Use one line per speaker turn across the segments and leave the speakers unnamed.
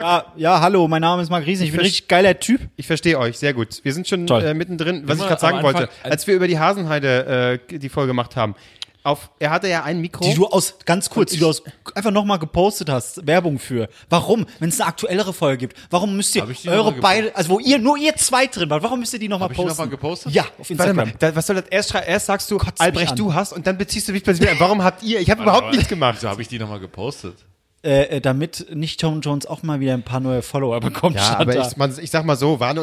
Ja, ja, hallo, mein Name ist Marc Riesen, ich bin ein richtig geiler Typ.
Ich verstehe euch, sehr gut. Wir sind schon
Toll.
äh, mittendrin,
Immer
was ich gerade
am
sagen
Anfang,
wollte,
als-
als wir über die Hasenheide äh, die Folge gemacht haben. Auf, er hatte ja ein Mikro.
Die du aus, ganz kurz, die du aus, einfach nochmal gepostet hast, Werbung für. Warum? Wenn es eine aktuellere Folge gibt, warum müsst ihr
Hab ich die noch
eure
mal gepostet?
beide, also wo ihr, nur ihr zwei drin wart, warum müsst ihr die nochmal
Hab ich die
posten?
noch mal gepostet?
Ja, auf
Warte mal,
Instagram.
da, was soll das? Erst, schrei- erst sagst du,
Kotzt mich an.
Albrecht, du hast, und dann beziehst du dich plötzlich. Warum habt ihr? Ich habe überhaupt nichts gemacht.
Wieso habe ich die nochmal gepostet?
Äh, äh, damit nicht Tom Jones auch mal wieder ein paar neue Follower bekommt.
Ja,
stand
aber
da.
ich, man, ich sag mal so, war eine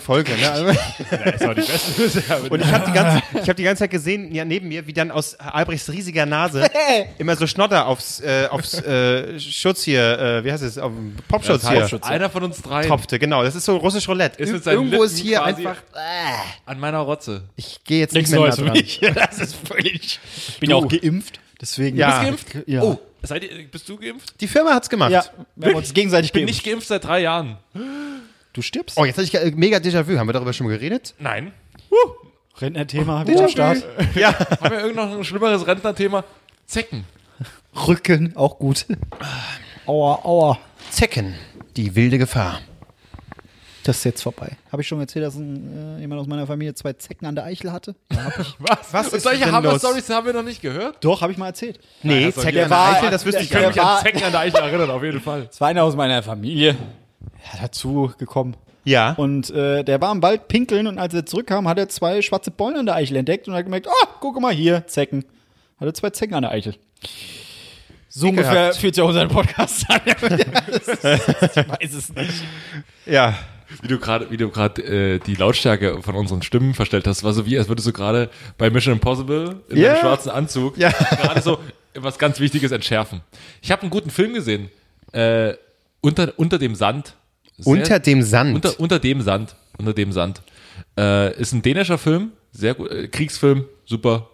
Folge. Ne? Also-
Das war die beste.
Und ich habe die, ganze- ich hab die ganze Zeit gesehen, ja, neben mir, wie dann aus Albrechts riesiger Nase immer so Schnotter aufs, äh, aufs äh, Schutz hier, äh, wie heißt es, auf den Popschutz hier
Einer von uns drei
tropfte. Genau, das ist so russisch Roulette.
Ist
Ir-
mit seinen
Irgendwo
Lippen
ist hier
quasi-
einfach, äh,
an meiner Rotze.
ich gehe jetzt
Nichts
nicht mehr nah
Neues für
dran.
mich. Das ist völlig. Ich bin ja auch geimpft.
Deswegen.
Ah, Ja.
Geimpft?
Ja.
Oh, seid ihr, bist du geimpft?
Die Firma hat's gemacht.
Ja, wir haben uns gegenseitig
Ich bin
geimpft.
nicht geimpft seit drei Jahren.
Du stirbst.
Oh, jetzt hatte ich äh, mega Déjà-vu. Haben wir darüber schon geredet?
Nein.
Rentnerthema, guter Start.
Haben wir irgend noch ein schlimmeres Rentnerthema? Zecken.
Rücken, auch gut. Aua, aua.
Zecken, die wilde Gefahr.
Das ist jetzt vorbei. Habe ich schon erzählt, dass ein, äh, jemand aus meiner Familie zwei Zecken an der Eichel hatte?
Was?
Was
Und
ist
solche
denn
Hammer-Stories haben wir noch nicht gehört?
Doch, habe ich mal erzählt.
Nee,
das soll
Zecken
jeder
an der
war-
Eichel, das wüsste
der-
ich
der
gar nicht.
war- Ah.
Zecken an der Eichel erinnert, auf jeden Fall.
Es war einer aus meiner Familie. Ja, dazu gekommen.
Ja.
Und äh, der war am Wald pinkeln und als er zurückkam, hat er zwei schwarze Beulen an der Eichel entdeckt und hat gemerkt, ah, guck mal hier, Zecken. Hat er zwei Zecken an der Eichel. So
Ekelhaft.
ungefähr fühlt sich auch sein Podcast an. Das ist- ich weiß es nicht.
Ja.
Wie du gerade, wie du gerade äh, die Lautstärke von unseren Stimmen verstellt hast, war so wie, als würdest du gerade bei Mission Impossible in
Ja.
deinem schwarzen Anzug
Ja.
gerade so was ganz Wichtiges entschärfen. Ich habe einen guten Film gesehen. Äh, unter, unter dem Sand. Sehr-
Unter dem Sand.
unter, unter dem Sand. Unter dem Sand. Äh, ist ein dänischer Film, sehr gut, äh, Kriegsfilm, super.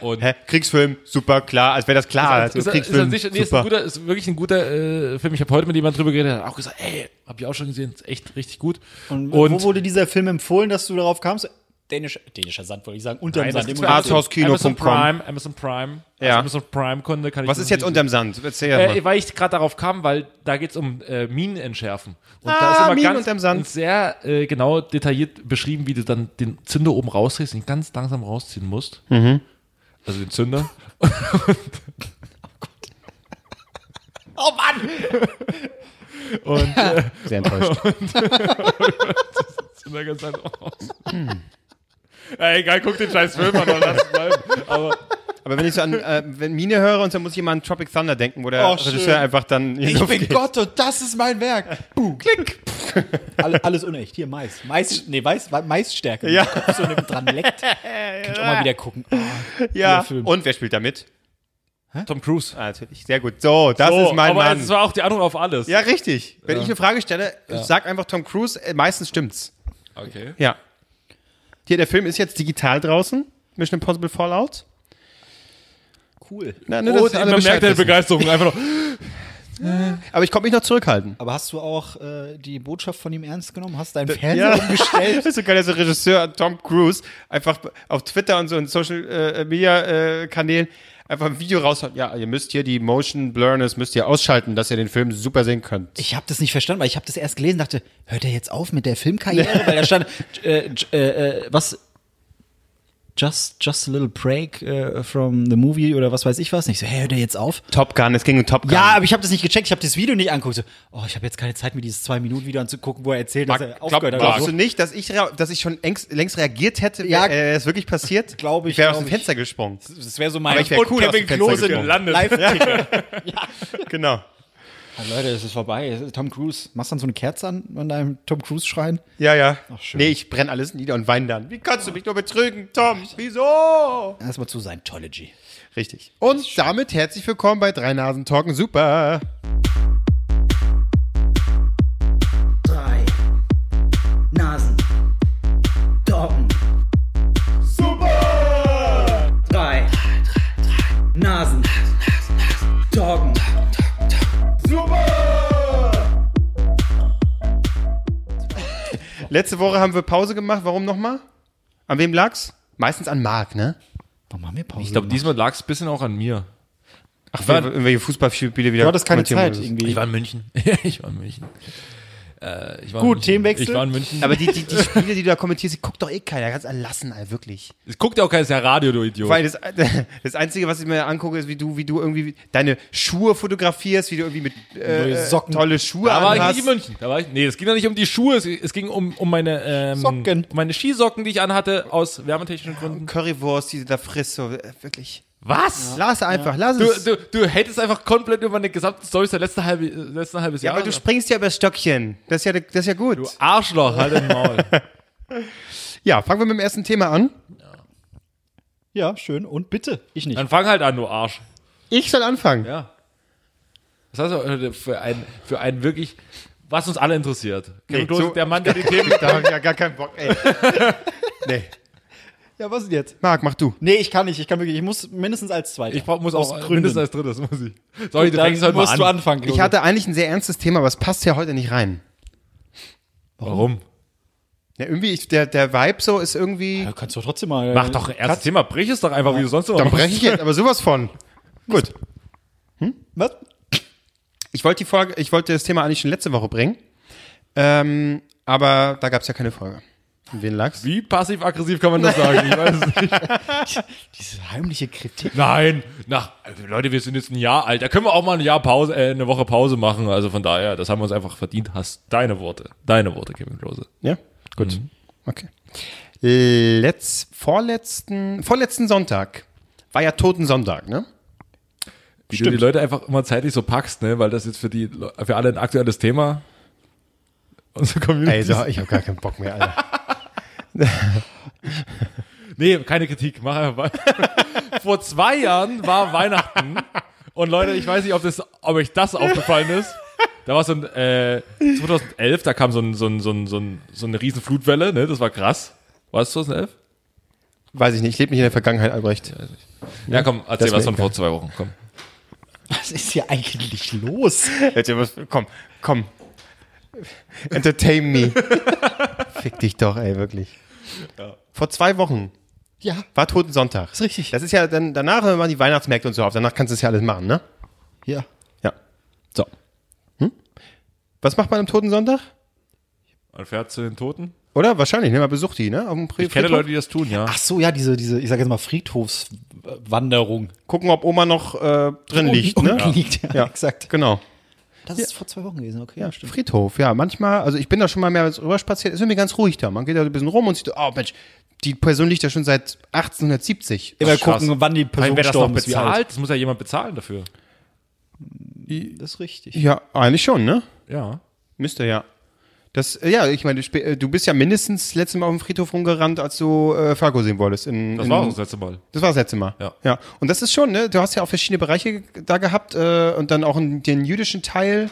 Und-
Hä? Kriegsfilm, super, klar. Als wäre das klar. Also
ist, ist, ist,
Kriegsfilm,
an sich, nee, ist, ein
super.
guter, ist wirklich ein guter äh, Film. Ich habe heute mit jemandem drüber geredet, der hat auch gesagt, ey, hab ich auch schon gesehen, ist echt richtig gut.
Und, wo wurde dieser Film empfohlen, dass du darauf kamst? Dänisch, dänischer Sand, wollte ich sagen. Unterm
Nein, das
Sand.
gibt's
im
bei
Unterm-
Arthouse. Kino.com.
Amazon Prime, Amazon Prime.
Ja.
Als Amazon Prime-Kunde kann ich
Was
das
ist jetzt
nicht-
unterm Sand? Erzähl mal.
Äh, weil ich gerade darauf kam, weil da geht es um äh, Minen entschärfen. Und
Ah, Minen unterm Sand.
sehr äh, genau detailliert beschrieben, wie du dann den Zünder oben rausträgst, ihn ganz langsam rausziehen musst.
Mhm.
Also den Zünder.
Oh Mann!
Sehr enttäuscht.
Zünder ganz langsam raus. Ja, egal, guck den scheiß Film an, aber lass es bleiben. Aber
Aber wenn ich so an äh, wenn Mine höre und so muss ich immer an Tropic Thunder denken, wo der
Oh, schön.
Regisseur einfach dann in die
Ich
Luft
bin
geht.
Gott und das ist mein Werk. Buh. Klick. Alle, alles unecht. Hier Mais. Mais, nee, Mais, Maisstärke. Ja. So neben dran leckt. Kann ich auch mal wieder gucken. Oh,
Ja.
Guter Film.
Und wer spielt da mit?
Tom Cruise.
Ah, natürlich. Sehr gut. So, das
So,
ist mein
aber
Mann.
es war auch die Antwort auf alles.
Ja, richtig. Wenn ich eine Frage stelle, sag einfach Tom Cruise, äh, meistens stimmt's.
Okay.
Ja. Hier, der Film ist jetzt digital draußen. Mission Impossible Fallout.
cool.
Na, nur,
Oh,
dass alle
man
Bescheid
merkt deine
wissen.
Begeisterung einfach noch.
Aber ich konnte mich noch zurückhalten.
Aber hast du auch äh, die Botschaft von ihm ernst genommen? Hast deinen
ja.
Fernseher umgestellt?
Das ist so geil, dass der Regisseur Tom Cruise einfach auf Twitter und so in Social äh, Media äh, Kanälen einfach ein Video raushaut. Ja, ihr müsst hier die Motion Blurness müsst ihr ausschalten, dass ihr den Film super sehen könnt.
Ich habe das nicht verstanden, weil ich habe das erst gelesen dachte, hört er jetzt auf mit der Filmkarriere? weil da stand, äh, j- äh, äh, was? Just, just a little break äh, from the movie oder was weiß ich was. Und ich so, hä, hört er jetzt auf?
Top Gun, es ging um Top Gun.
Ja, aber ich habe das nicht gecheckt, ich habe das Video nicht angeguckt. So, oh, ich habe jetzt keine Zeit, mir dieses zwei Minuten Video anzugucken, wo er erzählt, dass er
Glaub,
aufgehört hat. Also, oder
glaubst
so.
du nicht, dass ich, rea- dass ich schon längst, längst reagiert hätte,
Ja.
wäre äh, es wirklich passiert?
Glaub ich,
Ich wäre aus dem
glaub ich.
Fenster gesprungen.
Das wäre so mein
Aber ich wär
Und
cool aus dem Fenster gesprungen.
Landet.
live ja.
Genau.
Leute, es ist vorbei. Es ist Tom Cruise, machst du dann so eine Kerze an an deinem Tom Cruise Schrein?
Ja, ja.
schön.
nee, ich brenne alles nieder und weine dann. Wie kannst du mich nur betrügen, Tom? Wieso?
Erstmal zu Scientology.
Richtig. Und damit herzlich willkommen bei Drei Nasen Talken Super.
drei Nasen. Doggen. Super! Drei Nasen. Doggen.
Letzte Woche haben wir Pause gemacht. Warum nochmal? An wem lag's? Meistens an Marc, ne?
Warum haben wir Pause?
Ich glaube, diesmal lag es ein bisschen auch an mir.
Ach, wir, irgendwelche Fußballspiele wieder.
Du hattest keine
kommentieren
Zeit
musstest.
irgendwie.
Ich war in München. Ja, ich war in München. Äh, ich war in
Gut,
München.
Themenwechsel.
Ich war in München.
Aber die, die, die Spiele, die du da kommentierst, die guckt doch eh keiner. Ganz erlassen, ey, wirklich.
Es guckt ja auch keiner, ist ja Radio, du Idiot.
Vor allem das, äh, das Einzige, was ich mir angucke, ist, wie du, wie du irgendwie deine Schuhe fotografierst, wie du irgendwie mit äh,
Neue Socken.
tolle Schuhe
da war ich
anhast.
nicht in München. Da war ich, nee, es ging doch nicht um die Schuhe, es, es ging um, um meine, ähm,
Socken.
um meine Skisocken, die ich anhatte, aus wärmetechnischen Gründen.
Currywurst, die du da frisst, so, äh, wirklich.
Was?
Lass einfach, lass
Du,
es.
du, du hättest einfach komplett über meine gesamten Storys der letzten halbe, äh, letzten halbes
ja,
Jahr.
aber du springst ja über das Stöckchen. Das ist ja, das ist ja gut.
du Arschloch, halt im Maul.
Ja, fangen wir mit dem ersten Thema an.
Ja, schön. Und bitte. Ich nicht.
Dann fang halt an, du Arsch.
Ich soll anfangen.
Ja. Was hast du heute für ein, für ein wirklich, was uns alle interessiert? Kevin
Nee,
Klose,
so-
der Mann, der die Themen.
Da hab ich ja gar keinen Bock, ey. nee.
Ja, was denn jetzt?
Marc, mach du.
Nee, ich kann nicht. Ich kann wirklich. Ich muss mindestens als zweiter.
Ich brauch, muss auch äh,
Aus Gründen.
mindestens als drittes, muss ich. Sorry, du
Dann
fängst heute mal
musst
an.
du anfangen.
Ich
Klose.
hatte eigentlich ein sehr ernstes Thema, aber es passt ja heute nicht rein.
Warum?
Ja, irgendwie, ich, der, der Vibe so ist irgendwie.
Ja, kannst du trotzdem mal. äh,
Mach doch ein erstes Thema, brich es doch einfach, wie du sonst immer
Dann
machst.
breche ich jetzt aber sowas von. Gut.
Was?
Ich wollte die Folge, ich wollte das Thema eigentlich schon letzte Woche bringen. Ähm, aber da gab es ja keine Folge. Und wen lag's?
Wie passiv-aggressiv kann man das sagen? Ich weiß es nicht.
Diese heimliche Kritik.
Nein, na, Leute, wir sind jetzt ein Jahr alt. Da können wir auch mal ein Jahr Pause, äh, eine Woche Pause machen. Also von daher, das haben wir uns einfach verdient. Hast deine Worte. Deine Worte, Kevin Klose.
Ja? Gut. Mhm. Okay. Letz, vorletzten, vorletzten Sonntag war ja Totensonntag, ne?
Wie du die Leute einfach immer zeitlich so packst, ne? Weil das jetzt für die Le- für alle ein aktuelles Thema. Unsere Community.
Also, ich habe gar keinen Bock mehr, Alter.
Nee, keine Kritik. Mach einfach weiter. Vor zwei Jahren war Weihnachten. Und Leute, ich weiß nicht, ob, das, ob euch das aufgefallen ist. Da war so ein, äh, 2011, da kam so, ein, so, ein, so, ein, so, ein, so eine riesen Flutwelle, ne? Das war krass. War es 2011?
Weiß ich nicht, ich lebe nicht in der Vergangenheit, Albrecht.
Ja, komm, erzähl
Das wär
was von vor zwei Wochen. Komm.
Was ist hier eigentlich los?
Jetzt, was- komm, komm. Entertain me. Fick dich doch, ey, wirklich. Vor zwei Wochen
Ja,
war Totensonntag.
ist richtig.
Das ist ja dann, danach waren die Weihnachtsmärkte und so auf. Danach kannst du es ja alles machen, ne?
Ja.
Ja. So. Hm? Was macht man am Toten Sonntag?
Man fährt zu den Toten.
Oder? Wahrscheinlich, ne? Man besucht die, ne? Auf dem
Ich kenne Leute, die das tun, ja.
Ach so, ja, diese, diese, ich sag jetzt mal Friedhofswanderung.
Gucken, ob Oma noch äh, drin liegt, ne?
Ja. Liegt, ja,
Ja.
exakt.
Genau.
Das ist vor zwei Wochen gewesen, okay.
Ja, Friedhof, ja. Manchmal, also ich bin da schon mal mehr rüber spaziert, ist irgendwie ganz ruhig da. Man geht da ein bisschen rum und sieht, oh Mensch, die Person liegt ja schon seit 1870.
Immer
krass.
gucken, wann die Person
Wer das noch
gestorben ist, wie alt.
bezahlt? Das muss ja jemand bezahlen dafür.
Das ist richtig.
Ja, eigentlich schon, ne?
Ja.
Müsste ja. Das, äh, ja, ich meine, spä- äh, du bist ja mindestens letztes Mal auf dem Friedhof rumgerannt, als du äh, Fargo sehen wolltest. In,
Das
in,
war auch das letzte Mal.
Das war das letzte Mal.
Ja.
ja. Und das ist schon, ne? Du hast ja auch verschiedene Bereiche ge- da gehabt äh, und dann auch in, den jüdischen Teil.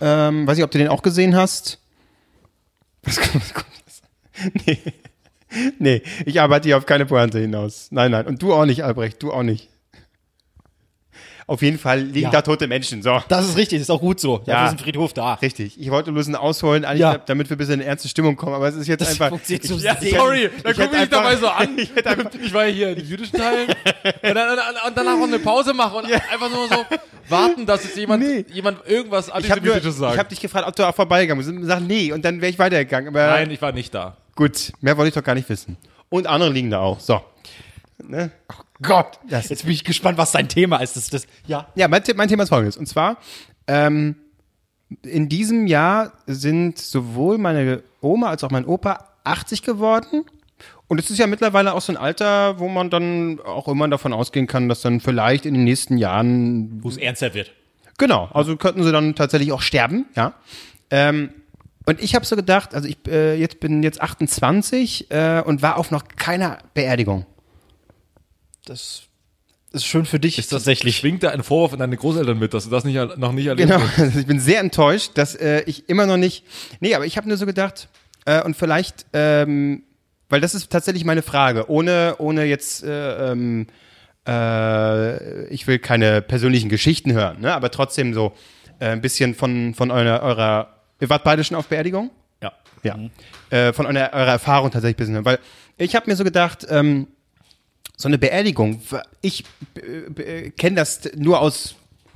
Ähm, weiß ich, ob du den auch gesehen hast. Was kommt, was kommt das? Nee. Nee, ich arbeite hier auf keine Pointe hinaus. Nein, nein. Und du auch nicht, Albrecht. Du auch nicht. Auf jeden Fall liegen
Ja.
da tote Menschen. So.
Das ist richtig, ist auch gut so. Dafür
Ja.
ist ein Friedhof da.
Richtig. Ich wollte bloß ein Ausholen, eigentlich,
Ja.
damit wir ein bisschen in ernste Stimmung kommen, aber es ist jetzt
Das
einfach.
funktioniert so
ich,
sehr.
ich-
Sorry,
ich
da gucke ich
hätte
mich dabei so an.
Ich hätte einfach,
Ich war hier im jüdischen Teil und, dann, und, und danach auch eine Pause machen und einfach nur so warten, dass jetzt jemand,
Nee.
jemand irgendwas
ich habe
Antisemitisches sagt.
hab dich gefragt, ob du auch vorbeigegangen bist. Und sag nee, und dann wäre ich weitergegangen. Aber
Nein, ich war nicht da.
Gut, mehr wollte ich doch gar nicht wissen. Und andere liegen da auch. So. Ne? Oh Gott. Das
Jetzt bin ich gespannt, was dein Thema ist. Das, das, ja.
ja, mein, The- mein Thema ist folgendes. Und zwar, ähm, in diesem Jahr sind sowohl meine Oma als auch mein Opa 80 geworden. Und es ist ja mittlerweile auch so ein Alter, wo man dann auch immer davon ausgehen kann, dass dann vielleicht in den nächsten Jahren
Wo es ernster wird.
Genau, also könnten sie dann tatsächlich auch sterben, ja. Ähm, und ich habe so gedacht, also ich äh, jetzt bin jetzt 28 äh, und war auf noch keiner Beerdigung.
Das ist schön für dich. Ist tatsächlich.
Schwingt da ein Vorwurf an deine Großeltern mit, dass du das nicht, al- noch nicht erlebt
Genau,
hast?
also ich bin sehr enttäuscht, dass äh, ich immer noch nicht. Nee, aber ich habe nur so gedacht äh, und vielleicht, ähm, weil das ist tatsächlich meine Frage, ohne ohne jetzt, äh, ähm, äh, ich will keine persönlichen Geschichten hören, ne? aber trotzdem so äh, ein bisschen von von eurer, eurer ihr wart beide schon auf Beerdigung?
Ja.
Mhm. Ja. Äh, von eurer, eurer Erfahrung tatsächlich ein bisschen. hören. Weil ich habe mir so gedacht, ähm, so eine Beerdigung. Ich kenne das nur aus,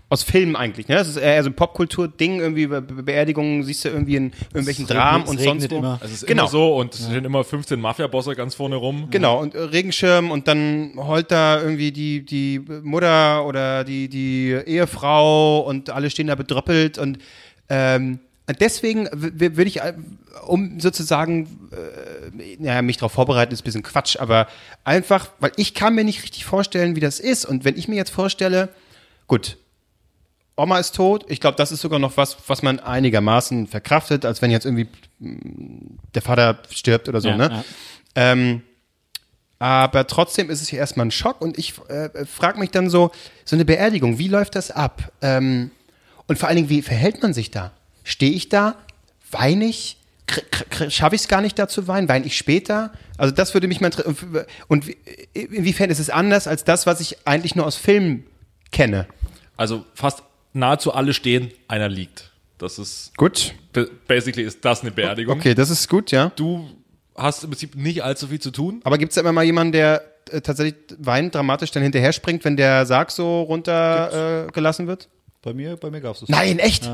aus Filmen eigentlich. Ne? Das ist eher so ein Popkultur-Ding. Irgendwie bei Be- Beerdigungen siehst du irgendwie in irgendwelchen
Es regnet-
Dramen
es
und
regnet
sonst wo.
immer.
Es ist
Genau.
immer so und es stehen immer 15 Mafia-Bosse ganz vorne rum.
Genau, und äh, Regenschirm und dann heult da irgendwie die, die Mutter oder die, die Ehefrau und alle stehen da bedröppelt und ähm, und deswegen würde ich, äh, um sozusagen, äh, naja, mich darauf vorbereiten, ist ein bisschen Quatsch, aber einfach, weil ich kann mir nicht richtig vorstellen, wie das ist. Und wenn ich mir jetzt vorstelle, gut, Oma ist tot, ich glaube, das ist sogar noch was, was man einigermaßen verkraftet, als wenn jetzt irgendwie mh, der Vater stirbt oder so,
Ja,
ne?
ja.
Ähm, aber trotzdem ist es ja erstmal ein Schock und ich äh, frage mich dann so, so eine Beerdigung, wie läuft das ab? Ähm, und vor allen Dingen, wie verhält man sich da? Stehe ich da? Weine ich? Schaffe ich es gar nicht, da zu weinen? Weine ich später? Also das würde mich mal interessieren. Und wie- inwiefern ist es anders als das, was ich eigentlich nur aus Filmen kenne?
Also fast nahezu alle stehen, einer liegt. Das ist,
Gut.
basically ist das eine Beerdigung.
Okay, das ist gut, ja.
Du hast im Prinzip nicht allzu viel zu tun.
Aber gibt es da immer mal jemanden, der äh, tatsächlich weinend dramatisch dann hinterher springt, wenn der Sarg so runtergelassen äh, gelassen wird?
Bei mir, bei mir gab's das.
Nein, echt?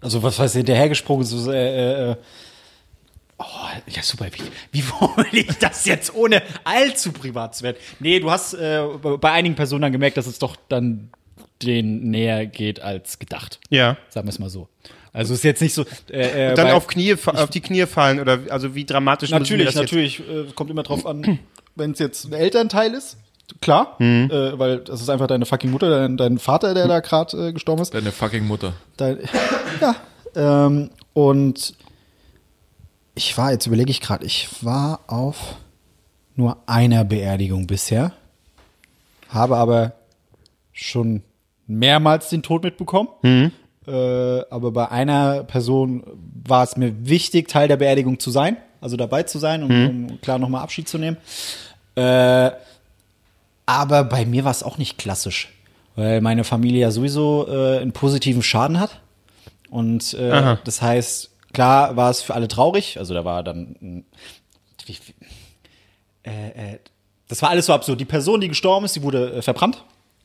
Also was weiß ich, hinterhergesprungen, so, äh, äh, äh. Oh, ja, super. Wie, wie wollte ich das jetzt, ohne allzu privat zu werden? Nee, du hast äh, bei einigen Personen dann gemerkt, dass es doch dann denen näher geht als gedacht.
Ja.
Sagen wir es mal so. Also ist jetzt nicht so. Äh, äh,
Dann
bei-
auf, Knie, fa- auf die Knie fallen oder wie- also wie dramatisch muss ich mir
Natürlich,
das jetzt-
natürlich. Äh, kommt immer drauf an, wenn es jetzt ein Elternteil ist. Klar,
Mhm.
äh, weil das ist einfach deine fucking Mutter, dein, dein Vater, der da gerade äh, gestorben ist.
Deine fucking Mutter.
Dein, ja. Ähm, und ich war, jetzt überlege ich gerade, ich war auf nur einer Beerdigung bisher, habe aber schon mehrmals den Tod mitbekommen. Äh, aber bei einer Person war es mir wichtig, Teil der Beerdigung zu sein, also dabei zu sein, um, um klar nochmal Abschied zu nehmen. Äh, aber bei mir war es auch nicht klassisch, weil meine Familie ja sowieso äh, einen positiven Schaden hat. Und äh, das heißt, klar war es für alle traurig. Also da war dann. mm, Wie, wie, äh, äh, das war alles so absurd. Die Person, die gestorben ist, die wurde äh, verbrannt.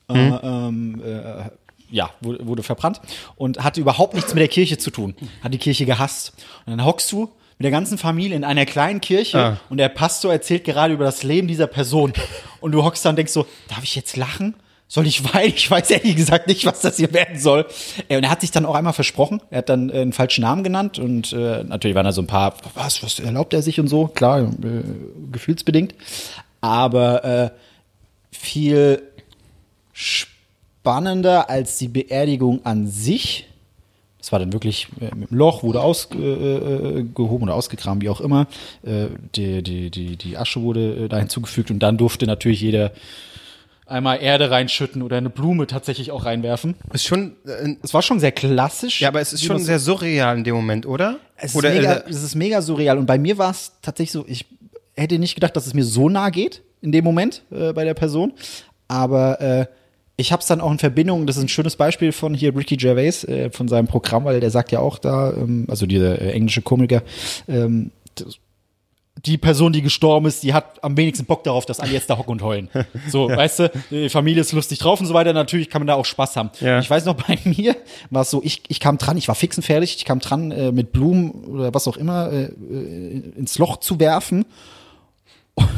Äh, ähm, äh, ja, wurde, wurde verbrannt und hatte überhaupt nichts mit der Kirche zu tun. Hat die Kirche gehasst. Und dann hockst du mit der ganzen Familie in einer kleinen Kirche
Ah.
und der Pastor erzählt gerade über das Leben dieser Person. Und du hockst da und denkst so, darf ich jetzt lachen? Soll ich weinen? Ich weiß ehrlich gesagt nicht, was das hier werden soll. Äh, Und er hat sich dann auch einmal versprochen. Er hat dann äh, einen falschen Namen genannt und äh, natürlich waren da so ein paar, was, was erlaubt er sich und so? Klar, äh, gefühlsbedingt. Aber äh, viel spannender als die Beerdigung an sich. Das war dann wirklich äh, mit dem Loch, wurde ausgehoben äh, äh, gehoben oder ausgegraben, wie auch immer. Äh, die, die, die, die Asche wurde äh, da hinzugefügt und dann durfte natürlich jeder einmal Erde reinschütten oder eine Blume tatsächlich auch reinwerfen.
Ist schon, äh,
Es war schon sehr klassisch.
ja, aber es ist
wie
schon
man's-
sehr surreal in dem Moment, oder?
es ist,
oder
mega,
äh,
es ist mega surreal. Und bei mir war es tatsächlich so, ich hätte nicht gedacht, dass es mir so nah geht in dem Moment äh, bei der Person. Aber äh, ich habe es dann auch in Verbindung, das ist ein schönes Beispiel von hier Ricky Gervais, äh, von seinem Programm, weil der sagt ja auch da, ähm, also dieser äh, englische Komiker, ähm, das- die Person, die gestorben ist, die hat am wenigsten Bock darauf, dass alle jetzt da hocken und heulen. So, weißt du, die Familie ist lustig drauf und so weiter. Natürlich kann man da auch Spaß haben.
Ja.
Ich weiß noch, bei mir war es so, ich, ich kam dran, ich war fix und fertig, ich kam dran, äh, mit Blumen oder was auch immer äh, äh, ins Loch zu werfen. Und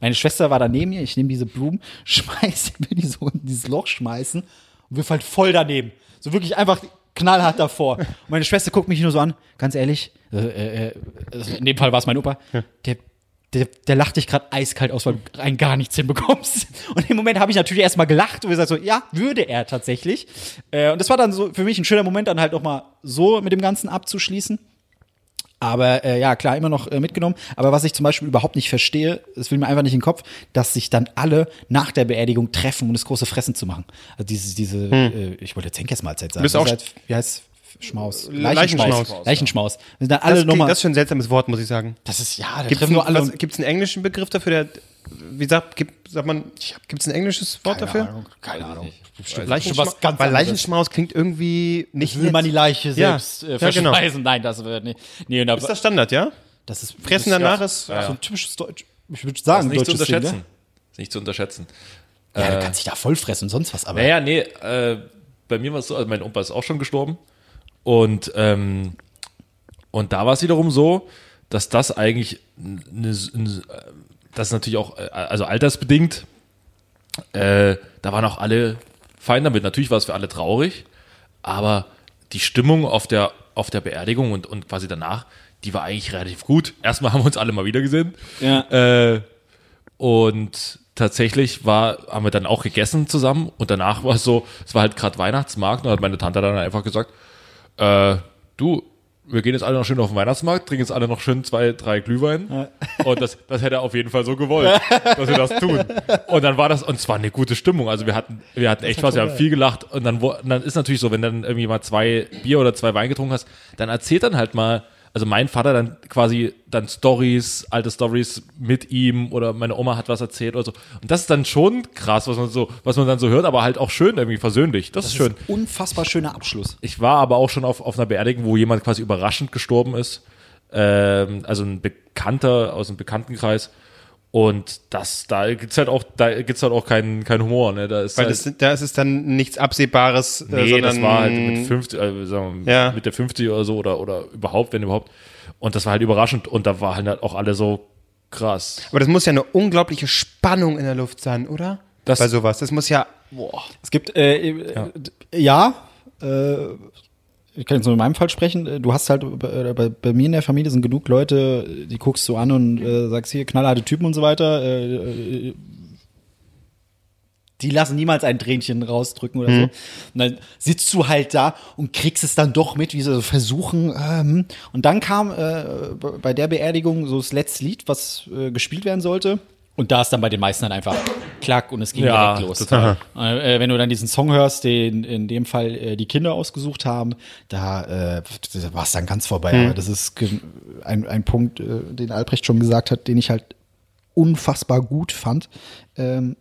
meine Schwester war da neben mir, ich nehme diese Blumen, schmeiße, will die so in dieses Loch schmeißen und wirf halt voll daneben. So wirklich einfach knallhart davor. Und meine Schwester guckt mich nur so an, ganz ehrlich, äh, äh, äh, also in dem Fall war es mein Opa, der, der, der lacht dich gerade eiskalt aus, weil du rein gar nichts hinbekommst. Und im Moment habe ich natürlich erstmal gelacht und gesagt so, ja, würde er tatsächlich. Äh, und das war dann so für mich ein schöner Moment, dann halt auch mal so mit dem Ganzen abzuschließen. Aber äh, ja, klar, immer noch äh, mitgenommen. Aber was ich zum Beispiel überhaupt nicht verstehe, es will mir einfach nicht in den Kopf, dass sich dann alle nach der Beerdigung treffen, um das große Fressen zu machen. Also diese, diese, äh, ich wollte jetzt Henkersmahlzeit sagen.
Hm. Bist auch
Das ist halt, wie heißt Schmaus?
Leichenschmaus.
Leichenschmaus. Leichenschmaus. Wir sind dann alle
das, klingt,
nochmal.
das ist schon ein seltsames Wort, muss ich sagen.
das ist ja, da
Gibt es
treffen nur alle. und-
einen englischen Begriff dafür? Der, wie sagt, gibt, sagt man, gibt es ein englisches Wort dafür?
Ahnung, keine Ahnung.
Bestimmt.
was ganz
weil
anderes.
Leichenschmaus klingt irgendwie nicht.
Will man die Leiche
Ja.
selbst
Ja,
äh,
genau.
verspeisen? Nein, das wird nicht. Nee, und da,
ist das Standard, ja?
das ist
Fressen
das
danach
ist
ist-
ja so ein typisches Deutsch. Ich würde sagen,
Nicht zu
deutsches Ding,
unterschätzen.
ne?
Ist nicht zu unterschätzen. Äh,
Ja, du kannst dich da vollfressen und sonst was, aber.
Naja, nee, äh, bei mir war es so, also mein Opa ist auch schon gestorben. Und, ähm, und da war es wiederum so, dass das eigentlich, eine, eine, das ist natürlich auch, äh, also altersbedingt, äh, da waren auch alle fein damit. Natürlich war es für alle traurig, aber die Stimmung auf der, auf der Beerdigung und, und quasi danach, die war eigentlich relativ gut. Erstmal haben wir uns alle mal wieder gesehen.
Ja.
Äh, und tatsächlich war, haben wir dann auch gegessen zusammen und danach war es so, es war halt gerade Weihnachtsmarkt und dann hat meine Tante dann einfach gesagt, äh, du, wir gehen jetzt alle noch schön auf den Weihnachtsmarkt, trinken jetzt alle noch schön zwei, drei Glühwein. Und das, das hätte er auf jeden Fall so gewollt, dass wir das tun. Und dann war das, und es war eine gute Stimmung. Also wir hatten, wir hatten echt Spaß, wir haben viel gelacht. Und dann, wo- und dann ist natürlich so, wenn dann irgendwie mal zwei Bier oder zwei Wein getrunken hast, dann erzählt dann halt mal, also mein Vater dann quasi dann Stories, alte Stories mit ihm oder meine Oma hat was erzählt oder so. Und das ist dann schon krass, was man so, was man dann so hört, aber halt auch schön irgendwie versöhnlich. Das, ist schön.
Ist ein unfassbar schöner Abschluss.
Ich war aber auch schon auf, auf einer Beerdigung, wo jemand quasi überraschend gestorben ist. Ähm, also ein Bekannter aus einem Bekanntenkreis. Und das, da gibt's halt auch, da gibt's halt auch keinen, keinen Humor, ne? Da ist
Weil
halt,
das, da ist es dann nichts Absehbares, äh,
nee,
sondern
das war halt mit 50, äh, sagen wir,
Ja.
mit der 50 oder so oder, oder überhaupt, wenn überhaupt. Und das war halt überraschend. Und da waren halt auch alle so krass.
Aber das muss ja eine unglaubliche Spannung in der Luft sein, oder?
Das-
Bei sowas. Das muss ja.
Es gibt, äh, äh,
Ja.
d- ja, äh, ich kann jetzt nur in meinem Fall sprechen. Äh, Du hast halt, bei- äh, bei, bei mir in der Familie sind genug Leute, die guckst du an und äh, sagst hier, knallharte Typen und so weiter. Äh, äh, die lassen niemals ein Tränchen rausdrücken oder
Hm.
so. Und dann sitzt du halt da und kriegst es dann doch mit, wie sie so versuchen. Ähm, und dann kam äh, b- bei der Beerdigung so das letzte Lied, was äh, gespielt werden sollte. Und da ist dann bei den meisten dann einfach klack und es ging
Ja,
direkt los.
total.
Äh, äh, wenn du dann diesen Song hörst, den in dem Fall äh, die Kinder ausgesucht haben, da äh, war es dann ganz vorbei.
Hm.
Aber das ist ge- ein, ein Punkt, äh, den Albrecht schon gesagt hat, den ich halt unfassbar gut fand. Ähm,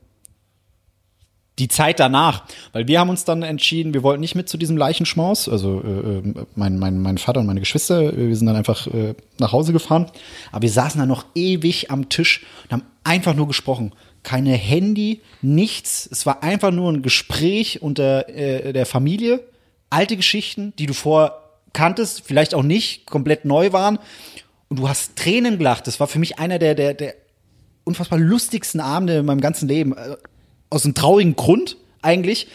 die Zeit danach, weil wir haben uns dann entschieden, wir wollten nicht mit zu diesem Leichenschmaus, also äh, äh, mein, mein, mein Vater und meine Geschwister, äh, wir sind dann einfach äh, nach Hause gefahren, aber wir saßen dann noch ewig am Tisch und haben einfach nur gesprochen. Keine Handy, nichts. Es war einfach nur ein Gespräch unter äh, der Familie, alte Geschichten, die du vorher kanntest, vielleicht auch nicht, komplett neu waren. Und du hast Tränen gelacht. Das war für mich einer der, der, der unfassbar lustigsten Abende in meinem ganzen Leben. Äh, Aus einem traurigen Grund eigentlich.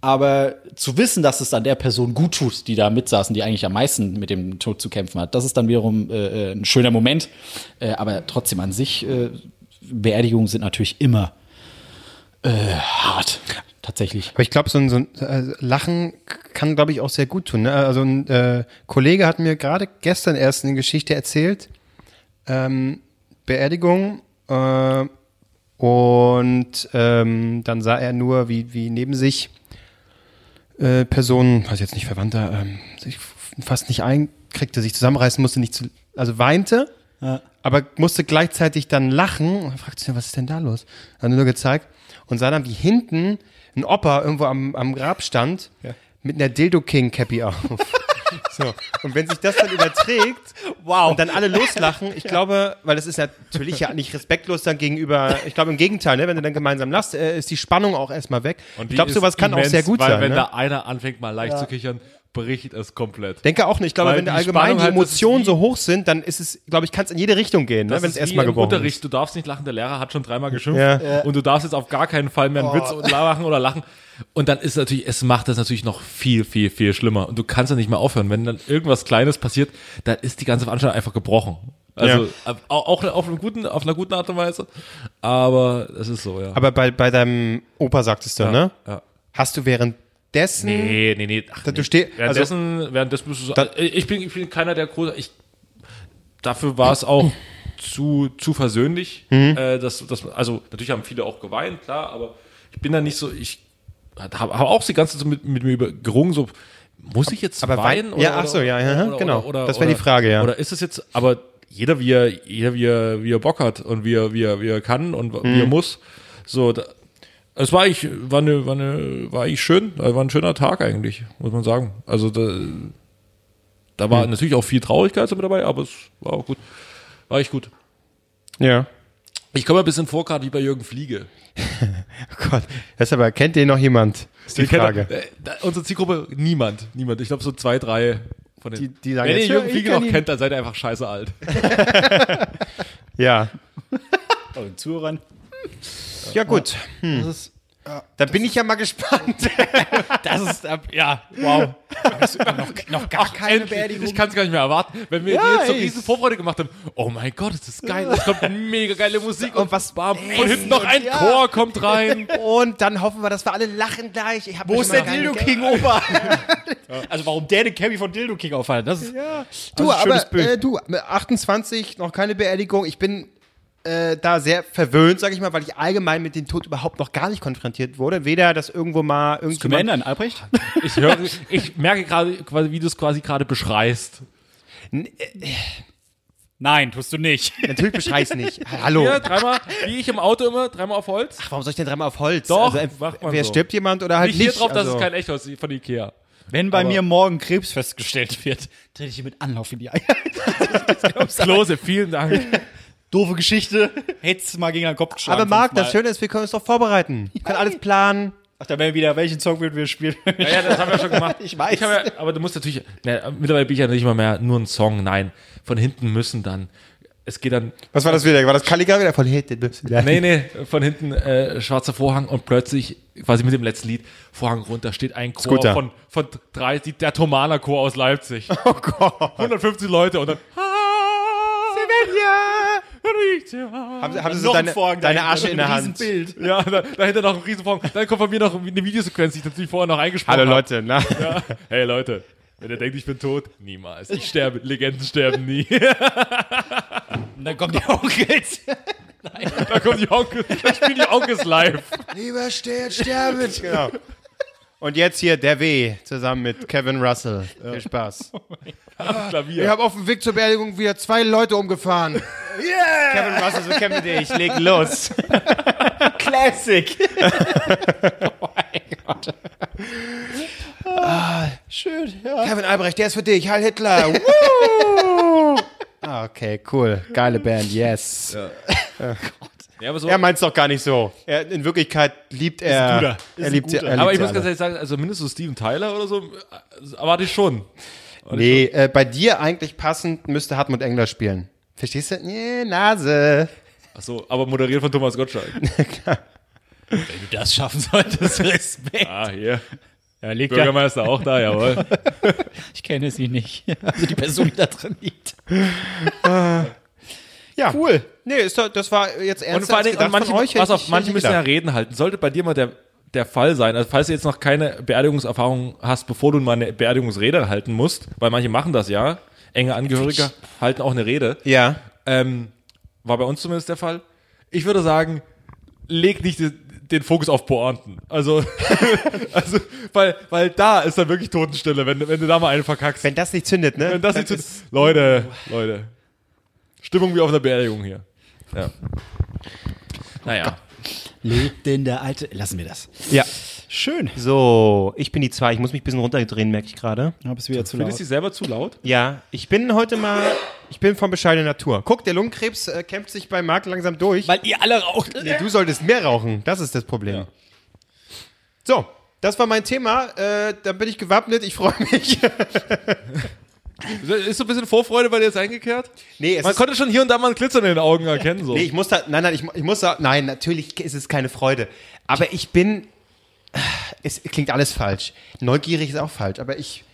Aber zu wissen, dass es dann der Person gut tut, die da mitsaßen, die eigentlich am meisten mit dem Tod zu kämpfen hat, das ist dann wiederum äh, äh, ein schöner Moment. Äh, aber trotzdem an sich, äh, Beerdigungen sind natürlich immer äh, hart. Tatsächlich.
Aber ich glaube, so ein, so ein äh, Lachen kann, glaube ich, auch sehr gut tun. Ne? Also ein äh, Kollege hat mir gerade gestern erst eine Geschichte erzählt. Ähm, Beerdigung. Äh, und ähm, dann sah er nur, wie, wie neben sich äh, Personen, weiß jetzt nicht, Verwandter, ähm, sich f- fast nicht einkriegte, sich zusammenreißen musste, nicht zu, also weinte, aber musste gleichzeitig dann lachen und er fragte sich, was ist denn da los? Hat er nur gezeigt und sah dann, wie hinten ein Opa irgendwo am, am Grab stand, mit einer Dildo King Cappy auf. So. Und wenn sich das dann überträgt wow. und dann alle loslachen, ich glaube, weil das ist natürlich ja nicht respektlos dann gegenüber, ich glaube im Gegenteil, ne, wenn du dann gemeinsam lachst, äh, ist die Spannung auch erstmal weg. ich
die
glaube,
ist
sowas kann auch
immens,
sehr gut
weil
sein.
Wenn
ne?
da einer anfängt, mal leicht zu kichern, bricht es komplett.
Denke auch nicht. Ich glaube,
Weil
wenn
die
allgemein
Spannung
die
halt, das
Emotionen
ist wie-
so hoch sind, dann ist es, glaube ich, kann es in jede Richtung gehen, ne,
Das
wenn es
ist
erstmal
wie eh im
gebrochen
Unterricht,
ist.
du darfst nicht lachen, der Lehrer hat schon dreimal geschimpft
Ja.
und du darfst jetzt auf gar keinen Fall mehr einen Witz und lachen oder lachen. Und dann ist natürlich, es macht das natürlich noch viel, viel, viel schlimmer. Und du kannst ja nicht mehr aufhören. Wenn dann irgendwas Kleines passiert, dann ist die ganze Veranstaltung einfach gebrochen. Also ab- auch, auch auf, einem guten, auf einer guten Art und Weise. Aber es ist so, ja.
Aber bei, bei deinem Opa sagtest du, ne?
ja.
Hast du währenddessen.
Nee, nee, nee. Ach,
Da- du
nee.
steh- also-
währenddessen, währenddessen bist du so, Äh, ich, bin, ich bin keiner der große. Ich, dafür war es auch zu, zu versöhnlich.
Mhm.
Äh, dass, dass, also natürlich haben viele auch geweint, klar, aber ich bin da nicht so. Ich habe hab hab auch die ganze Zeit so mit, mit mir über, gerungen, so muss ich jetzt
Aber
weinen?
wein- ja, ach so, ja, ja, genau. Das wär die Frage, ja.
Oder ist es jetzt, aber jeder wie er, jeder wie er, wie er Bock hat und wie er, wie er, wie er kann und wie er
Mhm.
muss. So, da, es war ich, war eine, war eine, war ich schön, war ein schöner Tag eigentlich, muss man sagen. Also da, da war
Hm.
natürlich auch viel Traurigkeit so mit dabei, aber es war auch gut. War ich gut.
Ja.
Ich komme mir ein bisschen vor, gerade wie bei Jürgen Fliege.
Oh Gott, das ist aber, kennt den noch jemand? Ist die
Wir kennen-
Frage.
äh, da, unsere Zielgruppe, niemand, niemand. Ich glaube, so zwei, drei von den.
Die- die sagen
Wenn
jetzt,
ihr Jürgen
ja, ich
Fliege
kenn
noch
ihn.
kennt, dann seid ihr einfach scheiße alt.
Ja.
Oh, den Zuhörern.
Ja, gut. Hm. Da bin ich ja mal gespannt.
Das ist, ja, wow.
Noch gar keine
Endlich, ich
Beerdigung.
kann es gar nicht mehr erwarten. Wenn wir dir jetzt so
ey.
riesen Vorfreude gemacht haben, oh mein Gott, ist das geil, es kommt mega geile Musik und,
Und was
bam, und hinten noch ein
ja.
Chor kommt rein.
Und dann hoffen wir, dass wir alle lachen gleich. Ich hab
Wo
schon
ist
mal
der
keine
Dildo
Geld.
King Opa? also warum der den Cappy von Dildo King aufhalten? Das ist
Du,
Also ein schönes
aber äh, du, mit 28, noch keine Beerdigung. Ich bin äh, da sehr verwöhnt, sag ich mal, weil ich allgemein mit dem Tod überhaupt noch gar nicht konfrontiert wurde. Weder, dass irgendwo mal
können wir
irgendjemand...
ändern, Albrecht?
Ich höre, ich merke gerade, quasi, wie du es quasi gerade beschreist.
Nein, tust du nicht.
Natürlich bescheiß nicht. Hallo.
Hier, dreimal, wie ich im Auto immer, dreimal auf Holz.
Warum soll ich denn dreimal auf Holz?
Doch,
also,
macht man
wer
so.
stirbt jemand oder halt
Nicht
nicht?
hier drauf,
also,
dass es kein Echtholz ist, von Ikea.
Wenn bei
Aber-
mir morgen Krebs festgestellt wird, trete ich hier mit Anlauf in die Eier.
Klose, vielen Dank.
Doofe Geschichte. Hättest mal gegen den Kopf geschlagen.
aber Marc, das
sonst mal.
Schöne ist, wir können uns doch vorbereiten. Wir können alles planen.
Ach, da wäre wieder, welchen Song würden wir spielen?
Ja, ja, das haben wir schon gemacht.
Ich weiß.
Ich hab ja, aber du musst natürlich, na, mittlerweile bin ich ja nicht mal mehr nur ein Song, nein. Von hinten müssen dann, es geht dann
Was war das wieder? War das Kalligraph wieder von Hate? Nee.
Nee, nee, von hinten äh, schwarzer Vorhang und plötzlich, quasi mit dem letzten Lied, Vorhang runter, steht ein Chor
Scooter.
von, von drei, die, der Thomaner Chor aus Leipzig.
Oh Gott.
150 Leute und dann.
Ja.
Sevilla.
Haben, sie- haben sie so deine, deine Asche in der Hand?
Bild.
Ja, da, dahinter noch ein riesen Vorhang. Dann kommt von mir noch eine Videosequenz, die ich natürlich vorher noch eingesprochen
Hallo
habe.
Leute, na?
Ja. Hey Leute, wenn ihr denkt, ich bin tot, niemals. Ich sterbe, Legenden sterben nie.
Und dann kommt die Onkels.
da kommt die Onkels, da spielen die Onkels live.
Lieber steh und sterbe. genau. Und jetzt hier der W zusammen mit Kevin Russell. Viel Spaß.
Klavier.
Ich habe auf dem Weg zur Beerdigung wieder zwei Leute umgefahren. Yeah! Kevin Russell, so Kevin D. Ich leg los.
Classic. oh mein Gott. schön, ja.
Kevin Albrecht, der ist für dich. Heil Hitler. Ah, okay, cool. Geile Band, yes. Ja.
Ja, aber so,
Er meint's doch gar nicht so. Er, in Wirklichkeit liebt er. Er liebt sie. er liebt
Aber ich
sie
muss
alle.
ganz ehrlich sagen, also mindestens Steven Tyler oder so, äh, erwarte ich schon.
Nee, äh, bei dir eigentlich passend müsste Hartmut Engler spielen. Verstehst du? Nee, Nase.
Achso, aber moderiert von Thomas Gottschalk.
Wenn du das schaffen solltest, Respekt.
Ah, hier.
Ja, liegt ja.
Bürgermeister auch da, jawohl.
Ich kenne sie nicht. Also die Person, die da drin liegt.
Ja. Cool. Nee, ist doch, das war jetzt
Und
ernst.
vor allen Dingen, und manche, pass auf, manche müssen ja reden halten. Sollte bei dir mal der, der Fall sein, also falls du jetzt noch keine Beerdigungserfahrung hast, bevor du mal eine Beerdigungsrede halten musst, weil manche machen das ja, enge Angehörige halten auch eine Rede.
Ja.
Ähm, war bei uns zumindest der Fall. Ich würde sagen, leg nicht den, den Fokus auf Pointen. Also, also weil, weil da ist dann wirklich Totenstille, wenn, du- wenn du da mal einen verkackst.
Wenn das nicht zündet, ne?
Wenn das nicht zu, Leute, Leute. Stimmung wie auf einer Beerdigung hier. Ja. Naja.
Lebt denn der alte. Lassen wir das.
Ja.
Schön.
So, ich bin die zwei. Ich muss mich ein bisschen runterdrehen, merke ich gerade.
Ja, bist wieder zu
Findest du dich selber zu laut?
Ja, ich bin heute mal. Ich bin von bescheidener Natur. Guck, der Lungenkrebs äh, kämpft sich bei Marc langsam durch.
Weil ihr alle raucht.
Nee, du solltest mehr rauchen. Das ist das Problem. So, das war mein Thema. Äh, dann bin ich gewappnet. Ich freue mich.
Ist so ein bisschen Vorfreude bei dir jetzt eingekehrt?
nee, es
Man konnte schon hier und da mal ein Glitzern in den Augen erkennen. So.
Nee, ich muss da, nein, nein, ich, mu- ich muss da, nein, natürlich ist es keine Freude. Aber ich bin, äh, es klingt alles falsch. Neugierig ist auch falsch, aber ich,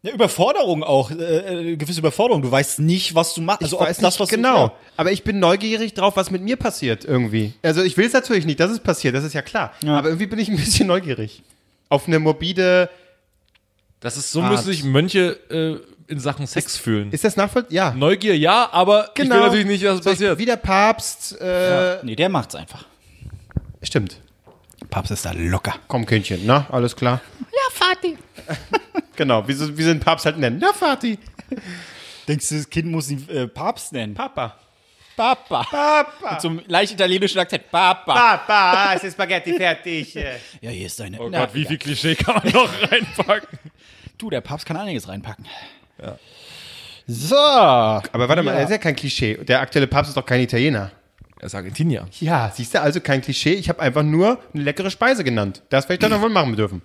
Ja, Überforderung auch. Äh, äh, gewisse Überforderung. Du weißt nicht, was du machst. Also
ich
ob
weiß nicht
was du-
genau.
Ja.
Aber ich bin neugierig drauf, was mit mir passiert irgendwie. Also ich will es natürlich nicht, dass es passiert, das ist ja klar. Aber irgendwie bin ich ein bisschen neugierig. Auf eine morbide,
Das ist so müssen sich Mönche äh, in Sachen Sex fühlen. Genau.
ist das nachvollziehbar? Ja. Genau.
Neugier ja, aber ich will natürlich nicht, dass es
So, ich-
passiert.
Wie der Papst, äh,
Nee, der macht's einfach.
stimmt.
Papst ist da locker.
Komm, Kindchen, na, alles klar. Ja, Vati. genau, wie, so, wie sie den Papst halt nennen. Ja, Vati.
Denkst du, das Kind muss ihn äh, Papst nennen?
Papa.
Papa.
Papa.
Mit so einem leicht italienischen Akzent. Papa.
Papa, es ist Spaghetti fertig.
Ja, hier ist deine.
Oh Gott, wie viel Klischee kann man noch reinpacken?
Du, der Papst kann einiges reinpacken. So.
Aber warte mal, das ist ja kein Klischee. Der aktuelle Papst ist doch kein Italiener.
Er ist Argentinier.
Ja, siehst du, also kein Klischee. Ich habe einfach nur eine leckere Speise genannt. Das vielleicht dann noch wohl machen dürfen.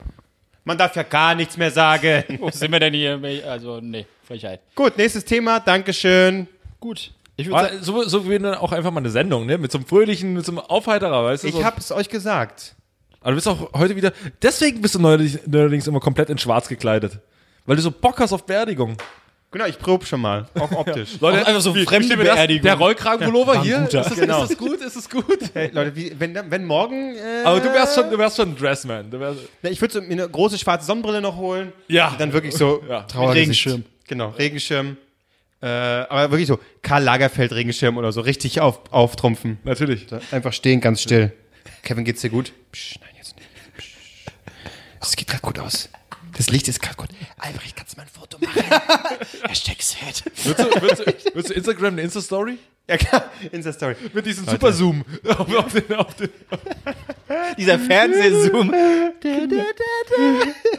Man darf ja gar nichts mehr sagen.
Wo sind wir denn hier? Also, nee, Frechheit.
Gut, nächstes Thema. Dankeschön.
Gut. Ich würde sagen,
Aber So, so wie dann auch einfach mal eine Sendung, ne? Mit so einem fröhlichen, mit so einem Aufheiterer, weißt du?
Ich
so.
habe es euch gesagt.
Aber du bist auch heute wieder. Deswegen bist du neulich, neuerdings immer komplett in schwarz gekleidet. Weil du so Bock hast auf Beerdigung.
Genau, ich probe schon mal. Auch optisch.
Leute,
einfach so
wie- wie
fremde
steht mir das?
Beerdigung.
Der Rollkragenpullover hier. Ist das,
Genau.
ist das gut? Ist das gut?
Hey, Leute, wie, wenn, wenn morgen. Äh,
Aber du wärst schon, du wärst schon ein Dressman. Du wärst,
Na, Ich würde so mir eine große schwarze Sonnenbrille noch holen.
Ja.
Und dann wirklich so
Ja.
Mit
Trauergesicht.
Regenschirm.
Genau, Regenschirm. Äh, aber wirklich so Karl Lagerfeld Regenschirm oder so richtig auf, auftrumpfen.
natürlich.
Einfach stehen, ganz still. Kevin, geht's dir gut? Psch, nein, jetzt nicht. Psch. Es geht gerade gut aus. Das Licht ist gerade gut. Albrecht, kannst du mal ein Foto machen?
Hashtag sad.
Würdest du, würdest du, würdest du Instagram eine Insta-Story?
ja, klar. Insta-Story.
Mit diesem Super-Zoom. Auf, auf den, auf den.
Dieser Fernsehzoom.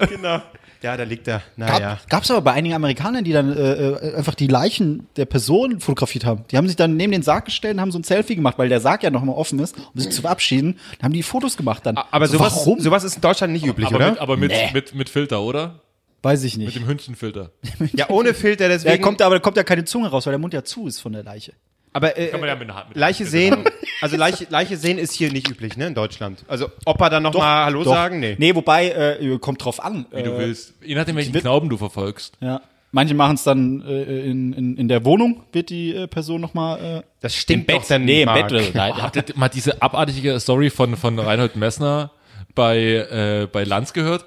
Genau. Ja, da liegt er.
Gab,
Naja.
Gab's aber bei einigen Amerikanern, die dann äh, äh, einfach die Leichen der Personen fotografiert haben. Die haben sich dann neben den Sarg gestellt und haben so ein Selfie gemacht, weil der Sarg ja noch mal offen ist, um sich zu verabschieden. Dann haben die Fotos gemacht dann.
Aber
so,
sowas,
warum?
sowas ist in Deutschland nicht üblich,
Aber,
oder?
mit, aber mit,
Nee.
mit, mit Filter, oder?
Weiß ich
Mit
nicht.
dem Hündchenfilter.
ja, ohne Filter, deswegen.
Der kommt, da- aber da kommt ja keine Zunge raus, weil der Mund ja zu ist von der Leiche.
aber äh,
Kann man ja mit einer- mit-
Leiche sehen, also Leiche, Leiche sehen ist hier nicht üblich, ne, in Deutschland. Also Opa dann nochmal Hallo
Doch.
sagen? Nee.
Nee, wobei, äh, kommt drauf an.
Wie du
äh,
willst. Je nachdem, welchen Glauben du verfolgst.
Ja. Manche machen es dann äh, in, in, in der Wohnung, wird die äh, Person nochmal. Äh,
Das stimmt doch dann
nee, im
Marc.
Bett. Äh, nein,
Boah, habt ihr mal diese abartige Story von, von Reinhold Messner bei, äh, bei Lanz gehört?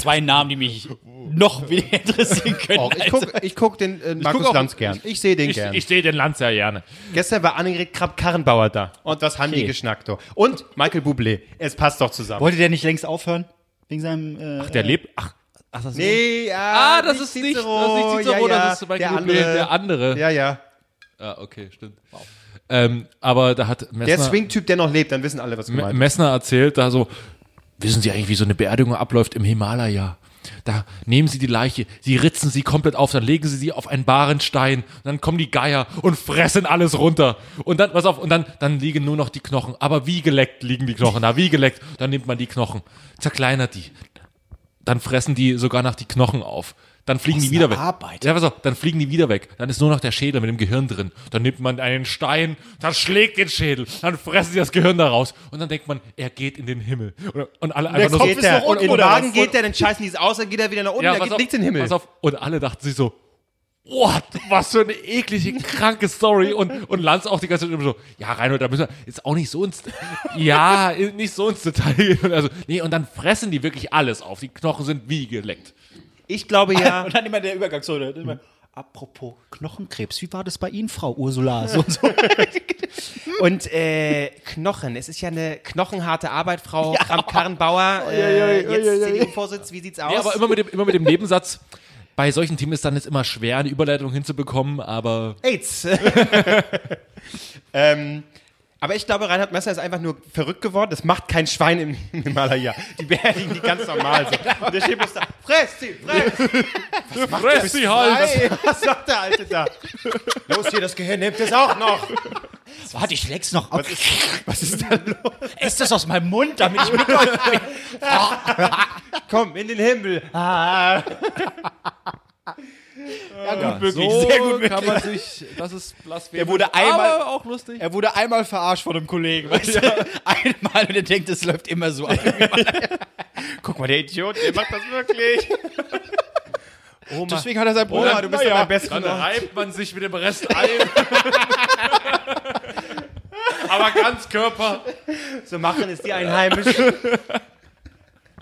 zwei Namen, die mich noch weniger interessieren können.
Auch. Ich
also.
als-
guck, ich guck den äh, Markus
guck auch-
Lanz gern. Ich sehe den
Ich,
gern.
ich sehe den Lanz ja gerne.
Gestern war Annegret Krapp-Karrenbauer da. Und was haben die geschnackt? oh. Und Michael Bublé. Es passt doch zusammen.
wollte der nicht längst aufhören? Wegen seinem. Äh,
Der lebt. Ach, ach das ist
Nee, ja,
Ah, das ist nicht das ist nicht
ja,
Cicero,
ja,
das ist Michael
der
Bublé,
andere.
der andere.
Ja, ja.
Ah, okay, stimmt. Ähm, aber da hat
Der
Messner,
Swing-Typ, der noch lebt, dann wissen alle, was
Me-
gemeint ist.
Messner erzählt da so, wissen Sie eigentlich, wie so eine Beerdigung abläuft im Himalaya? Da nehmen sie die Leiche, sie ritzen sie komplett auf, dann legen sie sie auf einen baren Stein, und dann kommen die Geier und fressen alles runter. Und dann, pass auf, und dann, dann liegen nur noch die Knochen. Aber wie geleckt liegen die Knochen da, wie geleckt. Dann nimmt man die Knochen, zerkleinert die, dann fressen die sogar nach die Knochen auf. Dann fliegen die wieder weg.
Arbeit.
Ja, pass auf, dann fliegen die wieder weg. Dann ist nur noch der Schädel mit dem Gehirn drin. Dann nimmt man einen Stein, dann schlägt den Schädel, dann fressen sie das Gehirn da raus. Und dann denkt man, er geht in den Himmel. Und, und alle einfach nur
Geht
so,
der, und
und,
in den
und,
Wagen geht der, dann scheißen die es aus, dann geht er wieder nach unten,
ja,
da
pass
geht
auf,
nichts in den Himmel.
Pass auf. Und alle dachten sich so, what, was für eine eklige, kranke Story. Und, und Lanz auch die ganze Zeit immer so, ja, Reinhold, da müssen wir jetzt auch nicht so ins, ja, nicht so ins Detail gehen. Und Also, nee, und dann fressen die wirklich alles auf. Die Knochen sind wie geleckt.
Ich glaube ja,
Und dann immer der Übergang so. Dann immer, apropos Knochenkrebs, wie war das bei Ihnen, Frau Ursula? So, so.
Und äh, Knochen, es ist ja eine knochenharte Arbeit, Frau Kramp-Karrenbauer. Äh, jetzt CDU-Vorsitz, wie sieht's aus?
Ja, aber immer mit, dem, immer mit dem Nebensatz. Bei solchen Themen ist dann jetzt immer schwer, eine Überleitung hinzubekommen, aber
AIDS. ähm, aber ich glaube, Reinhard Messner ist einfach nur verrückt geworden. Das macht kein Schwein im Himalaya. Die beerdigen die ganz normal so. Und der steht bloß da, fress sie, fress!
fress die halt!
Ey, was sagt der Alte da? Los hier, das Gehirn nimmt es auch noch.
Warte, ich leck's noch ab.
Was ist da los?
Ess das aus meinem Mund, damit ich mit
Komm, in den Himmel.
Wirklich, so sehr gut kann man sich, das ist blasphemisch,
Er wurde einmal-
aber auch lustig.
Er wurde einmal verarscht von einem Kollegen, weißt du? Einmal und er denkt, es läuft immer so ab. Guck mal, der Idiot.
Der macht das wirklich. Oma,
Deswegen hat er sein
Oma
Bruder.
du bist ja, am besten.
Dann reibt man sich mit dem Rest ein. aber ganz Körper.
So machen es die Einheimischen.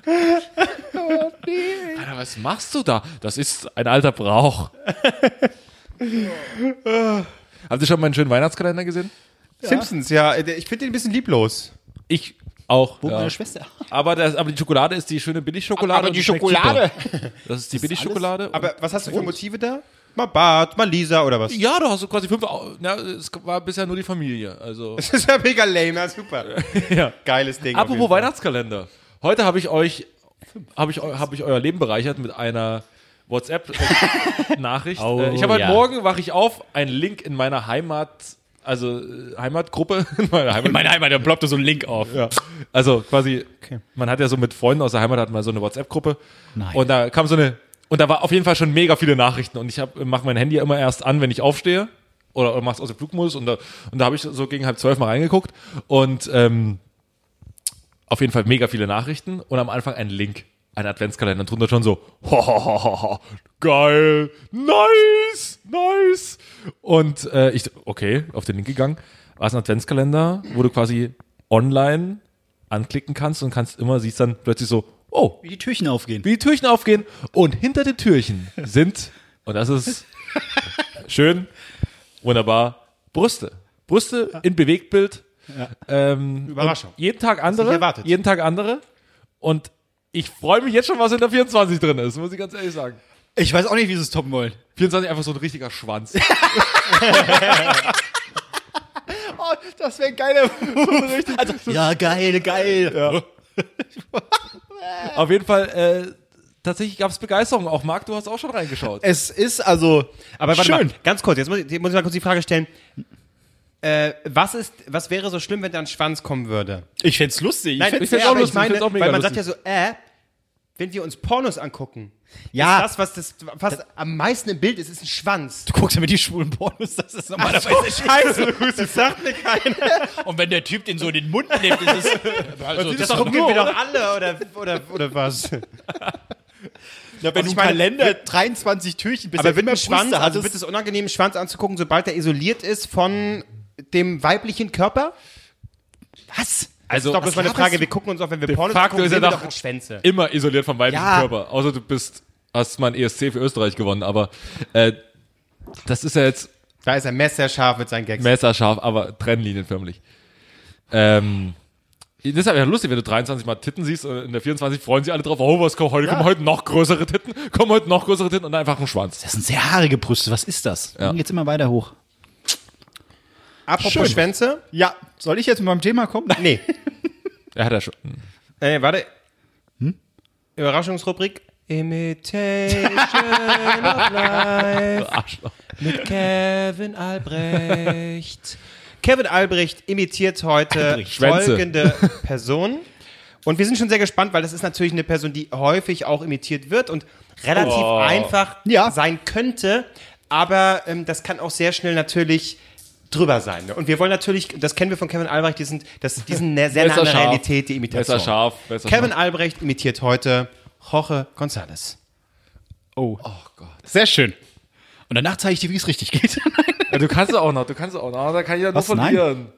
Alter, was machst du da? Das ist ein alter Brauch. Habt ihr schon meinen schönen Weihnachtskalender gesehen?
Simpsons, ja. Ich finde den ein bisschen lieblos.
Ich auch.
Wo
ja.
meine Schwester?
Aber, das, aber die Schokolade ist die schöne Billigschokolade.
Aber
und
die
schmeckt
Schokolade.
super. Das ist die Billigschokolade. und-
Aber was hast du für Motive da? Mal Bart, mal Lisa oder was?
ja, du hast so quasi fünf. Au- Na, es war bisher nur die Familie. Also.
Das ist ja mega lame, ja, super.
Ja.
Geiles Ding. auf jeden
Apropos
Fall.
Weihnachtskalender. Heute habe ich euch, habe ich, eu- habe ich euer Leben bereichert mit einer WhatsApp-Nachricht. Äh, ich habe heute
Oh, ja.
Morgen wache ich auf, ein Link in meiner Heimat also äh, Heimatgruppe, meine Heimat,
In meiner Heimat, da ploppte so ein Link auf.
ja. Also quasi, man hat ja so mit Freunden aus der Heimat hatten wir so eine WhatsApp-Gruppe. Und da kam so eine, und da war auf jeden Fall schon mega viele Nachrichten. Und ich mache mein Handy immer erst an, wenn ich aufstehe. Oder, oder mach's aus dem Flugmodus. Und da, und da habe ich so gegen halb zwölf mal reingeguckt. Und ähm, auf jeden Fall mega viele Nachrichten. Und am Anfang ein Link, ein Adventskalender. Und drunter schon so, hohohoho, geil, nice, nice. Und äh, ich, okay, auf den Link gegangen. War es ein Adventskalender, wo du quasi online anklicken kannst und kannst immer, siehst dann plötzlich so, oh,
Wie die Türchen aufgehen.
wie die Türchen aufgehen und hinter den Türchen sind, und das ist schön, wunderbar, Brüste. Brüste in Bewegtbild. Ähm,
Überraschung.
und Jeden Tag
nicht
andere,
erwartet.
jeden Tag andere und ich freue mich jetzt schon, was in der 24 drin ist, muss ich ganz ehrlich sagen.
Ich weiß auch nicht, wie sie es toppen wollen.
24 einfach so ein richtiger Schwanz.
Oh, das wäre geil. also, ja, geil, geil.
Auf jeden Fall, äh, tatsächlich gab es Begeisterung. Auch Marc, du hast auch schon
Äh,
reingeschaut.
Es ist also. Aber warte
Schön.
mal, ganz kurz, jetzt muss ich, jetzt muss ich mal kurz die Frage stellen. Äh, was, ist, was wäre so schlimm, wenn da ein Schwanz kommen würde?
Ich find's lustig.
Nein,
find's auch
aber
lustig, ich
meine,
find's auch mega
weil man sagt ja
lustig.
so, äh, wenn wir uns Pornos angucken,
Ja.
ist das, was das was am meisten im Bild ist, ist ein Schwanz.
Du guckst ja mit die schwulen Pornos, das ist normalerweise
Scheiße, das sagt mir keiner.
Und wenn der Typ den so in den Mund nimmt, ist es. Also,
Das gucken wir doch alle oder, oder, oder was?
Ja, wenn
Also
du
ich meine,
Kalender 23 Türchen bis
Aber mit dem
Schwanz
Schwanz, also wird es unangenehm, einen Schwanz anzugucken, sobald er isoliert ist von dem weiblichen Körper?
was?
Also, das ist doch bloß
was
meine
laberst
Frage.
du?
Wir gucken uns auch, wenn wir Pornos
facto
gucken,
ist ja
sehen wir
doch-
doch auch Schwänze.
immer isoliert vom weiblichen
Ja.
Körper. Außer du bist, hast mal ein ESC für Österreich gewonnen, aber äh, das ist ja jetzt
Da ist er messerscharf mit seinen Gags.
messerscharf, aber trennlinienförmlich. Ähm, das ist aber ja lustig, wenn du 23 mal Titten siehst und in der 24 freuen sich alle drauf, oh, was kommt heute, kommen heute noch größere Titten, kommen heute noch größere Titten und einfach ein Schwanz.
Das sind sehr haarige Brüste, was ist das?
Ja.
Dann geht's immer weiter hoch.
Apropos
Schön.
Schwänze?
Ja, soll ich jetzt mit meinem Thema kommen?
Nee.
Er hat ja schon.
äh, warte.
Hm?
Überraschungsrubrik. Imitation of Life
Arschloch.
mit Kevin Albrecht. Kevin Albrecht imitiert heute
Albrecht. Schwänze.
folgende Person. Und wir sind schon sehr gespannt, weil das ist natürlich eine Person, die häufig auch imitiert wird und relativ
Oh.
einfach
Ja.
sein könnte. Aber ähm, das kann auch sehr schnell natürlich drüber sein. Ne? Und wir wollen natürlich, das kennen wir von Kevin Albrecht, die sind, das, die sind eine sehr nah an der
Messerscharf.
Realität, die Imitation.
Messerscharf, messerscharf.
Kevin Albrecht imitiert heute Jorge González.
Sehr schön. Und danach zeige ich dir, wie es richtig geht.
Ja, du kannst es auch noch, du kannst es auch noch, da kann ich ja nur
Was? Nein.
verlieren.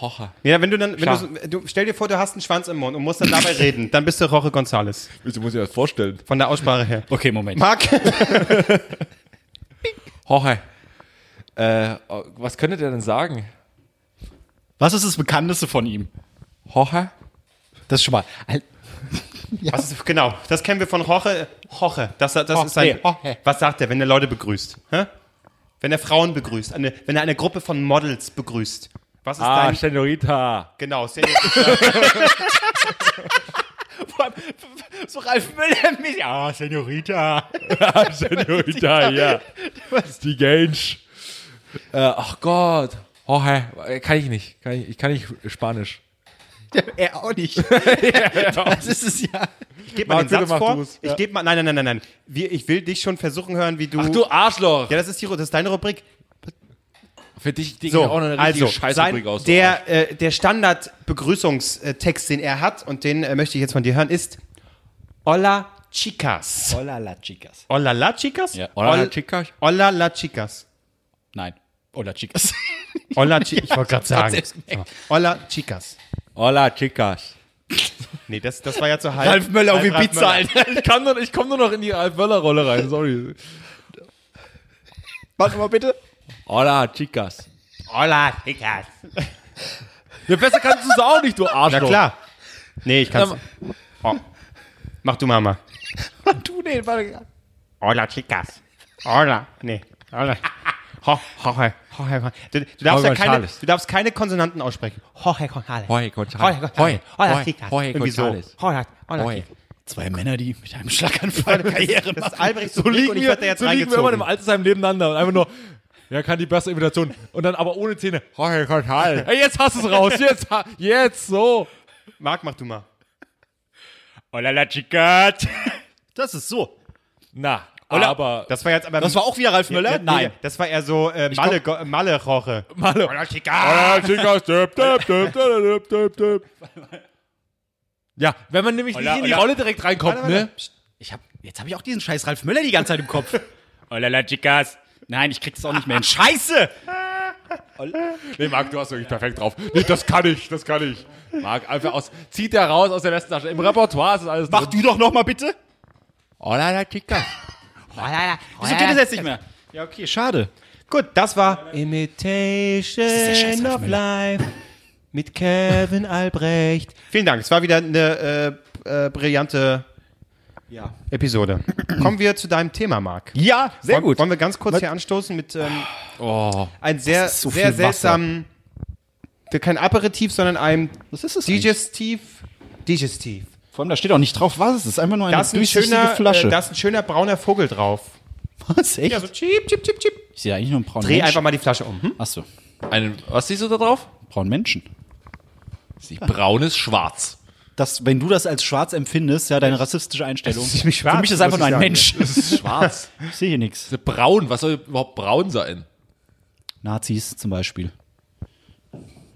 Hocher.
Ja, wenn du dann, wenn du,
Klar.
so- du, stell dir vor, du hast einen Schwanz im Mund und musst dann dabei reden, dann bist du Jorge González.
Du musst dir das vorstellen.
Von der Aussprache her.
okay, Moment.
Marc,
Hocher. Äh, was könnte der denn sagen?
Was ist das Bekannteste von ihm?
Hocher?
Das ist schon mal.
was ist, genau, das kennen wir von Jorge. Jorge, das, das ist sein,
nee, Jorge.
was sagt er, wenn er Leute begrüßt? Hä? Wenn er Frauen begrüßt, eine, wenn er eine Gruppe von Models begrüßt. Was ist
Ah,
dein,
Senorita.
genau, Sen-
So Ralf Müller mit. Ja, Senorita.
Senorita, ja. Die Gensch. Äh, ach Gott. Hoher. Äh, Kann ich nicht. Kann ich, ich kann nicht Spanisch.
Er auch nicht. das ist es ja.
ich gebe mal
Marc,
den
bitte
Satz
mach
vor.
du's.
Ich gebe mal, nein, nein, nein, nein, nein. Wir, ich will dich schon versuchen hören, wie du,
Ach du Arschloch.
ja, das ist die, Ru- das ist deine Rubrik.
Für dich Dinge
So,
auch noch eine richtige
also,
Scheißrubrik
sein,
aus.
der, äh, der Standard-Begrüßungstext, den er hat, und den äh, möchte ich jetzt von dir hören, ist Hola Chicas.
Hola la chicas.
Hola la Chicas?
Ja,
Hola,
Hol-
Chicas.
Hola la Chicas.
Nein. Hola chicas.
Hola Chicas. Ich wollte gerade sagen.
gemerkt.
Hola Chicas.
Hola, Chicas.
Nee, das, das war ja zu halb.
Ralf Möller auf
Ralf
Ibiza,
Möller.
Alter.
Ich, kann nur, ich komme nur noch in die Alp-Wöller-Rolle rein, sorry.
Warte mal bitte.
Hola, Chicas.
Hola Chicas.
Ja, besser kannst du es auch nicht, du
Na
Arschloch.
klar. Nee, ich kann's. Oh. Mach du Mama.
Du den, warte.
Hola Chicas. Hola. Nee. Hola. Ho, ho, ho, ho, ho. Du, du, darfst
Jorge
ja keine,
González.
du darfst keine Konsonanten aussprechen. Jorge González.
Hohe
Hola,
González.
Hola, Hola,
Hohe-
Chicas.
Hohe
Irgendwie so.
González.
Hola, Hola,
Hohe.
Chicas.
Zwei Männer, die mit einem Schlaganfall Karriere
Das ist
machen.
Albrecht so
So
liegen
liegen
und ich
wir,
werde da jetzt
so liegen wir immer
reingezogen.
im Altersheim nebeneinander und einfach nur Ja, kann die beste Imitation. Und dann aber ohne Zähne. Hey, hey, hey. Hey, jetzt hast du es raus. Jetzt, ha- jetzt, so.
Marc, mach du mal.
Hola la chicat.
Das ist so.
Na,
Hola.
aber.
Das war jetzt aber.
Das war auch wieder Ralf Möller?
Ja,
Nein.
Nee, das war eher so äh, Malle, Go- Malle-Roche.
Hallo. Hola chicat. Hola chicat. Ah, Döp, döp, döp, döp, döp, döp. Ja, wenn man nämlich nicht in die Rolle direkt reinkommt, ne?
Ich hab, jetzt habe ich auch diesen scheiß Ralf Möller die ganze Zeit im Kopf.
Olala, Chicas. Nein, ich krieg's auch nicht mehr. hin.
Scheiße!
Nee, Marc, du hast wirklich perfekt drauf. Nee, das kann ich, das kann ich. Marc, einfach aus, zieht er raus aus der Westentasche. Im Repertoire ist das alles
Mach du doch noch mal bitte.
Hola la chicat.
Wieso geht das jetzt nicht mehr? Ja, okay, schade.
Gut, das war Imitation
der scheiß Ralf
of Life mit Kevin Albrecht. Vielen Dank, es war wieder eine äh, äh, brillante
Ja.
Episode. Kommen wir zu deinem Thema, Marc.
Ja, sehr
wollen,
gut.
Wollen wir ganz kurz hier anstoßen mit ähm,
Oh.
einem sehr,
ist so
sehr
viel Wasser.
seltsamen, kein Aperitif, sondern einem
Was ist das?
Digestiv. Digestiv.
Vor allem, da steht auch nicht drauf, was es ist. Einfach nur eine
Da ist, ein
durchsichtige
schöner,
Flasche.
äh, da ist ein schöner brauner Vogel drauf.
was? Echt?
Ja, so chip, chip, chip, chip.
ich sehe eigentlich nur einen braunen
Dreh
Menschen.
einfach mal die Flasche um. Hm?
Achso,
Einen, was siehst du da drauf?
braunen Menschen.
Sie braunes Schwarz.
Das, wenn du das als schwarz empfindest, ja, deine rassistische Einstellung.
ist ziemlich schwarz,
Für mich ist das einfach
muss
nur
ich
ein
sagen.
Mensch.
Es ist schwarz.
Ich sehe hier nichts.
Es ist braun. Was soll überhaupt braun sein?
Nazis zum Beispiel.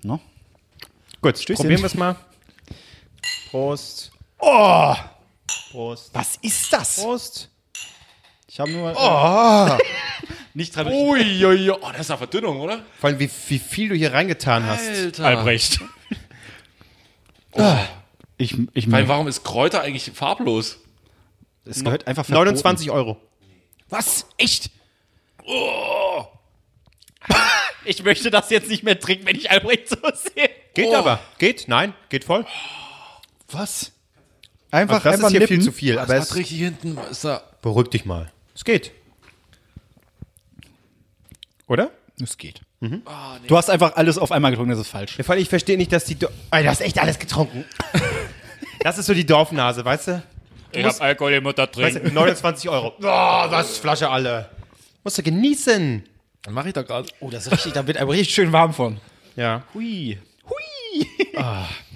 No?
Gut,
Stößchen.
probieren wir es mal. Prost. Oh! Prost.
Was ist das?
Prost.
Ich habe nur.
Nicht dran. Uiuiui. Oh, das ist eine Verdünnung, oder?
Vor allem, wie, wie viel du hier reingetan hast.
Alter. Albrecht.
Ich, ich,
Weil warum ist Kräuter eigentlich farblos?
es gehört einfach verboten.
29 Euro.
Was? Echt?
Ich möchte das jetzt nicht mehr trinken, wenn ich Albrecht so sehe.
Geht aber. Geht? Nein? Geht voll? Also
Was? Einfach,
das
einfach
ist hier
nippen.
viel zu viel.
Also
Aber es,
richtig hinten. Ist da.
beruhig dich mal. Es geht. Oder?
Es geht.
Mhm.
Du hast einfach alles auf einmal getrunken, das ist falsch.
Ja, vor allem, ich verstehe nicht, dass die... Do Alter, du hast echt alles getrunken. das ist so die Dorfnase, weißt du?
Ich hab Alkohol im Mutter
Weißt du, 29 Euro. Oh, was? Flasche alle. Musst du genießen.
Mach ich da gerade.
Oh, das ist richtig, da wird aber richtig schön warm von.
Ja.
Hui.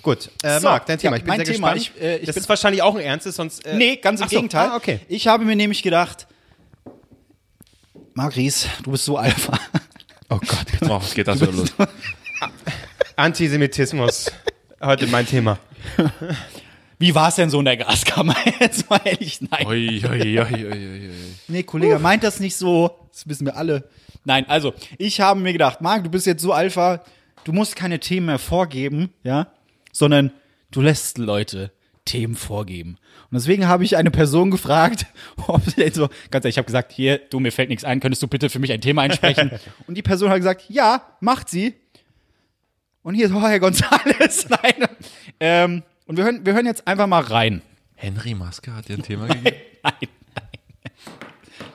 Gut. Äh,
So,
Marc, dein Thema.
ja,
Ich bin
mein
sehr
Thema.
gespannt.
Ich, äh, ich
das
bin-
ist wahrscheinlich auch ein ernstes, sonst. Äh,
Nee, ganz im
Ach so,
Gegenteil.
ah, okay.
Ich habe mir nämlich gedacht, Margries, du bist so Alpha.
Oh Gott.
Oh, was geht das wieder los?
Antisemitismus. Heute mein Thema.
Wie war es denn so in der Graskammer? Jetzt mal ehrlich, nein.
Uiuiuiui.
Nee, Kollege, meint das nicht so. Das wissen wir alle. Nein, also, ich habe mir gedacht, Marc, du bist jetzt so Alpha, du musst keine Themen mehr vorgeben, ja, sondern du lässt Leute Themen vorgeben. Und deswegen habe ich eine Person gefragt, ob sie denn so, ganz ehrlich, ich habe gesagt, hier,
Du, mir fällt nichts ein. Könntest du bitte für mich ein Thema einsprechen?
und die Person hat gesagt, ja, macht sie. Und hier ist Jorge González. Nein. Ähm, und wir hören, wir hören jetzt einfach mal rein.
Henry Maske hat dir ein Thema gegeben.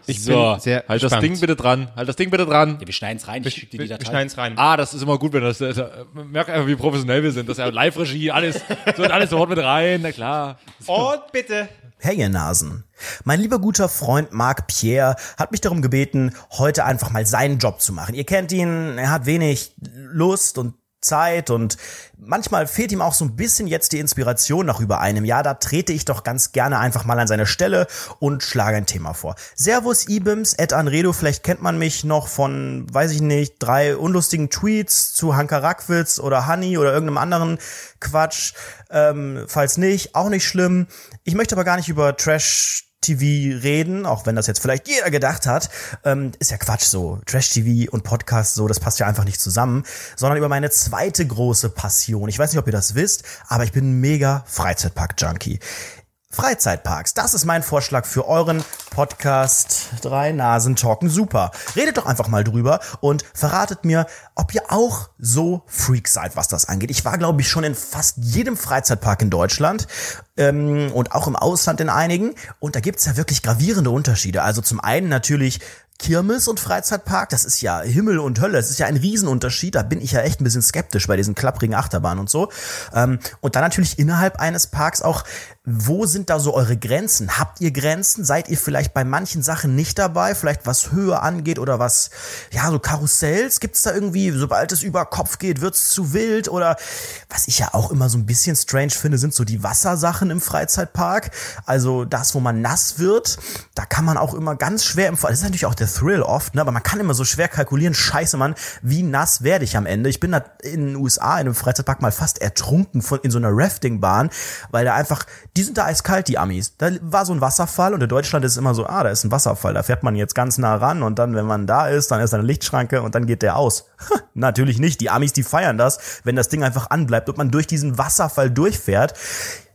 Ich
So,
bin sehr
Halt das
gespannt.
Ding bitte dran. Halt das Ding bitte dran.
wir schneiden's rein. Ich schick dir die
Wir
Datei.
schneiden es rein.
Ah, das ist immer gut, wenn das. das äh, merk einfach, wie professionell wir sind. Das ist ja Live-Regie, alles. So und alles sofort mit rein, na klar.
Und bitte.
Hey ihr Nasen. Mein lieber guter Freund Marc Pierre hat mich darum gebeten, heute einfach mal seinen Job zu machen. Ihr kennt ihn, er hat wenig Lust und Zeit und manchmal fehlt ihm auch so ein bisschen jetzt die Inspiration nach über einem Jahr. Da trete ich doch ganz gerne einfach mal an seine Stelle und schlage ein Thema vor. Servus Ibims, Ed Anredo, vielleicht kennt man mich noch von, weiß ich nicht, drei unlustigen Tweets zu Hanka Rackwitz oder Honey oder irgendeinem anderen Quatsch. Ähm, falls nicht, auch nicht schlimm. Ich möchte aber gar nicht über Trash TV reden, auch wenn das jetzt vielleicht jeder gedacht hat, ähm, ist ja Quatsch so. Trash TV und Podcast so, das passt ja einfach nicht zusammen, sondern über meine zweite große Passion. Ich weiß nicht, ob ihr das wisst, aber ich bin mega Freizeitpark-Junkie. Freizeitparks, das ist mein Vorschlag für euren Podcast. Drei Nasen talken super. Redet doch einfach mal drüber und verratet mir, ob ihr auch so Freak seid, was das angeht. Ich war, glaube ich, schon in fast jedem Freizeitpark in Deutschland ähm, und auch im Ausland in einigen. Und da gibt's ja wirklich gravierende Unterschiede. Also zum einen natürlich Kirmes und Freizeitpark, das ist ja Himmel und Hölle, das ist ja ein Riesenunterschied, da bin ich ja echt ein bisschen skeptisch bei diesen klapprigen Achterbahnen und so. Ähm, und dann natürlich innerhalb eines Parks auch Wo sind da so eure Grenzen? Habt ihr Grenzen? Seid ihr vielleicht bei manchen Sachen nicht dabei? Vielleicht was Höhe angeht oder was, ja, so Karussells? Gibt es da irgendwie, sobald es über Kopf geht, wird's zu wild? Oder was ich ja auch immer so ein bisschen strange finde, sind so die Wassersachen im Freizeitpark. Also das, wo man nass wird, da kann man auch immer ganz schwer im Fall. Das ist natürlich auch der Thrill oft, ne? aber man kann immer so schwer kalkulieren, scheiße Mann, wie nass werde ich am Ende? Ich bin da in den USA in einem Freizeitpark mal fast ertrunken von in so einer Raftingbahn, weil da einfach, die sind da eiskalt, die Amis. Da war so ein Wasserfall und in Deutschland ist es immer so, ah, da ist ein Wasserfall, da fährt man jetzt ganz nah ran und dann, wenn man da ist, dann ist da eine Lichtschranke und dann geht der aus. Natürlich nicht. Die Amis, die feiern das, wenn das Ding einfach anbleibt und man durch diesen Wasserfall durchfährt.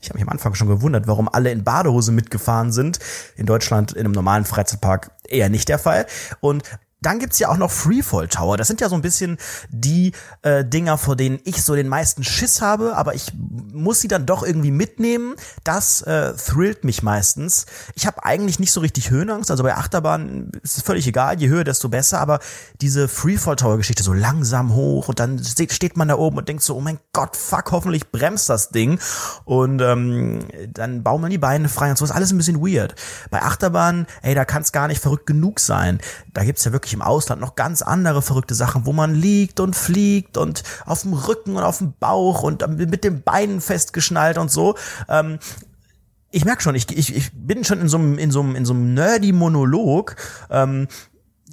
Ich habe mich am Anfang schon gewundert, warum alle in Badehose mitgefahren sind. In Deutschland in einem normalen Freizeitpark eher nicht der Fall. Und dann gibt's ja auch noch Freefall Tower. Das sind ja so ein bisschen die äh, Dinger, vor denen ich so den meisten Schiss habe, aber ich muss sie dann doch irgendwie mitnehmen. Das äh, thrillt mich meistens. Ich habe eigentlich nicht so richtig Höhenangst, also bei Achterbahnen ist es völlig egal, je höher, desto besser, aber diese Freefall Tower Geschichte so langsam hoch und dann ste- steht man da oben und denkt so, oh mein Gott, fuck, hoffentlich bremst das Ding und ähm, dann baumeln die Beine frei und so ist alles ein bisschen weird. Bei Achterbahnen, ey, da kann's gar nicht verrückt genug sein. Da gibt's ja wirklich im Ausland noch ganz andere verrückte Sachen, wo man liegt und fliegt und auf dem Rücken und auf dem Bauch und mit den Beinen festgeschnallt und so. Ähm, ich merk schon, ich, ich, ich bin schon in so einem, in so einem, in so einem nerdy Monolog. Ähm,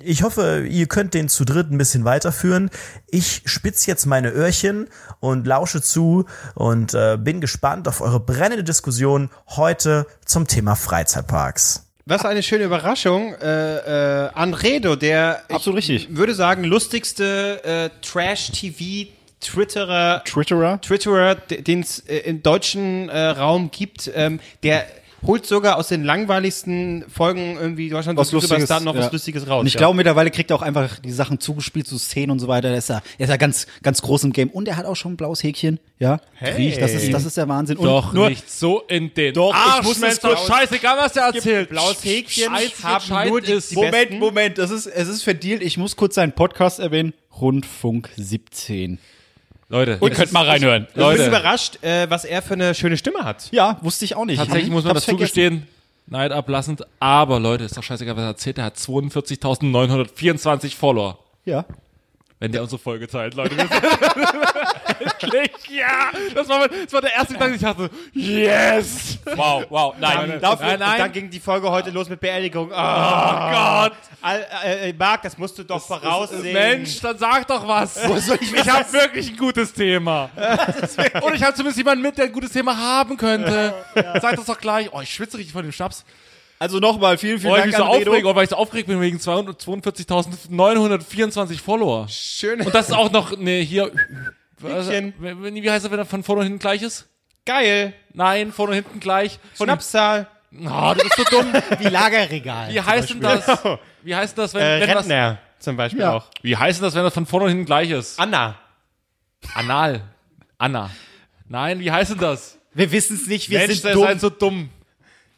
ich hoffe, ihr könnt den zu dritt ein bisschen weiterführen. Ich spitz jetzt meine Öhrchen und lausche zu und äh, bin gespannt auf eure brennende Diskussion heute zum Thema Freizeitparks.
Was eine schöne Überraschung. Äh, äh, Anredo, der ich
Absolut richtig.
würde sagen, lustigste äh, Trash-TV-Twitterer,
Twitterer?
Twitterer den es äh, im deutschen äh, Raum gibt, ähm, der holt sogar aus den langweiligsten Folgen irgendwie Deutschland
Was
sucht
Lustiges,
Superstar noch
ja.
was Lustiges raus.
Und ich
ja.
glaube, mittlerweile kriegt er auch einfach die Sachen zugespielt, so Szenen und so weiter. Der ist ja, er ist ja ganz, ganz groß im Game. Und er hat auch schon ein blaues Häkchen. Ja. Kriegt. Das ist, das ist der Wahnsinn. Und
Doch
nur,
nicht so in den
Doch, ich
Arsch,
muss es
Mensch,
kurz-
scheißegal, was der erzählt.
blaues Häkchen
Scheiß
haben nur die,
ist-
die
Moment,
besten.
Moment, das ist, es ist verdient. Ich muss kurz seinen Podcast erwähnen. Rundfunk 17.
Leute,
Ihr könnt mal reinhören.
Ich bin
Leute,
überrascht, äh, was er für eine schöne Stimme hat.
Ja, wusste ich auch nicht.
tatsächlich
Hm,
muss man
hab's
dazu gestehen, Neid ablassend, aber Leute, ist doch scheißegal, was er erzählt, er hat 42.924 Follower.
Ja.
Wenn der unsere Folge teilt, Leute. Endlich, ja! Das war, mein- das war der erste Gedanke, den ich hatte. Yes!
Wow, wow, nein.
Nein,
Dafür,
nein,
Und dann
nein.
ging die Folge heute los mit Beerdigung. Ah,
Gott!
Al, äh, äh, Marc, das musst du doch voraussehen.
Mensch, dann sag doch was. ich habe wirklich ein gutes Thema. Und ich habe zumindest jemanden mit, der ein gutes Thema haben könnte. Sag das doch gleich. Oh, ich schwitze richtig von dem Schnaps.
Also nochmal, vielen, vielen
Oh, ich
Dank
mich so
an Redo.
aufregen, oh, weil ich so aufgeregt bin wegen 242.924 Follower.
Schön.
Und das ist auch noch, ne, hier.
Häkchen.
Wie wie heißt das, wenn er von vorne und hinten gleich ist?
Geil.
Nein, vorne und hinten gleich. Von
Schnapszahl.
Oh, du bist so dumm.
Wie Lagerregal.
Wie heißt denn das? Wie heißt denn das, wenn,
Äh,
wenn das,
Rentner zum Beispiel
Ja.
auch.
wie heißt denn das, wenn das von vorne und hinten gleich ist?
Anna.
Anal. Anna. Nein, wie heißt denn das?
Wir wissen es nicht, wir
Mensch,
sind
das
dumm.
ist halt so dumm.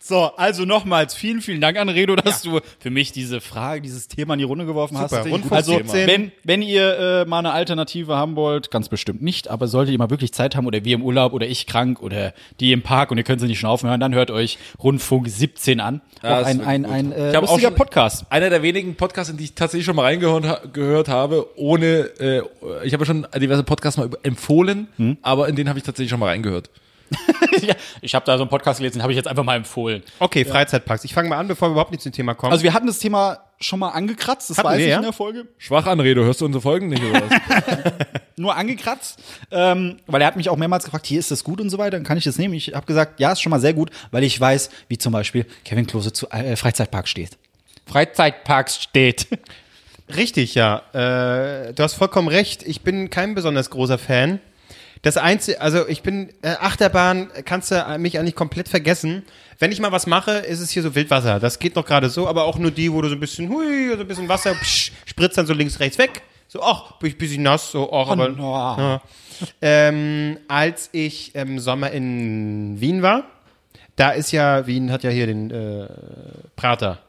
so, also nochmals, vielen, vielen Dank an Redo, dass du für mich diese Frage, dieses Thema in die Runde geworfen hast.
Rundfunk
also,
17.
wenn, wenn ihr äh, mal eine Alternative haben wollt, ganz bestimmt nicht, aber solltet ihr mal wirklich Zeit haben oder wir im Urlaub oder ich krank oder die im Park und ihr könnt sie nicht schnaufen hören, dann hört euch Rundfunk 17 an. auch
ist
ein,
wirklich
ein,
gut.
ein äh,
Ich hab auch
lustiger
schon-
Podcast.
Einer der wenigen Podcasts, in die ich tatsächlich schon mal reingehört ha gehört habe, ohne, äh, ich habe schon diverse Podcasts mal über- empfohlen, aber in den habe ich tatsächlich schon mal reingehört.
ja, ich habe da so einen Podcast gelesen, den habe ich jetzt einfach mal empfohlen.
Okay, Freizeitparks. Ich fange mal an, bevor wir überhaupt nicht zum Thema kommen.
Also wir hatten das Thema schon mal angekratzt, das
Hatten
weiß
wir,
ich
ja?
in der Folge.
Schwach Anredo, hörst du unsere Folgen nicht oder was?
nur angekratzt, ähm, weil er hat mich auch mehrmals gefragt, hier ist das gut und so weiter, dann kann ich das nehmen. Ich habe gesagt, ja, ist schon mal sehr gut, weil ich weiß, wie zum Beispiel Kevin Klose zu äh, Freizeitpark steht.
Freizeitparks steht.
Richtig, ja. Äh, du hast vollkommen recht. Ich bin kein besonders großer Fan. Das Einzige, also ich bin, äh, Achterbahn äh, kannst du äh, mich eigentlich komplett vergessen. Wenn ich mal was mache, ist es hier so Wildwasser. Das geht noch gerade so, aber auch nur die, wo du so ein bisschen, hui, so ein bisschen Wasser, psch, spritzt dann so links, rechts weg. So, ach, bin ich ein bisschen nass, so, ach, aber.
no.
Ähm, als ich im Sommer in Wien war, da ist ja, Wien hat ja hier den äh, Prater.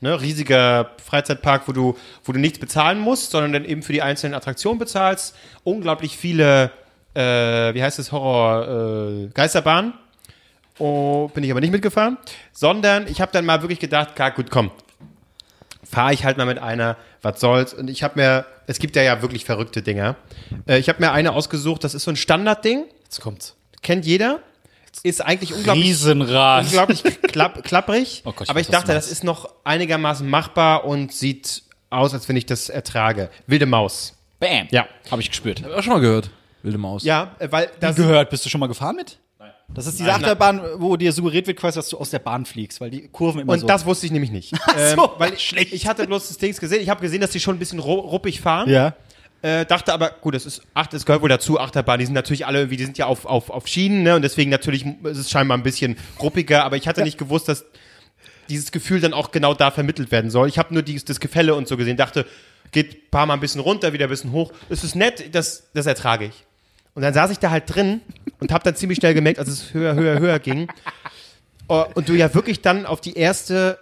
Ne, riesiger Freizeitpark, wo du, wo du nichts bezahlen musst, sondern dann eben für die einzelnen Attraktionen bezahlst. Unglaublich viele, äh, wie heißt das, Horror, äh, Geisterbahnen. Oh, bin ich aber nicht mitgefahren, sondern ich habe dann mal wirklich gedacht, "Ka, gut, komm, fahre ich halt mal mit einer, was soll's. Und ich habe mir, es gibt ja ja wirklich verrückte Dinger. Äh, ich habe mir eine ausgesucht, das ist so ein Standardding,
Jetzt kommt's.
kennt jeder, ist eigentlich unglaublich
Riesenrad.
unglaublich klapp, klapprig.
Oh Gott, ich
aber
weiß, was
ich
du
dachte, das
meinst.
ist noch einigermaßen machbar und sieht aus, als wenn ich das ertrage. Wilde Maus.
Bam.
Ja.
Hab ich gespürt.
Auch schon mal gehört. Wilde Maus.
Ja, äh, weil das.
Gehört, bist du schon mal gefahren mit? Nein. Das ist diese
Nein, nein.
Achterbahn, wo dir suggeriert wird, quasi, dass du aus der Bahn fliegst, weil die Kurven immer
Und
so.
das wusste ich nämlich nicht. Ähm,
so,
weil schlecht. Ich hatte bloß das Dings gesehen. Ich habe gesehen, dass die schon ein bisschen ru- ruppig fahren.
ja.
Äh, dachte aber, gut, das ist acht, es gehört wohl dazu, Achterbahn, die sind natürlich alle irgendwie, die sind ja auf, auf, auf Schienen, ne? Und deswegen natürlich ist es scheinbar ein bisschen ruppiger, aber ich hatte nicht gewusst, dass dieses Gefühl dann auch genau da vermittelt werden soll. Ich habe nur dieses, das Gefälle und so gesehen, dachte, geht ein paar Mal ein bisschen runter, wieder ein bisschen hoch. Es ist nett, das, das ertrage ich. Und dann saß ich da halt drin und habe dann ziemlich schnell gemerkt, als es höher, höher, höher ging. Oh, Und du ja wirklich dann auf die erste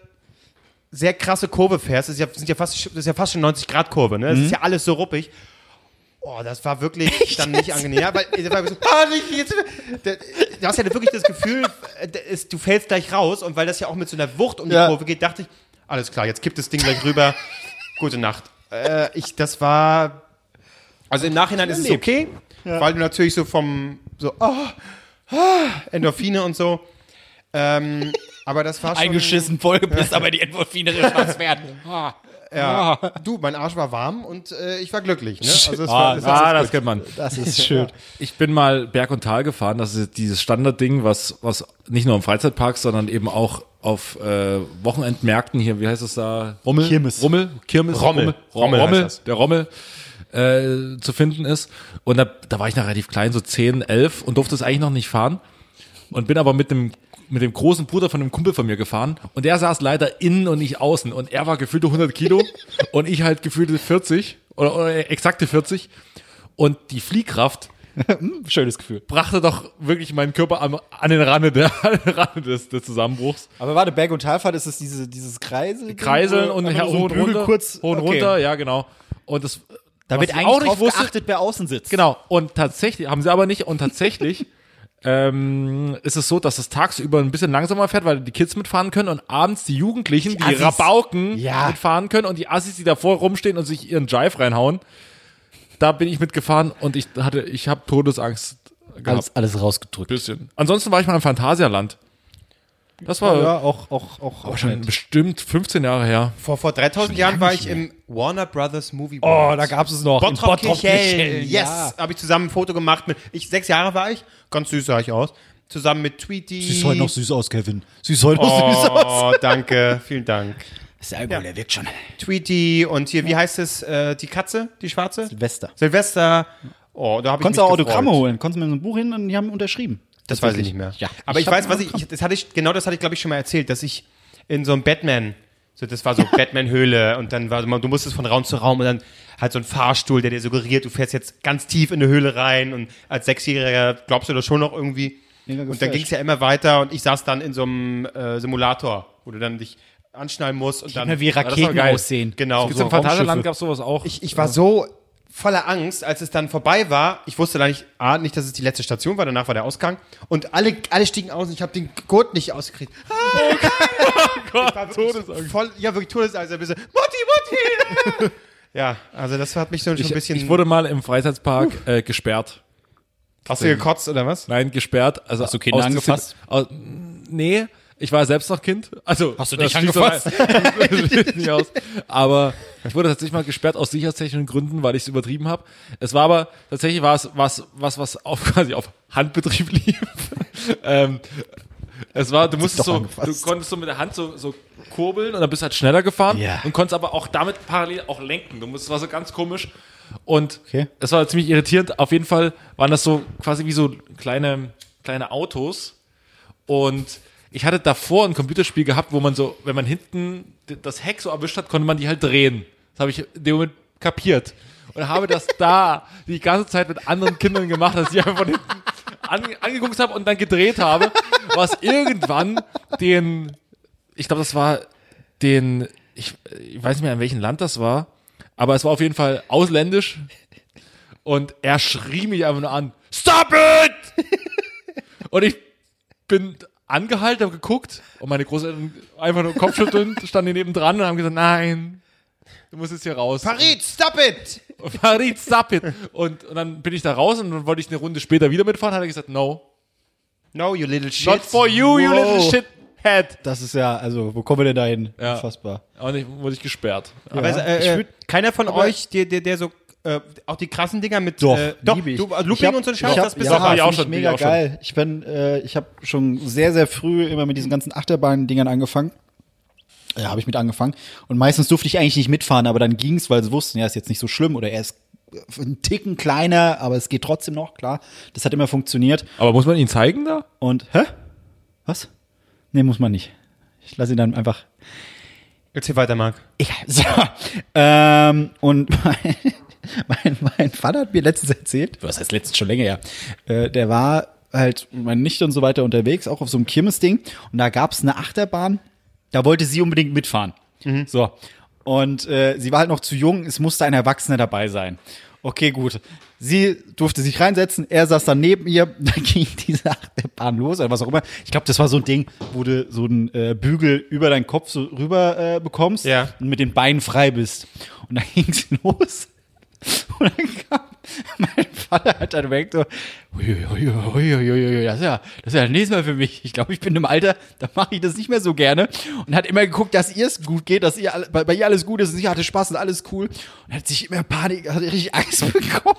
sehr krasse Kurve fährst. Das ist ja, sind ja fast, das ist ja fast schon 90-Grad-Kurve, ne? Das ist ja alles so ruppig. Oh, das war wirklich dann nicht angenehm. Ja, weil das war so, ah, nicht jetzt, Da- du hast ja wirklich das Gefühl, äh, da ist- du fällst gleich raus und weil das ja auch mit so einer Wucht um die
Ja.
Kurve geht, dachte ich, alles klar, jetzt kippt das Ding gleich rüber. Gute Nacht. Äh, ich, das war, also im Nachhinein ist es okay, weil du natürlich so vom, so, ah, ah, Endorphine und so. Ähm, aber das war schon.
Eingeschissen, vollgepisst, aber die Endorphine sind was wert.
Ja. Du, mein Arsch war warm und äh, ich war glücklich. Ne? Also es
Ah,
war, es war,
ah, das kennt man.
Das ist schön.
Ich bin mal Berg und Tal gefahren. Das ist dieses Standardding, was, was nicht nur im Freizeitpark, sondern eben auch auf äh, Wochenendmärkten hier, wie heißt es da? Rummel?
Kirmes.
Rummel? Kirmes?
Rommel.
Rommel.
Rommel
Rommel
heißt das.
der Rommel äh, zu finden ist. Und da, da war ich noch relativ klein, so 10, 11 und durfte es eigentlich noch nicht fahren. Und bin aber mit dem mit dem großen Bruder von einem Kumpel von mir gefahren und der saß leider innen und nicht außen und er war gefühlte 100 Kilo und ich halt gefühlte 40 oder, oder exakte 40 und die Fliehkraft
Schönes Gefühl.
brachte doch wirklich meinen Körper am, an den Rande, der, an den Rande des, des Zusammenbruchs.
Aber warte, Berg- und Talfahrt ist es diese, dieses Kreisel.
Kreiseln und her, hoch und runter,
kurz.
hoch und
okay.
runter, ja genau. Und das
Da
was
wird
ich
eigentlich drauf geachtet, wer außen sitzt.
Genau, und tatsächlich, haben sie aber nicht, und tatsächlich ähm, ist es so, dass es tagsüber ein bisschen langsamer fährt, weil die Kids mitfahren können und abends die Jugendlichen, die,
Assis.
Rabauken,
Ja.
mitfahren können und die Assis, die davor rumstehen und sich ihren Jive reinhauen, da bin ich mitgefahren und ich hatte, ich habe Todesangst gehabt.
Alles, alles rausgedrückt.
bisschen. Ansonsten war ich mal im Phantasialand. Das war
Ja, auch, auch, auch. auch
schon bestimmt 15 Jahre her.
vor, vor 3000 Jahren war ich im Warner Brothers Movie
Oh, da gab's es noch. In
Bottrop
Kirchhellen,
Kirchhell. Yes.
Ja.
Habe ich zusammen ein Foto gemacht mit, ich, sechs Jahre war ich, ganz süß sah ich aus. Zusammen mit Tweety.
Siehst heute noch süß aus, Kevin. Siehst heute noch süß aus.
Oh, danke, vielen Dank.
Das Alkohol, der wirkt schon.
Tweety und hier, wie heißt es, äh, die Katze, die schwarze?
Silvester.
Silvester. Oh, da habe ich
Konntest
mich
auch
gefreut.
Autogramme holen. Konntest mir so ein Buch hin und die haben unterschrieben.
Das weiß ich nicht mehr. Aber ich, weiß, was ich, ich, das hatte ich, genau das hatte ich, glaube ich, schon mal erzählt, dass ich in so einem Batman, so, das war so Batman-Höhle und dann war, so- du musstest von Raum zu Raum und dann halt so ein Fahrstuhl, der dir suggeriert, du fährst jetzt ganz tief in eine Höhle rein und als Sechsjähriger glaubst du das schon noch irgendwie.
Mega
Und dann
geflasht.
ging es ja immer weiter und ich saß dann in so einem äh, Simulator, wo du dann dich anschnallen musst und dann.
Wie Raketen
geil.
aussehen.
Genau.
Gibt's
so
Im Phantasialand
Raumschiffe.
gab es sowas auch.
Ich, ich war so voller Angst, als es dann vorbei war. Ich wusste leider nicht, A, nicht, dass es die letzte Station war, danach war der Ausgang. Und alle, alle stiegen aus und ich habe den Gurt nicht ausgekriegt. Ah, oh Gott, voll, Ja, wirklich Todesangst. Ein bisschen, Mutti, Mutti! ja, also das hat mich so schon ein bisschen...
ich wurde mal im Freizeitspark äh, gesperrt.
hast du gekotzt oder was?
Nein, gesperrt. Also Hast
du Kinder angefasst?
Aus, nee, ich war selbst noch Kind. Also
Hast du dich
das schließt
angefasst?
doch ein- das schließt nicht aus. Aber ich wurde tatsächlich mal gesperrt aus sicherheitstechnischen Gründen, weil ich es übertrieben habe. Es war aber tatsächlich war es was was was auf quasi auf Handbetrieb lief. ähm, es war, du musstest so, du konntest so mit der Hand so, so kurbeln und dann bist du halt schneller gefahren
Ja.
und konntest aber auch damit parallel auch lenken. Du musst, es war so ganz komisch und
Okay.
es war ziemlich irritierend. Auf jeden Fall waren das so quasi wie so kleine, kleine Autos und ich hatte davor ein Computerspiel gehabt, wo man so, wenn man hinten d- das Heck so erwischt hat, konnte man die halt drehen. Das habe ich in dem Moment kapiert und habe das da die ganze Zeit mit anderen Kindern gemacht, dass ich einfach von hinten an, angeguckt habe und dann gedreht habe, was irgendwann den, ich glaube, das war den, ich, ich weiß nicht mehr, in welchem Land das war, aber es war auf jeden Fall ausländisch und er schrie mich einfach nur an, Stop it! Und ich bin angehalten, habe geguckt und meine Großeltern einfach nur kopfschüttelnd standen die neben dran und haben gesagt, nein, du musst jetzt hier raus.
Farid, stop it!
Und Farid Sapit. Und, und dann bin ich da raus und dann wollte ich eine Runde später wieder mitfahren, hat er gesagt, no.
No, you little shit.
Not for you, you little shithead.
Das ist ja, also, wo kommen wir denn da hin?
Ja.
Unfassbar.
Und ich wurde ich gesperrt.
Aber es, äh,
Ich
äh,
würd-
keiner von euch, der, der, der so äh, auch die krassen Dinger mit
Doch,
äh,
lieb ich.
du, äh,
Ich
Looping
hab-
und so ein
ich
Scheiß,
hab-
das bist
ja,
auch- hab
ja,
ich
find
schon, bin ich
mega
auch schon.
geil. Ich bin, äh, ich habe schon sehr, sehr früh immer mit diesen ganzen Achterbahn-Dingern angefangen. Ja, habe ich mit angefangen. Und meistens durfte ich eigentlich nicht mitfahren, aber dann ging's, weil sie wussten, ja, ist jetzt nicht so schlimm oder er ist einen Ticken kleiner, aber es geht trotzdem noch, klar. Das hat immer funktioniert.
Aber muss man ihn zeigen da?
Und, hä? Was? Nee, muss man nicht. Ich lasse ihn dann einfach
Erzähl weiter, Marc.
Egal. So. Ähm, und mein, mein, mein Vater hat mir letztens erzählt, was heißt letztens schon länger her, äh, der war halt mit meiner Nichte und so weiter unterwegs, auch auf so einem Kirmesding. Und da gab's eine Achterbahn, da wollte sie unbedingt mitfahren. So. Und äh, sie war halt noch zu jung, es musste ein Erwachsener dabei sein. Okay, gut. Sie durfte sich reinsetzen, er saß dann neben ihr, dann ging diese Achterbahn los oder was auch immer. Ich glaube, das war so ein Ding, wo du so einen äh, Bügel über deinen Kopf so rüber äh, bekommst
Ja.
und mit den Beinen frei bist. Und dann ging's los. Und dann kam mein Vater hat dann weg so, uiuiuiuiuiui, das ist ja, das ist ja das nächste Mal für mich. Ich glaube, ich bin im Alter, da mache ich das nicht mehr so gerne. Und hat immer geguckt, dass ihr es gut geht, dass ihr alle- bei, bei ihr alles gut ist und sie hatte Spaß und alles cool. Und hat sich immer Panik, hat richtig Angst bekommen,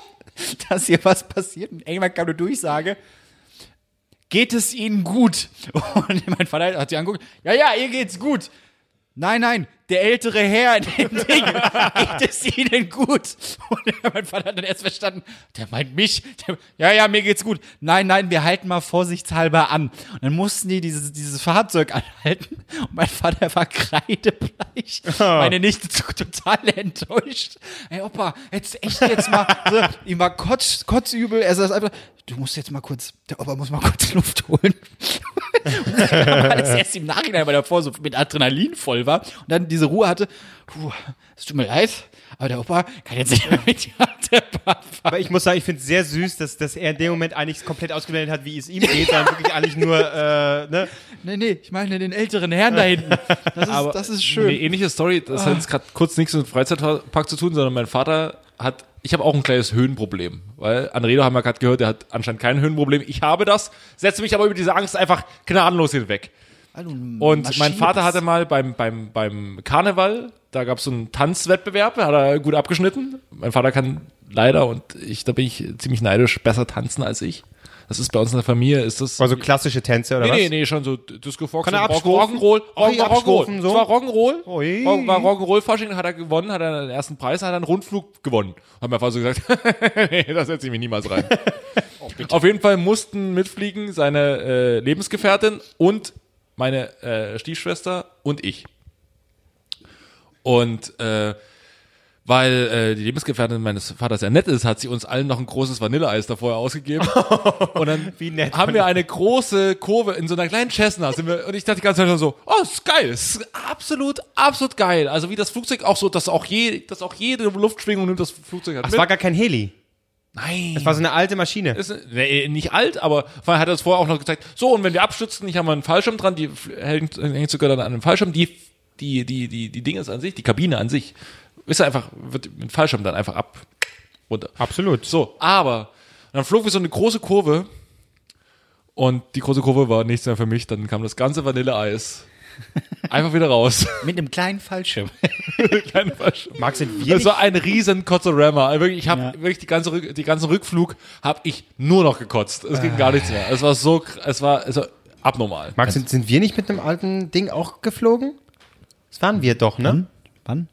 dass ihr was passiert. Und irgendwann kam eine Durchsage. Geht es Ihnen gut? Und mein Vater hat sie angeguckt. Ja, ja, ihr geht's gut. Nein, nein, der ältere Herr in dem Ding, geht es Ihnen gut? Und mein Vater hat dann erst verstanden, der meint mich. Der, ja, ja, mir geht's gut. Nein, nein, wir halten mal vorsichtshalber an. Und dann mussten die dieses, dieses Fahrzeug anhalten und mein Vater war kreidebleich. Meine Nichte zu- total enttäuscht. Ey, Opa, jetzt echt jetzt mal, so, ihm war kotz, kotzübel. Er saß einfach, du musst jetzt mal kurz, der Opa muss mal kurz Luft holen war das erst im Nachhinein, weil er vorher so mit Adrenalin voll war und dann diese Ruhe hatte. Puh, es tut mir leid, aber der Opa kann jetzt nicht mehr mit die Achterbahn fahren.
Aber ich muss sagen, ich finde es sehr süß, dass, dass er in dem Moment eigentlich komplett ausgeblendet hat, wie es ihm geht, sondern wirklich eigentlich nur, äh, ne?
Nee, nee, ich meine den älteren Herrn da hinten. Das ist, das ist schön.
Eine ähnliche Story, das hat jetzt gerade kurz nichts mit Freizeitpark zu tun, sondern mein Vater hat, ich habe auch ein kleines Höhenproblem, weil Anredo haben wir gerade gehört, der hat anscheinend kein Höhenproblem. Ich habe das, setze mich aber über diese Angst einfach gnadenlos hinweg. Und mein Vater hatte mal beim, beim, beim Karneval, da gab es so einen Tanzwettbewerb, hat er gut abgeschnitten. Mein Vater kann leider, und ich, da bin ich ziemlich neidisch, besser tanzen als ich. Das ist bei uns in der Familie, ist das
Also klassische Tänze oder
Nee,
was?
nee, nee, schon so Disco Fox
Kann er
und Rock-
abstufen? Ui,
Rock'n'Roll. Rock-
abstufen,
Rock'n'Roll.
so?
Es war Rock'n'Roll.
Ui.
Rock- War Rock'n'Roll-Fasching, dann hat er gewonnen, hat er den ersten Preis, hat er einen Rundflug gewonnen. Hat mein Vater so gesagt, nee, da setze ich mich niemals rein.
Oh,
Auf jeden Fall mussten mitfliegen seine äh, Lebensgefährtin und meine äh, Stiefschwester und ich. Und äh, weil äh, die Lebensgefährtin meines Vaters ja nett ist, hat sie uns allen noch ein großes Vanilleeis davor ausgegeben. und dann
Wie nett.
haben wir eine große Kurve in so einer kleinen Cessna. Sind wir, und ich dachte die ganze Zeit schon so, oh, ist geil, ist absolut, absolut geil. Also wie das Flugzeug auch so, dass auch, je, dass auch jede Luftschwingung nimmt das Flugzeug halt
Ach, es
mit.
war gar kein Heli.
Nein.
Es war so eine alte Maschine.
Ist, nee, nicht alt, aber vor allem hat er es vorher auch noch gezeigt. So, und wenn wir abstützen, ich habe mal einen Fallschirm dran, die f- hängt, hängt sogar dann an einem Fallschirm, die, die, die, die, die Dinge an sich, die Kabine an sich, ist ja einfach, wird mit Fallschirm dann einfach ab, runter.
Absolut.
So, aber dann flog wir so eine große Kurve und die große Kurve war nichts mehr für mich, dann kam das ganze Vanilleeis einfach wieder raus.
mit einem kleinen Fallschirm.
Kein Fallschirm.
Marc, sind wir
Das
nicht,
war ein riesen Kotzerama. Also wirklich, Ich habe
Ja.
wirklich die ganze Rück, die ganzen Rückflug habe ich nur noch gekotzt. Es ging
Äh.
gar nichts mehr. Es war so, kr- es war, es war abnormal.
Marc, sind, sind wir nicht mit einem alten Ding auch geflogen? Das waren wir doch,
Mhm.
ne?
Wann?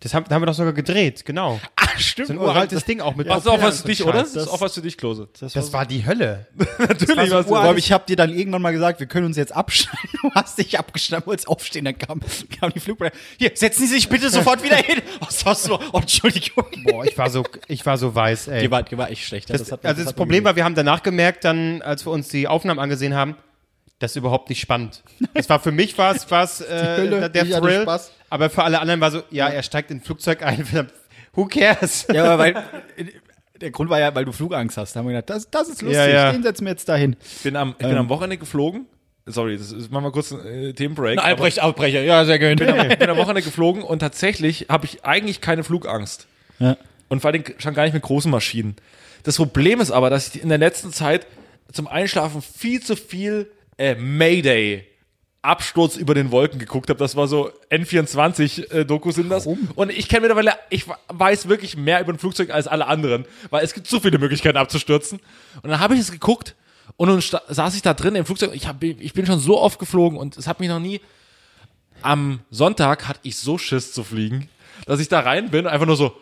Das haben, haben wir doch sogar gedreht, genau.
Ah, stimmt.
So ein
Ural-
uraltes Ding auch mit
Das ist auch was für
Propellern
dich,
und
oder?
also Scheiß.
Das ist auch was für dich, Klose.
Das war die Hölle.
Natürlich.
Also,
was
Uwe, ich habe dir dann irgendwann mal gesagt, wir können uns jetzt abschneiden. Du hast dich abgeschnappt, wolltest aufstehen, dann kam, kam die Flugbretter. Hier, setzen Sie sich bitte sofort wieder hin. Was hast du? Oh, Entschuldigung.
Boah, ich war so, ich war so weiß, ey.
Die war, die war echt schlecht.
Das,
hat-
also das,
hat mir
Problem war, wir haben danach gemerkt, dann, als wir uns die Aufnahmen angesehen haben, das ist überhaupt nicht spannend. Das war für mich war es war's, äh,
Hölle.
der- der
Ich hatte
Thrill,
Spaß.
aber für alle anderen war so, ja, er steigt in ein Flugzeug ein, verdammt, who cares?
Ja, aber weil der Grund war ja, weil du Flugangst hast. Da haben wir gedacht, das, das ist lustig,
Ja, ja.
den setzen wir jetzt dahin.
Ähm.
bin am, ich bin am Wochenende geflogen. sorry, das ist, machen wir kurz einen äh, Themenbreak.
Ein Albrecht Abbrecher, ja, sehr gut.
aber ich bin am Wochenende geflogen und tatsächlich habe ich eigentlich keine Flugangst.
Ja.
Und vor allem schon gar nicht mit großen Maschinen. Das Problem ist aber, dass ich in der letzten Zeit zum Einschlafen viel zu viel äh, Mayday. Absturz über den Wolken geguckt habe. Das war so N24-Dokus sind das. Und ich kenne mittlerweile, ich weiß wirklich mehr über ein Flugzeug als alle anderen, weil es gibt so viele Möglichkeiten abzustürzen. Und dann habe ich es geguckt und dann sta- saß ich da drin im Flugzeug. Ich, hab, ich bin schon so oft geflogen und es hat mich noch nie, am Sonntag hatte ich so Schiss zu fliegen, dass ich da rein bin, einfach nur so,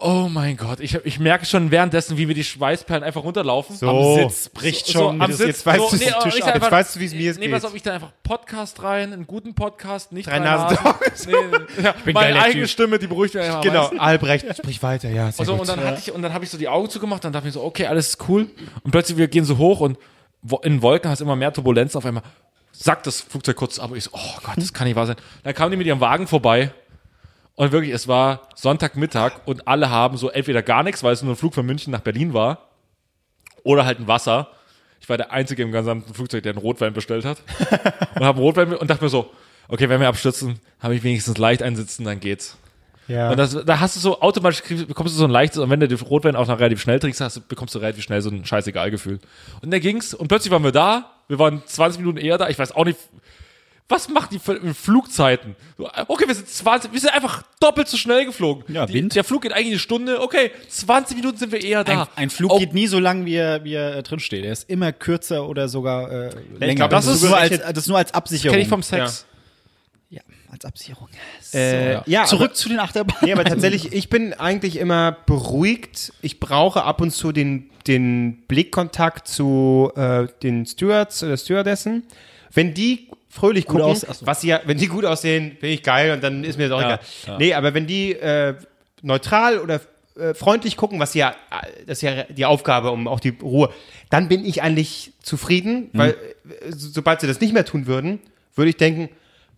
oh mein Gott, ich, ich merke schon währenddessen, wie mir die Schweißperlen einfach runterlaufen.
So.
Am Sitz bricht schon.
am Sitz. Jetzt weißt du, es ist
aber
Tisch
ich
ab.
einfach-
Jetzt weißt du, wie es mir jetzt
nee,
geht.
pass auf, ich dann einfach Podcast rein, einen guten Podcast, nicht
Drei Nasen
Nee, nee, ja,
bin
meine
geiler
eigene
Typ.
Stimme, die beruhigt mich einfach.
Genau, Albrecht, sprich weiter, ja. Sehr
So,
gut.
und dann hatte ich, und dann habe ich so die Augen zugemacht, dann dachte ich so, okay, alles ist cool. Und plötzlich, wir gehen so hoch und wo- in Wolken hast du immer mehr Turbulenzen. Auf einmal sackt das Flugzeug kurz ab. Und ich so, oh Gott, das kann nicht wahr sein. Dann kamen die mit ihrem Wagen vorbei. Und wirklich, es war Sonntagmittag und alle haben so entweder gar nichts, weil es nur ein Flug von München nach Berlin war, oder halt ein Wasser. Ich war der Einzige im gesamten Flugzeug, der einen Rotwein bestellt hat. und habe Rotwein und dachte mir so, okay, wenn wir abstürzen, habe ich wenigstens leicht einsitzen, dann geht's.
ja.
Und das, da hast du so automatisch kriegst, bekommst du so ein leichtes, und wenn du den Rotwein auch noch relativ schnell trinkst, hast, du- bekommst du relativ schnell so ein scheißegal Gefühl. Und da ging's und plötzlich waren wir da, wir waren 20 Minuten eher da, ich weiß auch nicht, was macht die für Flugzeiten? So, Okay, wir sind 20, wir sind einfach doppelt so schnell geflogen.
Ja,
die,
Wind.
Der Flug geht eigentlich eine Stunde, okay, 20 Minuten sind wir eher da.
Ein, ein Flug
Oh,
geht nie so lang, wie er, wie er äh, drinsteht. Er ist immer kürzer oder sogar äh, länger.
glaub, das
das,
ist
ist nur als,
berechnet-
das ist nur als Absicherung.
kenn ich vom Sex.
ja, als Absicherung.
Äh,
So.
ja,
Zurück
aber-
zu den Achterbahnen.
Nee, aber tatsächlich, ich bin eigentlich immer beruhigt. Ich brauche ab und zu den, den Blickkontakt zu äh, den Stewards oder Stewardessen. Wenn die fröhlich gucken,
aus- achso.
was sie ja, wenn die gut aussehen, bin ich geil und dann ist mir das auch egal. Nee, aber wenn die äh, neutral oder äh, freundlich gucken, was sie ja, äh, das ist ja die Aufgabe, um auch die Ruhe, dann bin ich eigentlich zufrieden,
Mhm.
weil äh, so, sobald sie das nicht mehr tun würden, würde ich denken,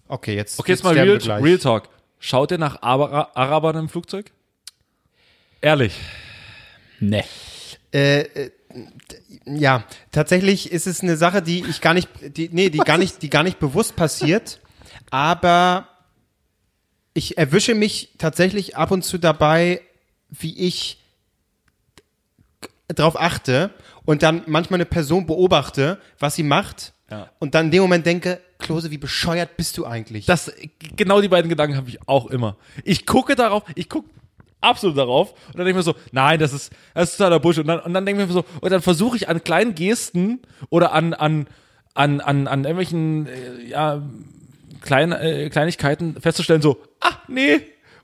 okay, jetzt
Okay, jetzt mal
sterben wir
Real,
gleich.
Real Talk. Schaut ihr nach Ara- Arabern im Flugzeug? Ehrlich.
Nee.
Ja, tatsächlich ist es eine Sache, die ich gar nicht, die, nee, die gar nicht, die gar nicht bewusst passiert, aber ich erwische mich tatsächlich ab und zu dabei, wie ich drauf achte und dann manchmal eine Person beobachte, was sie macht und dann in dem Moment denke, Klose, wie bescheuert bist du eigentlich?
Das, genau die beiden Gedanken habe ich auch immer. Ich gucke darauf, ich gucke absolut darauf und dann denke ich mir so, nein, das ist, das ist totaler Bullshit. Und dann, und dann denke ich mir so, und dann versuche ich an kleinen Gesten oder an, an, an, an, an irgendwelchen äh, ja, kleinen äh, Kleinigkeiten festzustellen, so, ah, nee.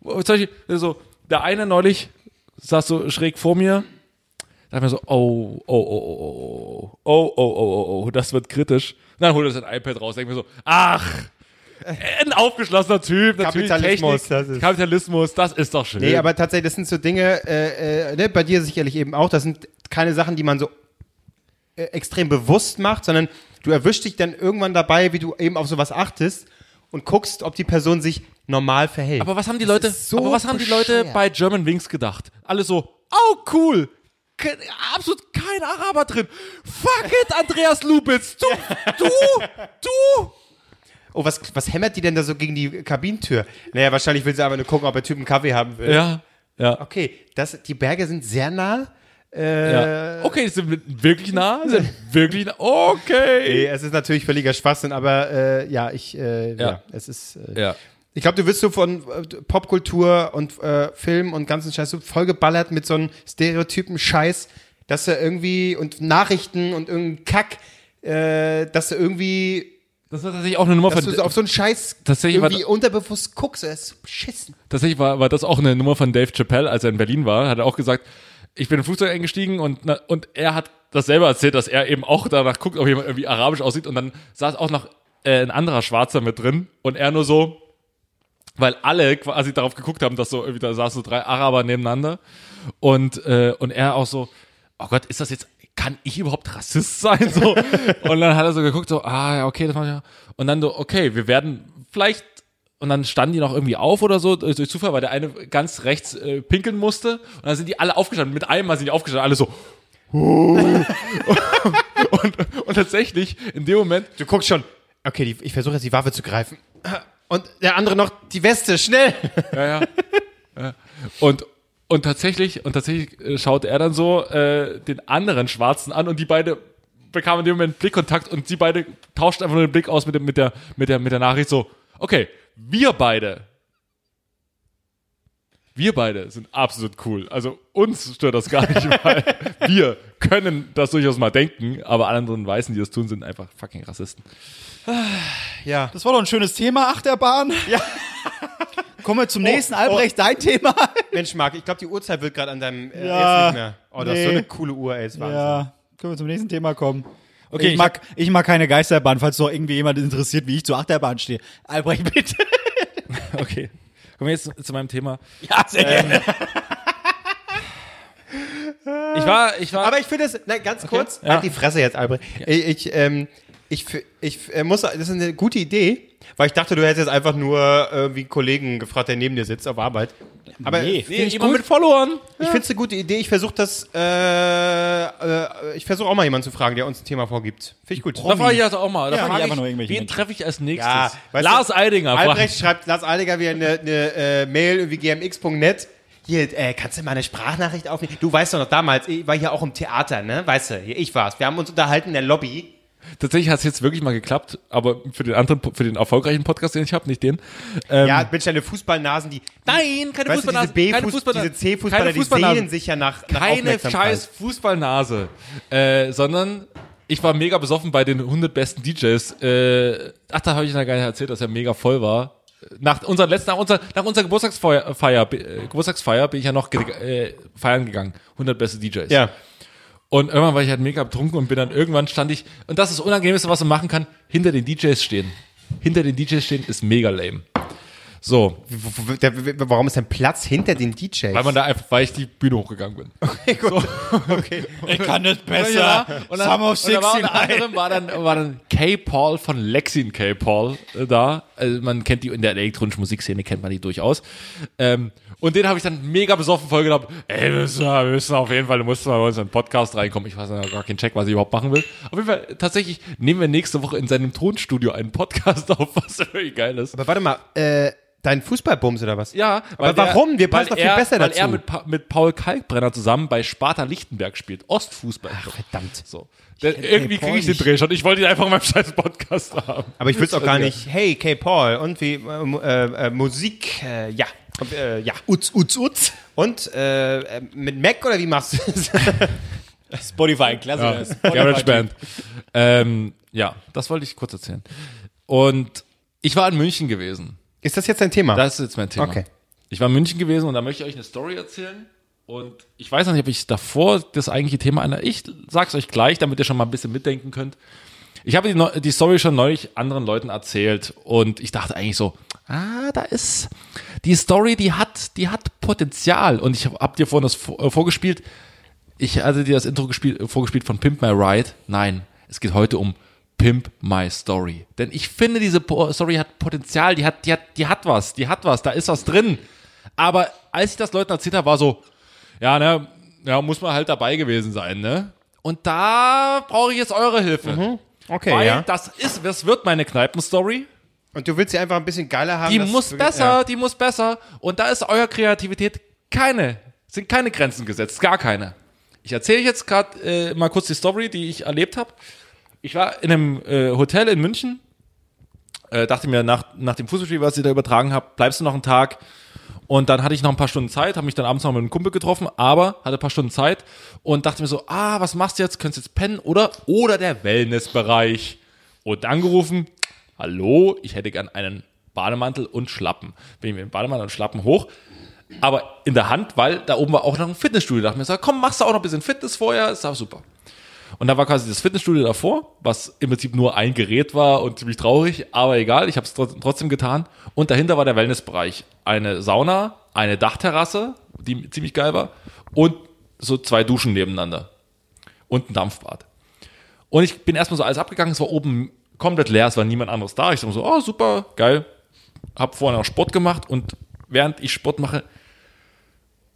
Zum Beispiel, so, der eine neulich saß so schräg vor mir, dachte mir so, oh, oh, oh, oh, oh, oh, oh, oh, oh, oh, das wird kritisch. Und dann holt er sein iPad raus, denke mir so, ach, ein aufgeschlossener Typ, natürlich
Kapitalismus,
Technik,
das ist-
Kapitalismus, das ist doch schön.
Nee, aber tatsächlich, das sind so Dinge, äh, äh, ne, bei dir sicherlich eben auch, das sind keine Sachen, die man so äh, extrem bewusst macht, sondern du erwischst dich dann irgendwann dabei, wie du eben auf sowas achtest und guckst, ob die Person sich normal verhält.
Aber was haben die Leute,
ist so
aber was haben die Leute
bescheuert.
bei German Wings gedacht? Alle so, oh cool, ke- absolut kein Araber drin. Fuck it, Andreas Lubitz, du, du, du.
oh, was, was hämmert die denn da so gegen die Kabinentür? Naja, wahrscheinlich will sie aber nur gucken, ob der Typ einen Kaffee haben will.
Ja, ja,
Okay, das, die Berge sind sehr nah.
ja. Äh, Okay, die sind wirklich nah, sind wirklich nah, okay.
Nee, es ist natürlich völliger Schwachsinn, aber äh, ja, ich, äh, ja. es ist... Äh,
Ja.
Ich glaube, du wirst so von äh, Popkultur und äh, Film und ganzen Scheiß so vollgeballert mit so einem Stereotypen-Scheiß, dass du irgendwie und Nachrichten und irgendein Kack, äh, dass du irgendwie,
Das war tatsächlich auch eine Nummer
dass
von,
du so auf so einen Scheiß
Tatsächlich war-
irgendwie unterbewusst guckst. Das ist so beschissen.
tatsächlich war, war das auch eine Nummer von Dave Chappelle, als er in Berlin war, hat er auch gesagt, ich bin im Flugzeug eingestiegen und, na, und er hat das selber erzählt, dass er eben auch danach guckt, ob jemand irgendwie arabisch aussieht und dann saß auch noch äh, ein anderer Schwarzer mit drin und er nur so, weil alle quasi darauf geguckt haben, dass so irgendwie da saßen so drei Araber nebeneinander und, äh, und er auch so, oh Gott, ist das jetzt, kann ich überhaupt Rassist sein? So. und dann hat er so geguckt, so, ah, ja, okay, das mach ich ja. Und dann so, okay, wir werden vielleicht, und dann standen die noch irgendwie auf oder so, durch Zufall, weil der eine ganz rechts äh, pinkeln musste. Und dann sind die alle aufgestanden, mit einem Mal sind die aufgestanden, alle so, Und tatsächlich, in dem Moment,
Du guckst schon, okay, die, ich versuche jetzt die Waffe zu greifen. Und der andere noch die Weste, schnell!
und, und tatsächlich, und tatsächlich äh, schaut er dann so äh, den anderen Schwarzen an und die beide bekamen in dem Moment Blickkontakt und sie beide tauschten einfach nur den Blick aus mit, dem, mit, der, mit, der, mit der Nachricht so, okay, wir beide. Wir beide sind absolut cool. Also uns stört das gar nicht, weil wir können das durchaus mal denken, aber alle anderen Weißen, die das tun, sind einfach fucking Rassisten.
Ja.
Das war doch ein schönes Thema, Achterbahn. Ja. Kommen wir zum nächsten, Albrecht, dein Thema.
Mensch, Marc, ich glaube, die Uhrzeit wird gerade an deinem äh,
Ja,
jetzt nicht mehr. Oh, du hast so
nee.
eine coole Uhr, ey, ist Wahnsinn.
Ja, können wir zum nächsten Thema kommen.
Okay,
Okay, ich,
ich
mag, ich mag keine Geisterbahn, falls noch irgendwie jemand interessiert, wie ich zur Achterbahn stehe. Albrecht, bitte.
Okay. Kommen wir jetzt zu meinem Thema. Ähm,
Ja, sehr gerne.
Ich war, ich war.
Aber ich finde das, nein, ganz kurz,
Ah. Ja.
halt die Fresse jetzt, Albrecht. Ich, ich, ähm, ich, f- ich äh, muss, das ist eine gute Idee, weil ich dachte, du hättest jetzt einfach nur äh, wie einen Kollegen gefragt, der neben dir sitzt auf Arbeit. Aber
Nee.
find ich,
jemand
gut.
mit Followern.
ich finde es eine gute Idee. Ich versuche das, äh, äh, ich versuche auch mal jemanden zu fragen, der uns ein Thema vorgibt. Finde ich gut.
Da frage ich also auch mal. Da
Ja,
frag
frag ich
ich
einfach nur irgendwelche
wen
Menschen.
treffe ich als
Ja,
nächstes?
weißt
Lars
du,
Eidinger. frag-
Albrecht schreibt Lars Aldiger wieder eine, eine äh, Mail irgendwie gmx.net. Hier, äh, kannst du mal eine Sprachnachricht aufnehmen? Du weißt doch noch damals, ich war hier auch im Theater, ne? Weißt du, hier, ich war's. Wir haben uns unterhalten in der Lobby.
Tatsächlich hat es jetzt wirklich mal geklappt, aber für den anderen, Po- für den erfolgreichen Podcast, den ich habe, nicht den. Ähm,
Ja, Mensch, deine Fußballnasen, die.
nein, keine
Weißt du, diese B-Fußballer, diese C-Fußballer,
keine
die sehnen
Fußballnasen.
sich ja nach, nach
Keine
Aufmerksamkeit.
scheiß Fußballnase, äh, sondern ich war mega besoffen bei den 100 besten DJs. Äh, ach, da habe ich noch gar nicht erzählt, dass er mega voll war. Nach unserer letzten, nach unserer, nach unserer Geburtstagsfeier, Feier, äh, Geburtstagsfeier bin ich ja noch ge äh, feiern gegangen. 100 beste DJs.
Ja.
Und irgendwann war ich halt mega betrunken und bin dann irgendwann stand ich, und das ist das Unangenehmste, was man machen kann, hinter den DJs stehen. Hinter den DJs stehen ist mega lame. So,
W- w- w- der- w- warum ist denn Platz hinter den DJs?
weil man da einfach, weil ich die Bühne hochgegangen bin.
Ich kann das
Ja,
besser.
und dann,
Summer of
und da war, unter
69.
anderem war dann, war dann K-Paul von Lexin K-Paul äh, da. Also man kennt die in der elektronischen Musikszene kennt man die durchaus. Ähm, und den habe ich dann mega besoffen vollgenommen. Ey, wir müssen, wir müssen auf jeden Fall, du musst mal bei uns in den Podcast reinkommen. Ich weiß noch gar keinen Check, was ich überhaupt machen will. Auf jeden Fall, tatsächlich nehmen wir nächste Woche in seinem Tonstudio einen Podcast auf, was wirklich geil ist.
Aber warte mal, äh, dein Fußballbums oder was?
Ja,
Aber warum? Wir passen doch
weil
viel
er,
besser
weil
dazu.
er mit, Pa- mit Paul Kalkbrenner zusammen bei Sparta Lichtenberg spielt. Ostfußball. Ach, verdammt. So. Der, irgendwie kriege ich den Dreh schon. Ich wollte ihn einfach in meinem scheiß Podcast haben.
Aber ich will es auch gar nicht. Hey, K. Paul, und wie, äh, äh, äh, Musik, äh, ja. Und, äh, ja.
Utz, utz, utz.
Und äh, äh, mit Mac oder wie machst du das?
Spotify, klasse. Spotify.
GarageBand. ähm, ja, das wollte ich kurz erzählen. Und ich war in München gewesen.
Ist das jetzt dein Thema?
Das ist jetzt mein Thema.
Okay.
Ich war in München gewesen und da möchte ich euch eine Story erzählen. Und ich weiß noch nicht, ob ich davor das eigentliche Thema einer. Ich sag's euch gleich, damit ihr schon mal ein bisschen mitdenken könnt. Ich habe die, Neu- die Story schon neulich anderen Leuten erzählt und ich dachte eigentlich so, ah, da ist die Story, die hat, die hat Potenzial. Und ich habe hab dir vorhin das vor- äh, vorgespielt. Ich hatte dir das Intro gespielt, äh, vorgespielt von Pimp My Ride. Nein, es geht heute um Pimp My Story. Denn ich finde, diese Po- Story hat Potenzial, die hat, die hat, die hat was, die hat was, da ist was drin. Aber als ich das Leuten erzählt habe, war so, ja, ne, ja, muss man halt dabei gewesen sein, ne? Und da brauche ich jetzt eure Hilfe.
okay,
Weil
ja.
das ist, das wird meine Kneipenstory.
Und du willst sie einfach ein bisschen geiler haben.
Die
dass-
muss besser,
Ja.
die muss besser. Und da ist euer Kreativität keine, sind keine Grenzen gesetzt, gar keine. Ich erzähle jetzt gerade äh, mal kurz die Story, die ich erlebt habe. Ich war in einem äh, Hotel in München, äh, dachte mir nach, nach dem Fußballspiel, was ich da übertragen habe, bleibst du noch einen Tag. Und dann hatte ich noch ein paar Stunden Zeit, habe mich dann abends noch mit einem Kumpel getroffen, aber hatte ein paar Stunden Zeit und dachte mir so, ah, was machst du jetzt? Könntest jetzt pennen oder oder der Wellnessbereich? Und angerufen, hallo, ich hätte gern einen Bademantel und Schlappen. Bin ich mit dem Bademantel und Schlappen hoch, aber in der Hand, weil da oben war auch noch ein Fitnessstudio. Da dachte ich mir so, komm, machst du auch noch ein bisschen Fitness vorher, ist auch super. Und da war quasi das Fitnessstudio davor, was im Prinzip nur ein Gerät war und ziemlich traurig, aber egal, ich habe es trotzdem getan. Und dahinter war der Wellnessbereich. Eine Sauna, eine Dachterrasse, die ziemlich geil war, und so zwei Duschen nebeneinander. Und ein Dampfbad. Und ich bin erstmal so alles abgegangen, es war oben komplett leer, es war niemand anderes da. Ich dachte mir so, oh super, geil. Hab vorher noch Sport gemacht und während ich Sport mache,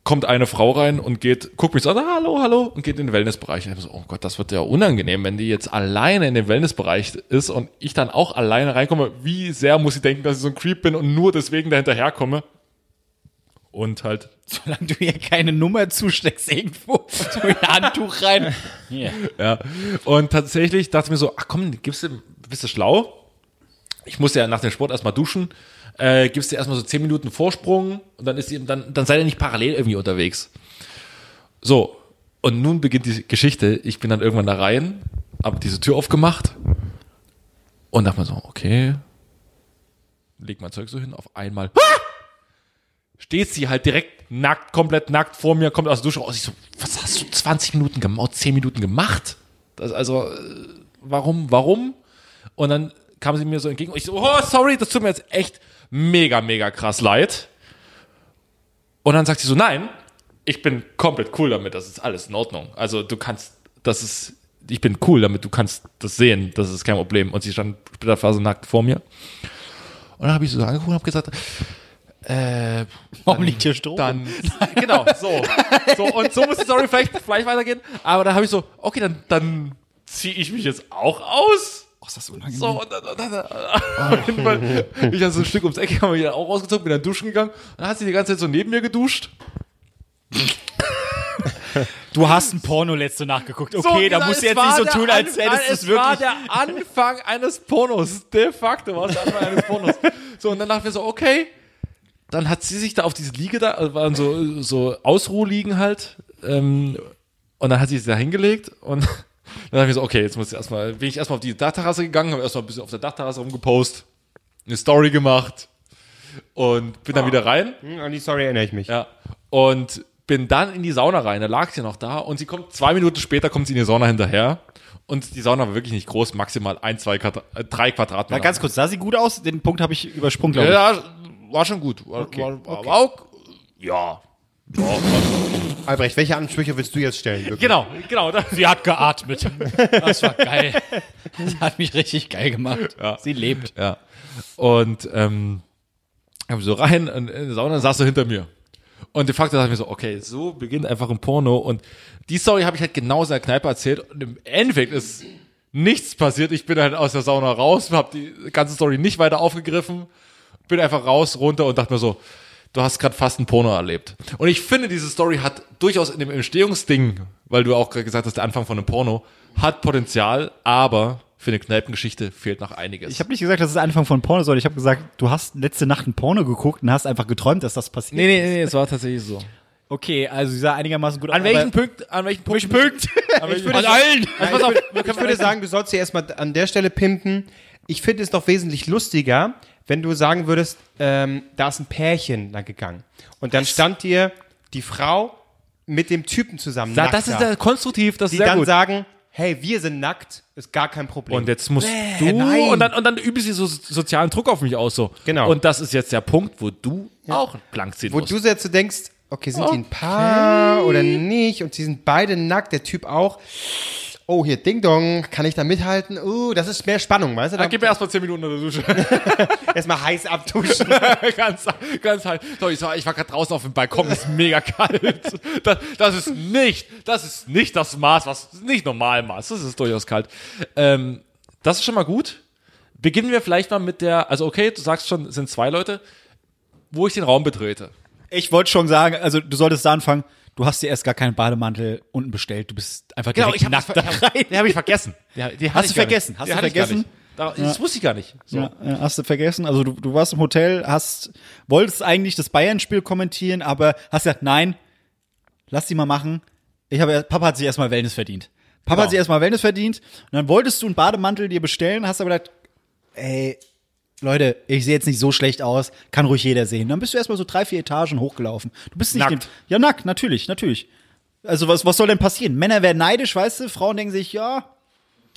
kommt eine Frau rein und geht, guckt mich so an, ah, hallo, hallo, und geht in den Wellnessbereich. Und ich hab so, oh Gott, das wird ja unangenehm, wenn die jetzt alleine in den Wellnessbereich ist und ich dann auch alleine reinkomme. Wie sehr muss sie denken, dass ich so ein Creep bin und nur deswegen dahinterherkomme? Und halt,
Solange du ihr keine Nummer zusteckst irgendwo, tu ihr ein Handtuch rein. Hier.
ja. Und tatsächlich dachte ich mir so, ach komm, gibst du, bist du schlau? Ich muss ja nach dem Sport erstmal duschen. Äh, gibst dir erstmal so 10 Minuten Vorsprung und dann ist die, dann, dann seid ihr nicht parallel irgendwie unterwegs. So. Und nun beginnt die Geschichte. Ich bin dann irgendwann da rein, hab diese Tür aufgemacht und dachte mir so, okay. Leg mein Zeug so hin, auf einmal. Ah! Steht sie halt direkt nackt, komplett nackt vor mir, kommt aus der Dusche raus. Ich so, was hast du 20 Minuten gemacht, 10 Minuten gemacht? Das, also, äh, warum, warum? Und dann kam sie mir so entgegen und ich so, oh, sorry, das tut mir jetzt echt mega, mega krass leid. Und dann sagt sie so, nein, ich bin komplett cool damit, das ist alles in Ordnung. Also du kannst, das ist, ich bin cool damit, du kannst das sehen, das ist kein Problem. Und sie stand splitterfasernackt vor mir. Und dann habe ich sie so angeguckt und habe gesagt, äh,
Warum liegt hier Strom?
dann, genau, so. so. Und so muss die Story vielleicht, vielleicht weitergehen. Aber da habe ich so, okay, dann, dann ziehe ich mich jetzt auch aus. Oh, ist das unangenehm. Ah. So, und dann, und dann, auf jeden Fall, ich dann so ein Stück ums Eck, habe mich dann auch rausgezogen, bin dann duschen gegangen. Dann hat sie die ganze Zeit so neben mir geduscht.
Du hast ein Porno letzte Nacht geguckt. Okay,
So,
da
genau,
musst du
es
jetzt
war
nicht so
der
tun, als
Anfang-
hättest du es
war
wirklich.
der Anfang eines Pornos. De facto war es der Anfang eines Pornos. So, und dann dachten wir so, okay. Dann hat sie sich da auf diese Liege da, also waren so, so Ausruhliegen halt. Ähm, und dann hat sie sich da hingelegt und dann habe ich so, okay, jetzt muss ich erstmal, bin ich erstmal auf die Dachterrasse gegangen, habe erstmal ein bisschen auf der Dachterrasse rumgepostet, eine Story gemacht und bin
Ah.
dann wieder rein.
Hm, An die Story erinnere ich mich.
Ja. Und bin dann in die Sauna rein. Da lag sie noch da und sie kommt zwei Minuten später kommt sie in die Sauna hinterher. Und die Sauna war wirklich nicht groß, maximal ein, zwei, Quadra äh, drei Quadratmeter.
Na, ganz kurz, sah sie gut aus? Den Punkt habe ich übersprungen, glaube ich.
ja, war schon gut. War, war, war, war auch, ja.
Albrecht, welche Ansprüche willst du jetzt stellen? wirklich?
Genau, genau. da-
Sie hat geatmet. Das war geil. Das hat mich richtig geil gemacht. Sie lebt.
Ja. Und ähm, hab so rein und in die Sauna saß so hinter mir. Und de facto dachte ich mir so, okay, so beginnt einfach ein Porno. Und die Story habe ich halt genauso in der Kneipe erzählt. Und im Endeffekt ist nichts passiert. Ich bin halt aus der Sauna raus, habe die ganze Story nicht weiter aufgegriffen, bin einfach raus, runter und dachte mir so, du hast gerade fast ein Porno erlebt. Und ich finde, diese Story hat durchaus in dem Entstehungsding, weil du auch gerade gesagt hast, der Anfang von einem Porno, hat Potenzial, aber für eine Kneipengeschichte fehlt noch einiges.
Ich habe nicht gesagt, dass es der Anfang von Porno soll. Ich habe gesagt, du hast letzte Nacht ein Porno geguckt und hast einfach geträumt, dass das passiert.
Nee, nee, nee, es war tatsächlich so.
Okay, also sie sah einigermaßen gut aus.
An welchen Punkt, an welchen Punkt? Punkt? An welchen Punkt?
allen!
Also, pass auf, ich würde sagen, du sollst hier erstmal an der Stelle pimpen. Ich finde es noch wesentlich lustiger, wenn du sagen würdest, ähm, da ist ein Pärchen lang gegangen. Und dann stand dir die Frau mit dem Typen zusammen.
Na,
nackt
das ist
da,
ja konstruktiv, das
die
ist sehr
dann
gut.
sagen, hey, wir sind nackt, ist gar kein Problem.
Und jetzt musst du,
nein.
und dann, und dann übst du so sozialen Druck auf mich aus, so.
Genau.
Und das ist jetzt der Punkt, wo du auch blank ziehen
Wo
musst.
du jetzt so denkst, okay, sind die ein Paar oder nicht? Und sie sind beide nackt, der Typ auch. Oh, hier Ding Dong, kann ich da mithalten? Uh, das ist mehr Spannung, weißt du?
Dann
Da
gib mir erstmal 10 Minuten in der Dusche.
erstmal heiß abtuschen.
ganz, ganz halt. So, ich, war- ich war gerade draußen auf dem Balkon, ist mega kalt. Das, das ist nicht, das ist nicht das Maß, was das ist nicht normal Maß. Das ist durchaus kalt. Ähm, das ist schon mal gut. Beginnen wir vielleicht mal mit der, also okay, du sagst schon, es sind zwei Leute, wo ich den Raum betrete.
Ich wollte schon sagen, also du solltest da anfangen. Du hast dir erst gar keinen Bademantel unten bestellt. Du bist einfach direkt
Genau, ich hab
nackt
das
da
ver-
rein.
Den habe ich vergessen. Den, den
Hast du
hatte ich gar nicht.
vergessen, hast
Den
du
hatte ich gar
vergessen?
nicht. Da- Das wusste ich gar nicht. So.
Ja, ja, hast du vergessen? Also du, du warst im Hotel, hast wolltest eigentlich das Bayern-Spiel kommentieren, aber hast gesagt, nein, lass die mal machen. Ich habe, erst- Papa hat sich erstmal Wellness verdient. Papa hat sich erstmal Wellness verdient und dann wolltest du einen Bademantel dir bestellen, hast aber gedacht, ey, Leute, ich sehe jetzt nicht so schlecht aus, kann ruhig jeder sehen. Dann bist du erstmal so drei, vier Etagen hochgelaufen. Du bist nicht
Nackt.
dem- ja, nackt, natürlich, natürlich. Also was, was soll denn passieren? Männer werden neidisch, weißt du, Frauen denken sich, ja,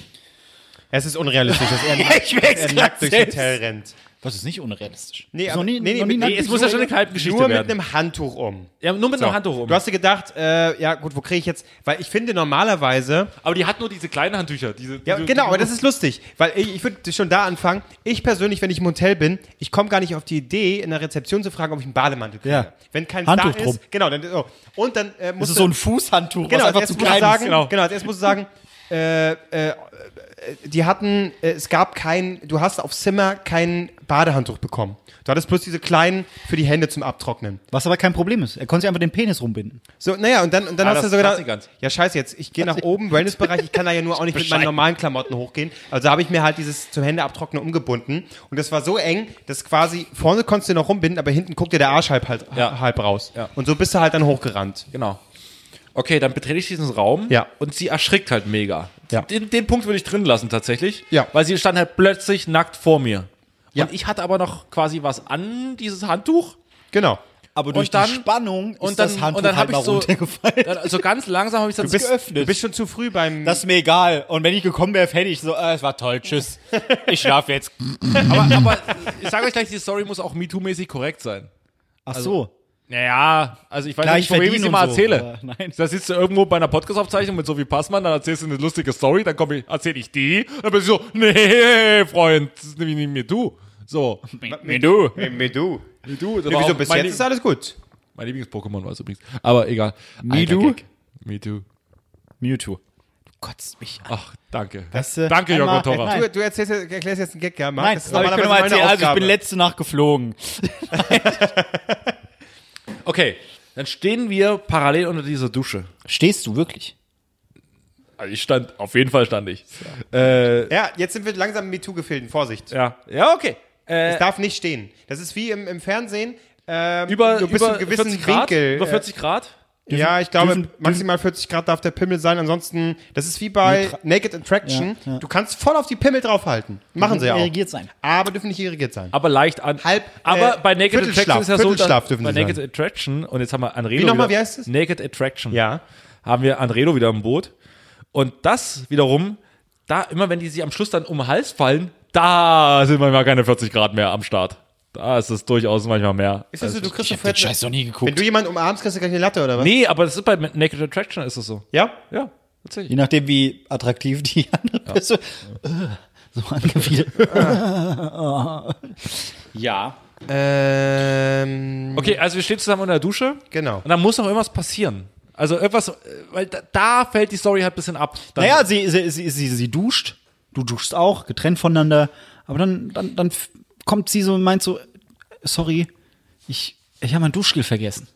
es ist unrealistisch, dass er,
ich merk's
er
grad
nackt durchs
selbst.
Hotel rennt.
Was ist nicht unrealistisch?
Nee,
Ist
aber-
noch nie,
nee, nee,
noch nie
nee,
nackt
es
gesehen.
muss ja schon eine Kalbgeschichte
Nur mit
werden.
einem Handtuch um.
ja, nur mit
So.
einer Hand hoch oben.
Du hast dir gedacht, äh, ja gut, wo kriege ich jetzt, weil ich finde normalerweise,
aber die hat nur diese kleinen Handtücher. Diese,
ja genau,
diese, diese-
aber das ist lustig, weil ich, ich würde schon da anfangen, ich persönlich, wenn ich im Hotel bin, ich komme gar nicht auf die Idee, in der Rezeption zu fragen, ob ich einen Bademantel kriege.
Ja.
Wenn kein
Handtuch
da
drum.
ist, genau, dann, oh. und dann äh, musst
Das ist
du-
so ein Fußhandtuch,
genau,
was einfach
als
zu
erstes musst du
klein
sagen,
ist.
genau.
genau.
als erstes musst du sagen, äh, äh, äh, die hatten, äh, es gab kein, du hast aufs Zimmer kein Badehandtuch bekommen. Du hattest bloß diese kleinen für die Hände zum Abtrocknen.
Was aber kein Problem ist. Er konnte sich einfach den Penis rumbinden.
So, naja, und dann, und dann
Ah,
hast du
das
so gedacht,
passt nicht ganz.
ja scheiße jetzt, ich gehe nach oben, Wellnessbereich, ich kann da ja nur auch nicht mit meinen normalen Klamotten hochgehen. Also habe ich mir halt dieses zum Hände abtrocknen umgebunden und das war so eng, dass quasi vorne konntest du noch rumbinden, aber hinten guckt dir der Arsch halb, halt,
Ja.
halb raus.
Ja.
Und so bist du halt dann hochgerannt.
Genau. Okay, dann betrete ich diesen Raum
Ja.
und sie erschrickt halt mega.
Ja.
Den, den Punkt würde ich drin lassen tatsächlich,
Ja.
weil sie stand halt plötzlich nackt vor mir.
Ja.
Und ich hatte aber noch quasi was an, dieses Handtuch.
Genau.
Aber durch
durch die dann-
die
Spannung
Spannung
und ist
ist
dann- das
das
und Handtuch
Handtuch
dann hab halt
halt
ich
mal
mal so-
runtergefallen.
Dann, also ganz langsam habe ich das
Du bist,
geöffnet.
du bist schon zu früh beim...
Das ist mir egal. Und wenn ich gekommen wäre, hätte ich so, ah, es war toll, tschüss. Ich schlafe jetzt.
Aber, aber ich sage euch gleich, die Story muss auch MeToo-mäßig korrekt sein.
Ach so.
Naja, also ich weiß
Gleich
nicht, von wem ich
verdienen
sie
und
mal
so,
erzähle.
aber nein.
Da sitzt du irgendwo bei einer Podcast-Aufzeichnung mit Sophie Passmann, dann erzählst du eine lustige Story, dann komm ich, erzähl ich die, dann bist du so, nee, Freund, das ist nämlich nicht mir du. So, mir du.
Hey, du.
Mir du. Das
Ja,
war
wieso
auch
bis
mein,
jetzt ist alles gut.
mein Lieblings-Pokémon war es übrigens. Aber egal. Me
Alter
du.
Gag.
Me too.
Mewtwo. Du kotzt mich an.
Ach, danke.
Weißt du,
danke, Jörg
einmal-
Torra.
Nein.
Du, du erzählst, jetzt- erklärst jetzt einen Gag, ja, Marc?
Nein,
Das ist
aber ich könnte
normalerweise
mal erzählen,
meine
also ich bin
Aufgabe.
letzte Nacht geflogen.
Okay, dann stehen wir parallel unter dieser Dusche.
Stehst du wirklich?
Also ich stand, auf jeden Fall stand ich. Äh,
Ja, jetzt sind wir langsam MeToo-Gefilden, Vorsicht.
ja. ja, okay. Äh,
Es darf nicht stehen. Das ist wie im, im Fernsehen. Ähm,
über,
du bist
über
einem gewissen
40 Grad,
Winkel.
über 40 Grad.
äh,
Also,
ja, ich glaube,
dürfen-
maximal 40 Grad darf der Pimmel sein. Ansonsten, das ist wie bei Naked Attraction. Du kannst voll auf die Pimmel draufhalten. Machen sie ja auch.
Irrigiert sein.
Aber dürfen nicht irrigiert sein.
aber leicht an.
Halb,
aber
äh,
bei Naked
Viertelschlaf,
Attraction ist ja so,
Viertelschlaf
dass-
dürfen
bei
sie
Naked
sein.
Attraction und jetzt haben wir Anredo.
Wie nochmal,
wieder-
wie heißt es?
Naked Attraction.
Ja.
Haben wir Anredo wieder im Boot. Und das wiederum, da immer wenn die sich am Schluss dann um den Hals fallen, da sind manchmal keine 40 Grad mehr am Start. Da ist es durchaus manchmal mehr.
Ist das so, du
Also Ich
kriegst
hab
sofort-
den Scheiß doch nie geguckt.
Wenn du jemanden umarmst, kriegst du gleich eine Latte, oder was?
Nee, aber das ist bei Naked Attraction ist es so.
Ja?
Ja, tatsächlich.
Je nachdem, wie attraktiv die andere Person Äh, so angewidert. ja.
Ähm,
Okay, also wir stehen zusammen in der Dusche.
Genau.
Und dann muss noch irgendwas passieren. Also irgendwas, äh, weil da, da fällt die Story halt ein bisschen ab. Dann-
Naja, sie, sie, sie, sie, sie duscht, du duschst auch, getrennt voneinander, aber dann, dann, dann f- kommt sie so und meint so, sorry, ich, ich habe mein Duschgel vergessen.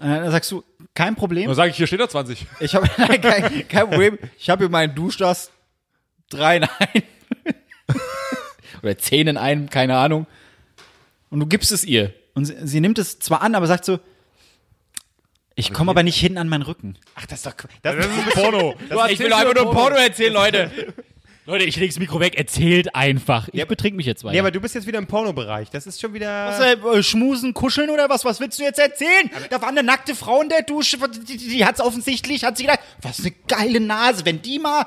Äh, Dann sagst du, kein Problem.
Dann sage ich, hier steht er 20.
Ich habe nein, kein, kein Problem. Ich habe hier meinen Duschdas drei in ein. Oder zehn in einem, keine Ahnung. Und du gibst es ihr. Und sie, sie nimmt es zwar an, aber sagt so,
Also
ich komme aber nicht hin an meinen Rücken.
Ach, das ist doch. Das,
Porno.
Ich will einfach nur ein Porno erzählen, Leute. Leute, ich lege das Mikro weg. Erzählt einfach. Ich betrink mich jetzt
nee,
weiter.
aber du bist jetzt wieder im Porno-Bereich. Das ist schon wieder.
Was, äh, schmusen, kuscheln oder was? Was willst du jetzt erzählen? da war eine nackte Frau in der Dusche, die, die, die hat's offensichtlich, hat sie gedacht, was eine geile Nase, wenn die mal,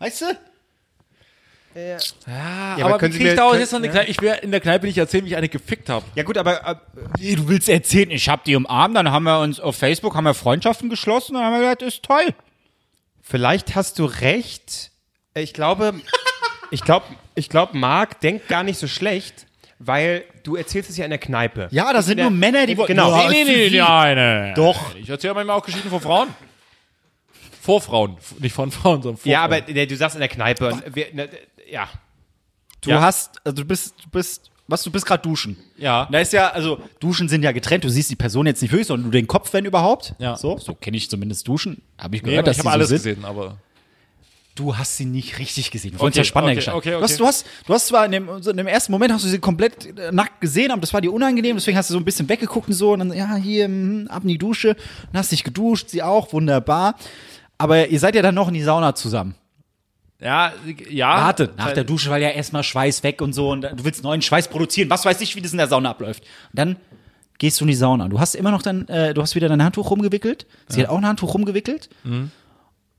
weißt du?
Ja,
aber
können
können
Sie
krieg ich
mir-
daraus
können-
jetzt noch eine Kneipe? Ich wäre in der Kneipe nicht erzählen, wie ich eine gefickt habe.
Ja, gut, aber äh,
Nee, du willst erzählen, ich habe die umarmt, dann haben wir uns auf Facebook, haben wir Freundschaften geschlossen, dann haben wir gesagt, ist toll.
Vielleicht hast du recht. Äh, Ich glaube, ich glaube, ich glaube, Marc denkt gar nicht so schlecht, weil du erzählst es ja in der Kneipe.
Ja, das sind
der-
nur Männer,
Äh,
die wollten.
Genau.
Ja,
Nee, nee, nee, nein, nein.
Doch.
Ich erzähle manchmal auch Geschichten von Frauen. Vor Frauen. F- Nicht von Frauen, sondern vor
Ja, aber
Frauen.
äh, du sagst in der Kneipe. Und wir, ne, ja.
Du hast, also du bist, du bist, was, du bist gerade duschen.
Ja.
Da ist ja, also Duschen sind ja getrennt, du siehst die Person jetzt nicht wirklich, sondern nur den Kopf, wenn überhaupt.
Ja.
So, so kenne ich zumindest Duschen. Habe ich
Nee,
gehört, dass
ich
die
habe alles
so sind.
gesehen, aber.
Du hast sie nicht richtig gesehen. Du wolltest
Okay,
ja spannender
okay,
gestalten.
okay, okay.
Du, hast, du, hast, du hast zwar in dem, so in dem ersten Moment hast du sie komplett äh, nackt gesehen, aber das war dir unangenehm, deswegen hast du so ein bisschen weggeguckt und so und dann, ja, hier, hm, ab in die Dusche. Dann hast dich geduscht, sie auch, wunderbar. Aber ihr seid ja dann noch in die Sauna zusammen.
Ja, ja.
Warte, nach der Dusche, weil ja erstmal Schweiß weg und so und du willst neuen Schweiß produzieren. Was weiß ich, wie das in der Sauna abläuft. Und dann gehst du in die Sauna. Du hast immer noch dein, äh, du hast wieder dein Handtuch rumgewickelt. Sie hat auch ein Handtuch rumgewickelt.
Mhm.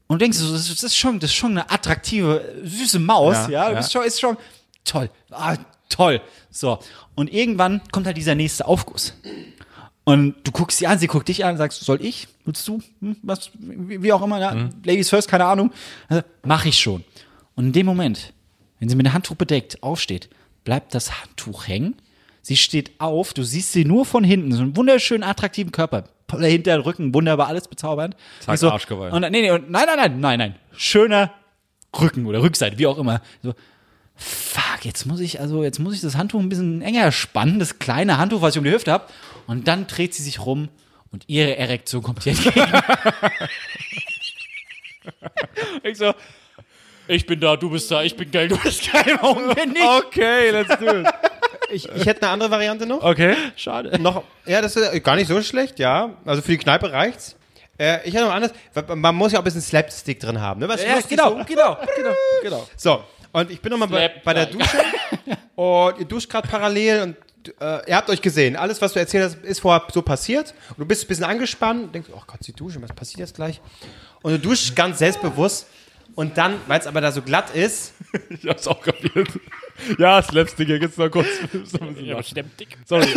Und denkst du, so, das, ist- das ist schon, das ist schon eine attraktive, süße Maus.
Ja,
Ja,
ja.
Das ist schon, ist schon toll. Ah, toll. So. Und irgendwann kommt halt dieser nächste Aufguss. Und du guckst sie an, sie guckt dich an, sagst, soll ich? Willst du? Hm, was, wie, wie auch immer, ja,
Mhm.
Ladies first, keine Ahnung. Also, mach ich schon. Und in dem Moment, wenn sie mit dem Handtuch bedeckt aufsteht, bleibt das Handtuch hängen. Sie steht auf, du siehst sie nur von hinten, so einen wunderschönen, attraktiven Körper. Hinter den Rücken, wunderbar, alles bezaubernd.
Zack,
Und so,
Arschgeweih.
Und, dann- nee, nee, und, nein, nein, nein, nein, nein. Schöner Rücken oder Rückseite, wie auch immer. So, fuck, jetzt muss ich, also jetzt muss ich das Handtuch ein bisschen enger spannen, das kleine Handtuch, was ich um die Hüfte habe. Und dann dreht sie sich rum und ihre Erektion kommt hier entgegen. ich so, ich bin da, du bist da, ich bin geil, du bist geil, warum bin ich?
Okay, let's do it. Ich, ich hätte eine andere Variante noch.
Okay.
Schade.
noch ja, das ist äh, gar nicht so schlecht, ja. Also für die Kneipe reicht's. Äh, ich hätte noch anders. weil Man muss ja auch ein bisschen Slapstick drin haben. Ne? Was lustig so-
genau, genau, genau.
So, und ich bin nochmal bei,
Slap
bei der
Dunk.
Dusche und ihr duscht gerade parallel und äh, ihr habt euch gesehen. Alles, was du erzählt hast, ist vorher so passiert. Und du bist ein bisschen angespannt und denkst, oh Gott, die Dusche, was passiert jetzt gleich? Und du duschst ganz selbstbewusst und dann, weil es aber da so glatt ist,
Ich hab's auch kapiert. Ja, Slapstick, hier geht's noch kurz. So ein bisschen lachen. Sorry,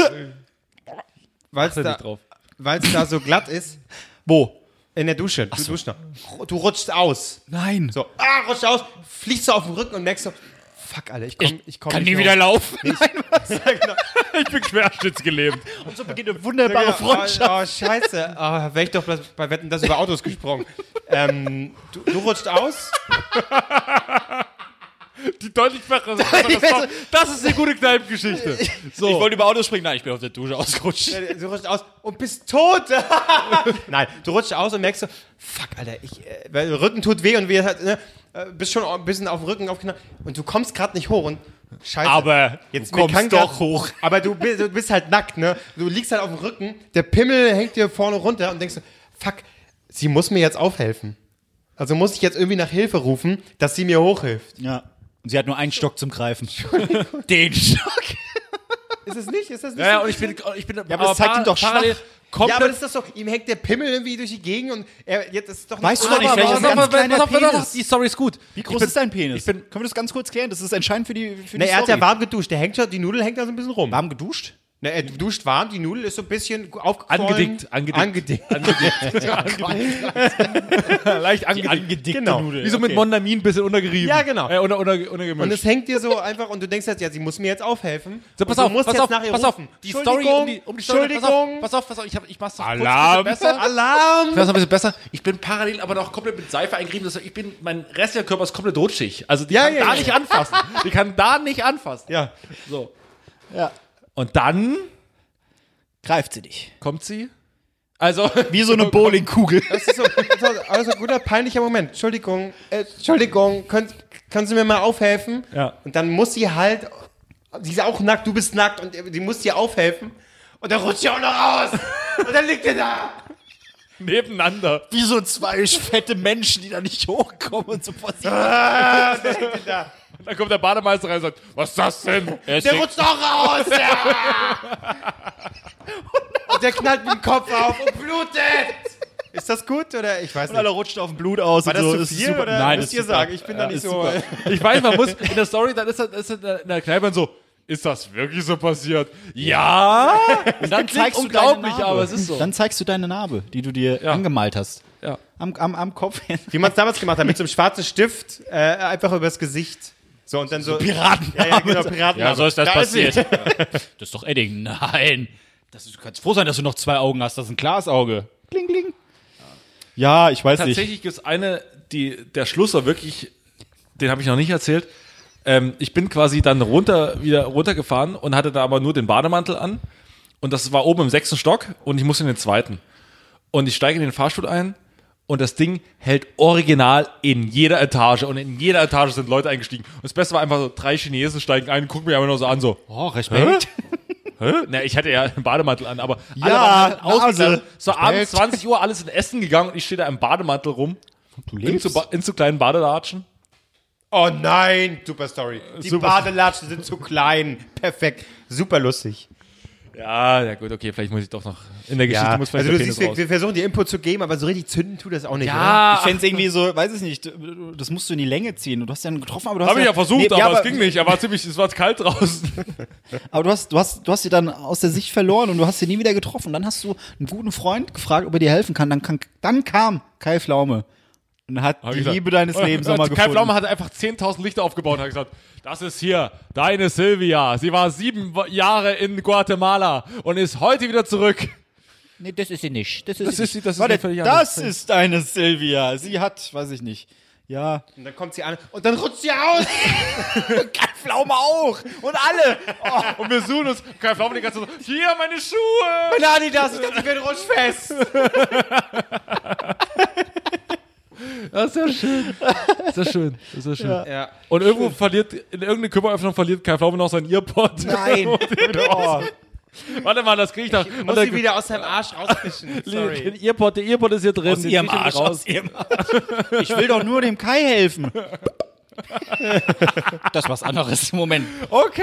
weil es
da
da,
nicht drauf.
weil es da so glatt ist,
Wo?
in der Dusche, du duschst noch, du rutschst aus.
Nein.
So, ah, rutscht aus, fliegst du auf den Rücken und merkst so, fuck, Alter, ich komm, ich komm
Kann
nicht
nie
mehr
wieder
hoch.
laufen.
genau. Ich bin querschnittsgelähmt. genau.
So beginnt eine wunderbare Freundschaft.
Oh, oh scheiße. Oh, Wäre ich doch bloß bei Wetten, das über Autos gesprungen. ähm, du, du rutscht aus.
Die deutlich bessere Sache. Das, war- das ist eine gute Kneipengeschichte. So.
Ich wollte über Autos springen, nein, ich bin auf der Dusche ausgerutscht.
Äh, Du rutscht aus und bist tot. Nein, du rutscht aus und merkst so, fuck, Alter, ich, äh, weil der Rücken tut weh und wir halt, ne, äh, bist schon ein bisschen auf dem Rücken aufgeknallt und du kommst gerade nicht hoch und scheiße.
Aber
Jetzt
du
mir kann
kommst
grad-
doch hoch.
Aber du bist, du bist halt nackt, ne? Du liegst halt auf dem Rücken, der Pimmel hängt dir vorne runter und denkst so, fuck, sie muss mir jetzt aufhelfen. Also muss ich jetzt irgendwie nach Hilfe rufen, dass sie mir hochhilft.
Ja. Und sie hat nur einen Stock zum Greifen.
Den Schock.
Ist es nicht? Ist das nicht?
Ja, ja,
so?
und ich bin, ich bin ja,
aber das zeigt ihn doch schwach.
komplett,
ja, aber das ist doch so, ihm hängt der Pimmel irgendwie durch die Gegend und er, jetzt ist es doch
Weißt du
Ah,
doch nicht,
aber-
welches
aber-
ganz kleiner Penis.
die Story ist gut.
Wie groß
ich bin,
ist dein Penis?
Ich bin,
Können wir das ganz kurz klären? Das ist entscheidend für die, für
Ne,
die
er hat
Story.
ja warm geduscht. Der hängt schon, die Nudel hängt da so ein bisschen rum.
warm geduscht?
Ne, er duscht warm, die Nudel ist so ein bisschen aufgequollen.
Angedickt, angedickt.
Angedickt.
leicht angedickt.
angedickte
Genau.
Nudel.
Wie so mit Mondamin ein bisschen untergerieben.
Ja, genau.
Äh, unter, unter,
Und
untergemischt.
es hängt dir so einfach und du denkst jetzt, ja, sie muss mir jetzt aufhelfen.
So,
Und
pass
du
auf,
musst
pass
jetzt
auf,
nach ihr
pass auf.
rufen.
Die Story um die, um die Story.
Entschuldigung.
Pass auf, pass auf, pass auf. Ich, hab, ich mach's noch
Alarm.
kurz ein bisschen besser.
Alarm.
Ich mach's noch ein bisschen besser. Ich bin parallel aber noch komplett mit Seife eingerieben. Das heißt, Ich bin, mein restlicher Körper ist komplett rutschig. Also die
Ja,
kann
ja,
da
ja.
nicht anfassen. Die kann da nicht anfassen.
Ja.
So. Ja. Und dann
Greift sie dich.
kommt sie. Also,
Wie so eine Bowlingkugel.
Das ist so, das ist also ein guter, peinlicher Moment. Entschuldigung, äh, Entschuldigung, können, können Sie mir mal aufhelfen?
Ja.
Und dann muss sie halt, sie ist auch nackt, du bist nackt und die muss dir aufhelfen. Und dann rutscht sie auch noch raus. Und dann liegt ihr da.
nebeneinander.
Wie so zwei fette Menschen, die da nicht hochkommen und so vor sich.
Und dann kommt der Bademeister rein und sagt, was ist das denn?
Der rutscht auch raus. Ja. Und der knallt mit dem Kopf auf und blutet. Ist das gut oder ich weiß nicht.
rutscht auf dem Blut aus.
War das
und so.
zu
ist
viel
super.
oder
Nein,
müsst
ist
ihr
super.
sagen? Ich bin da nicht so.
Ich weiß, man muss in der Story, dann ist, das, ist das in der Kneipe so, ist das wirklich so passiert? Ja! Und dann zeigst du unglaublich,
deine Narbe.
aber es ist so.
Dann zeigst du deine Narbe, die du dir angemalt hast.
Ja.
Am, am, am Kopf.
Wie man es damals gemacht hat, mit so einem schwarzen Stift äh, einfach übers Gesicht. So und dann so.
Piraten.
Ja, ja, genau, Piraten.
Ja, so ist das
Da sie.
passiert. das ist doch Edding. Nein. Das ist, du kannst froh sein, dass du noch zwei Augen hast. Das ist ein Glasauge.
Kling, kling. Ja, ich weiß nicht.
Tatsächlich gibt es eine, die, der Schluss war wirklich, den habe ich noch nicht erzählt. Ähm, ich bin quasi dann runter, wieder runtergefahren und hatte da aber nur den Bademantel an. Und das war oben im sechsten Stock und ich musste in den zweiten. Und ich steige in den Fahrstuhl ein und das Ding hält original in jeder Etage. Und in jeder Etage sind Leute eingestiegen. Und das Beste war einfach so, drei Chinesen steigen ein, gucken mich aber nur so an, so,
Oh, Respekt.
Hä? Na, ich hatte ja einen Bademantel an, aber ja,
Ja,
ausgekleidet.
Nase.
So abends
Respekt.
20 Uhr alles in Essen gegangen und ich stehe da im Bademantel rum.
Du
In zu, ba- in zu kleinen Badelatschen.
Oh nein, super Story. Die
Super.
Badelatschen sind zu klein. Perfekt. Super lustig.
Ja, ja gut, okay, vielleicht muss ich doch noch in der Geschichte
Ja,
muss
also
vielleicht
du
der
siehst, wir,
Penis
wir versuchen dir Input zu geben, aber so richtig zünden tut das auch nicht, oder?
Ja,
Ich fände es irgendwie so, weiß ich nicht, du- das musst du in die Länge ziehen. Du hast ja einen getroffen, aber du hast.
habe ich ja versucht,
Nee,
aber, es ging nicht. Er war ziemlich, es war kalt draußen.
Aber du hast, du, hast, du hast sie dann aus der Sicht verloren und du hast sie nie wieder getroffen. Dann hast du einen guten Freund gefragt, ob er dir helfen kann. Dann, kann, dann kam Kai Flaume und hat
Hab
die
ich gesagt,
Liebe deines
oh,
Lebens
äh,
nochmal
Kai
gefunden.
Pflaume hat einfach 10.000 Lichter aufgebaut und hat gesagt, das ist hier deine Silvia. Sie war sieben Wo- Jahre in Guatemala und ist heute wieder zurück.
Nee, das ist sie nicht. Das ist,
Das
sie nicht.
ist sie- das ist
Warte,
eine völlig andere
das ist eine Silvia. Sie hat, weiß ich nicht. Ja.
Und dann kommt sie an und dann rutscht sie aus.
Kai Flaume auch. Und alle.
Und wir suchen uns. Kai Pflaume die ganze Zeit so, hier meine Schuhe.
Meine Adidas, ich dachte, ich werde rutschfest.
Das ist ja schön. Das ist ja schön. Das ist ja schön.
Ja.
Und irgendwo verliert, in irgendeine Kümmeröffnung verliert Kai Pflaume noch sein Earpod.
Nein. oh.
Warte mal, das kriege ich doch.
Muss sie wieder aus seinem Arsch rausfischen.
Den
Sorry.
Earpod, der Earpod ist hier drin.
Aus ihrem Arsch. Aus ihrem Arsch. Ich will doch nur dem Kai helfen.
Das ist was anderes. Moment.
Okay.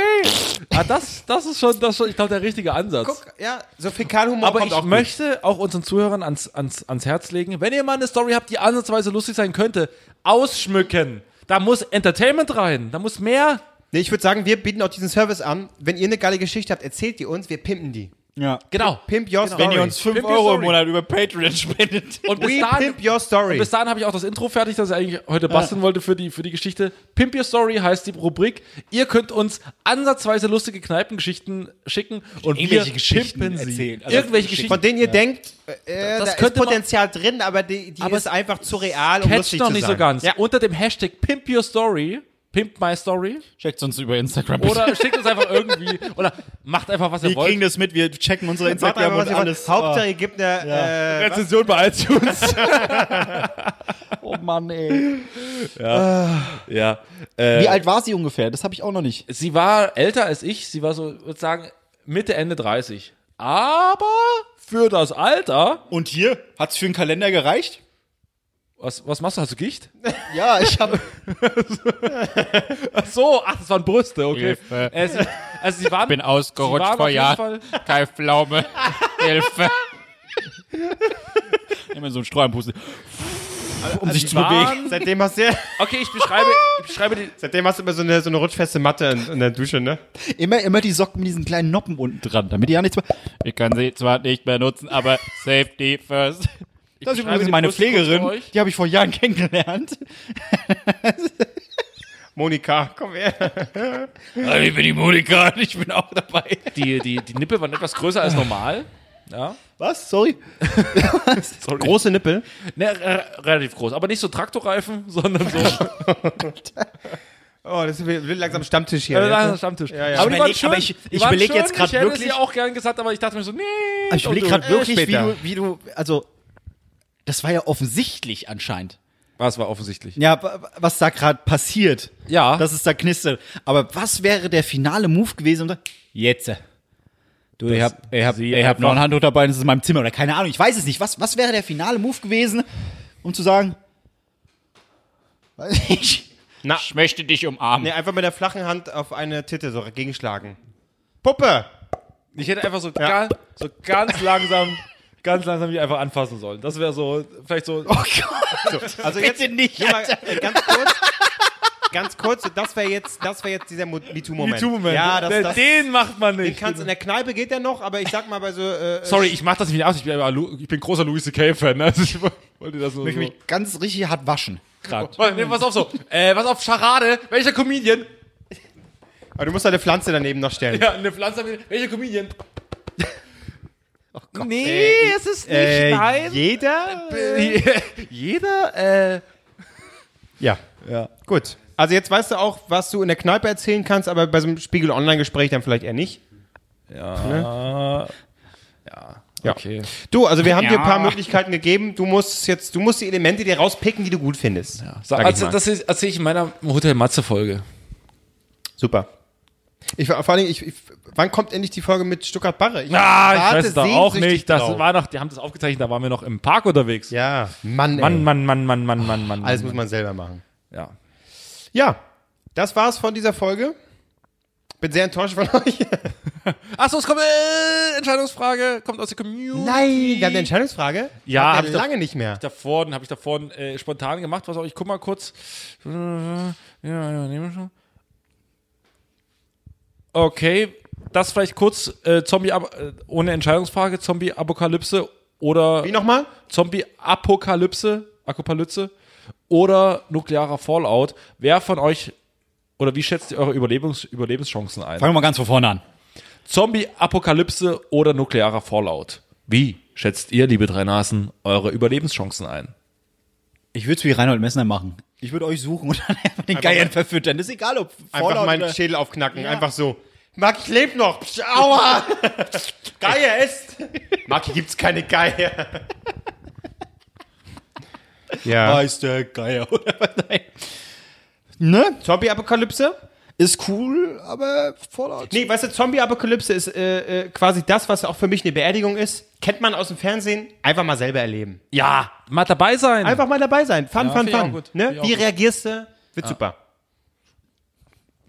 Ah, das, das ist schon, das ist schon ich glaube, der richtige Ansatz.
Guck, ja, so Fäkalhumor
Aber
kommt
ich
auch
möchte auch unseren Zuhörern ans, ans, ans Herz legen, wenn ihr mal eine Story habt, die ansatzweise lustig sein könnte, ausschmücken. Da muss Entertainment rein. Da muss mehr.
Nee, ich würde sagen, wir bieten auch diesen Service an. Wenn ihr eine geile Geschichte habt, erzählt die uns, wir pimpen die.
Ja.
Genau.
Pimp your story.
Wenn ihr uns 5
Pimp your
Euro im
story.
Monat über Patreon spendet.
Und bis
We
dahin,
pimp your story.
bis dahin habe ich auch das Intro fertig, das ich eigentlich heute
Ah.
basteln wollte für die, für die Geschichte. Pimp Your Story heißt die Rubrik. Ihr könnt uns ansatzweise lustige Kneipengeschichten schicken und wir
Irgendwelche Geschichten
pimpen sie.
erzählen. Also
irgendwelche
Geschichten.
Geschichten.
Von denen ihr denkt, äh, das
Das
da ist
könnte man-
Potenzial drin, aber die, die
Aber
ist
es
einfach zu real, um
catcht
lustig zu
noch
sein.
nicht so ganz.
Ja.
Unter dem Hashtag Pimp Your Story, Pimp My Story,
Checkt uns über Instagram.
oder schickt uns einfach irgendwie, oder macht einfach, was ihr
Wir
wollt.
kriegen das mit, wir checken unsere
Sagt
Instagram
einfach, was
und
ihr
alles.
wollt. Hauptsache, ihr gebt eine... Äh,
Rezension bei iTunes.
Oh Mann, ey. Ah.
ja.
Wie alt war sie ungefähr? Das habe ich auch noch nicht.
Sie war älter als ich, sie war so, würde sagen, Mitte, Ende 30. Aber für das Alter,
Und hier? Hat's für einen Kalender gereicht?
was, was machst du, hast du Gicht?
Ja, ich habe.
Ach so, ach, das waren Brüste, okay.
Hilfe.
Äh, sie, also sie waren,
Ich bin
sie
ausgerutscht
waren
vor
auf jeden
Jahren.
Fall,
Kai Pflaume. Hilfe.
Immer so einen Streuenpusten. Um sich zu bewegen.
Also waren,
seitdem, hast du,
okay, ich beschreibe, ich beschreibe die,
seitdem hast du immer so eine, so eine rutschfeste Matte in, in der Dusche, ne?
Immer, immer die Socken mit diesen kleinen Noppen unten dran, damit die ja nichts mehr.
Ich kann sie zwar nicht mehr nutzen, aber safety first.
ich
Das ist
beschreibe
übrigens
die
meine
Brüste kurz für
Pflegerin.
euch.
Die habe ich vor Jahren kennengelernt.
Monika, komm her.
Ich bin die Monika und ich bin auch dabei.
Die, die, die Nippel waren etwas größer als normal. Ja.
Was? Sorry.
Große Nippel.
Ne, re relativ groß, aber nicht so Traktorreifen, sondern so
Oh, das wird wird langsam Stammtisch hier.
Ja,
Ja,
ja. Stammtisch.
ja.
Aber, die waren
Ich überleg-
schön.
aber ich-
Die
ich
waren
überleg
schön.
jetzt grad
Ich hätte
wirklich-
sie auch gern gesagt, aber ich dachte mir so, nee.
Ich überlege gerade
Äh,
wirklich, wie
später.
du, wie du. Also, das war ja offensichtlich anscheinend.
Was war offensichtlich?
Ja, wa- was da gerade passiert.
Ja.
Dass es da knistert. Aber was wäre der finale Move gewesen? um zu- Jetzt. Du, ich hab, ich hab, ich hab noch ein Handtuch dabei und es ist in meinem Zimmer oder keine Ahnung. Ich weiß es nicht. Was, was wäre der finale Move gewesen, um zu sagen, weiß ich,
Ich möchte dich umarmen.
Nee, einfach mit der flachen Hand auf eine Titte so gegenschlagen. Puppe!
Ich hätte einfach so, ganz, so ganz langsam, ganz langsam die einfach anfassen sollen. Das wäre so, vielleicht so.
Also
bitte nicht.
Ja, mal, äh, ganz kurz. Ganz kurz, so das wäre jetzt, das wär jetzt dieser Mo- MeToo-Moment.
MeToo-Moment.
Ja, das,
Den-
das
Ne, den macht man
den
nicht.
kannst, in der Kneipe geht der noch, aber ich sag mal bei so. Äh,
Sorry, ich mach das nicht aus. Ich bin, aber Lu- ich bin großer Louis C.K.-Fan. Ne? Also ich wollte das nur.
Ich
so.
mich ganz richtig hart waschen. Grad.
Warte, Oh, nee, pass auf so. Äh, pass auf, Charade. Welcher Comedian?
Aber du musst eine Pflanze daneben noch stellen.
Ja, eine Pflanze. Welcher Comedian? nee, es ist nicht.
Äh,
nein.
Jeder?
Jeder, äh,
Ja. ja. Gut. Also jetzt weißt du auch, was du in der Kneipe erzählen kannst, aber bei so einem Spiegel-Online-Gespräch dann vielleicht eher nicht. Ja.
Okay.
Du, also wir haben dir ein paar
Ja.
Möglichkeiten gegeben. Du musst jetzt, du musst die Elemente dir rauspicken, die du gut findest. Ja.
So,
ich
also,
mal.
das erzähle ich in meiner Hotel Matze-Folge.
Super. Ich, vor allen Dingen, ich, ich, wann kommt endlich die Folge mit Stuttgart Barre? Ich
Ah, ich
warte
weiß da auch
sehnsüchtig
nicht. Das
drauf.
war noch, die haben das aufgezeichnet, da waren wir noch im Park unterwegs.
Ja, Mann, ey.
Mann, Mann, Mann, Mann, Mann, Mann, Mann.
Alles muss man selber machen.
ja.
Ja, das war's von dieser Folge. Bin sehr enttäuscht von euch.
Achso, es kommt äh, Entscheidungsfrage, kommt aus der Community.
Nein, wir haben eine Entscheidungsfrage.
Ja,
Hatten
hab
wir
ich doch-
lange nicht mehr.
Hab ich davon, habe ich davon äh, spontan gemacht. Was auch, ich guck mal kurz. Äh, Ja, ja, nehmen wir schon. Okay, das vielleicht kurz äh, Zombie ab äh, ohne Entscheidungsfrage Zombie Apokalypse oder
Wie nochmal?
Zombie Apokalypse, Apokalypse oder nuklearer Fallout. Wer von euch oder wie schätzt ihr eure Überlebens Überlebenschancen ein?
Fangen wir mal ganz von vorne an.
Zombie Apokalypse oder nuklearer Fallout. Wie schätzt ihr, liebe drei Nasen, eure Überlebenschancen ein?
Ich würde es wie Reinhold Messner machen. Ich würde euch suchen und dann einfach den Geiern verfüttern. Das ist egal, ob
Einfach
Fallout
meinen
oder-
Schädel aufknacken. Einfach so. Marc, ich lebe noch. Psch, Aua. Geier ist. Marc, hier gibt's keine Geier. ja.
Weiß der Geier oder was? Nein. Ne?
Zombie-Apokalypse?
Ist cool, aber Fallout.
Nee, weißt du, Zombie-Apokalypse ist äh, äh, quasi das, was auch für mich eine Beerdigung ist. Kennt man aus dem Fernsehen. Einfach mal selber erleben.
Ja, mal dabei sein.
Einfach mal dabei sein. Fun, fun,
find ich auch
fun.
gut. Find
Ne?
ich auch
Wie
gut.
reagierst du? Wird super.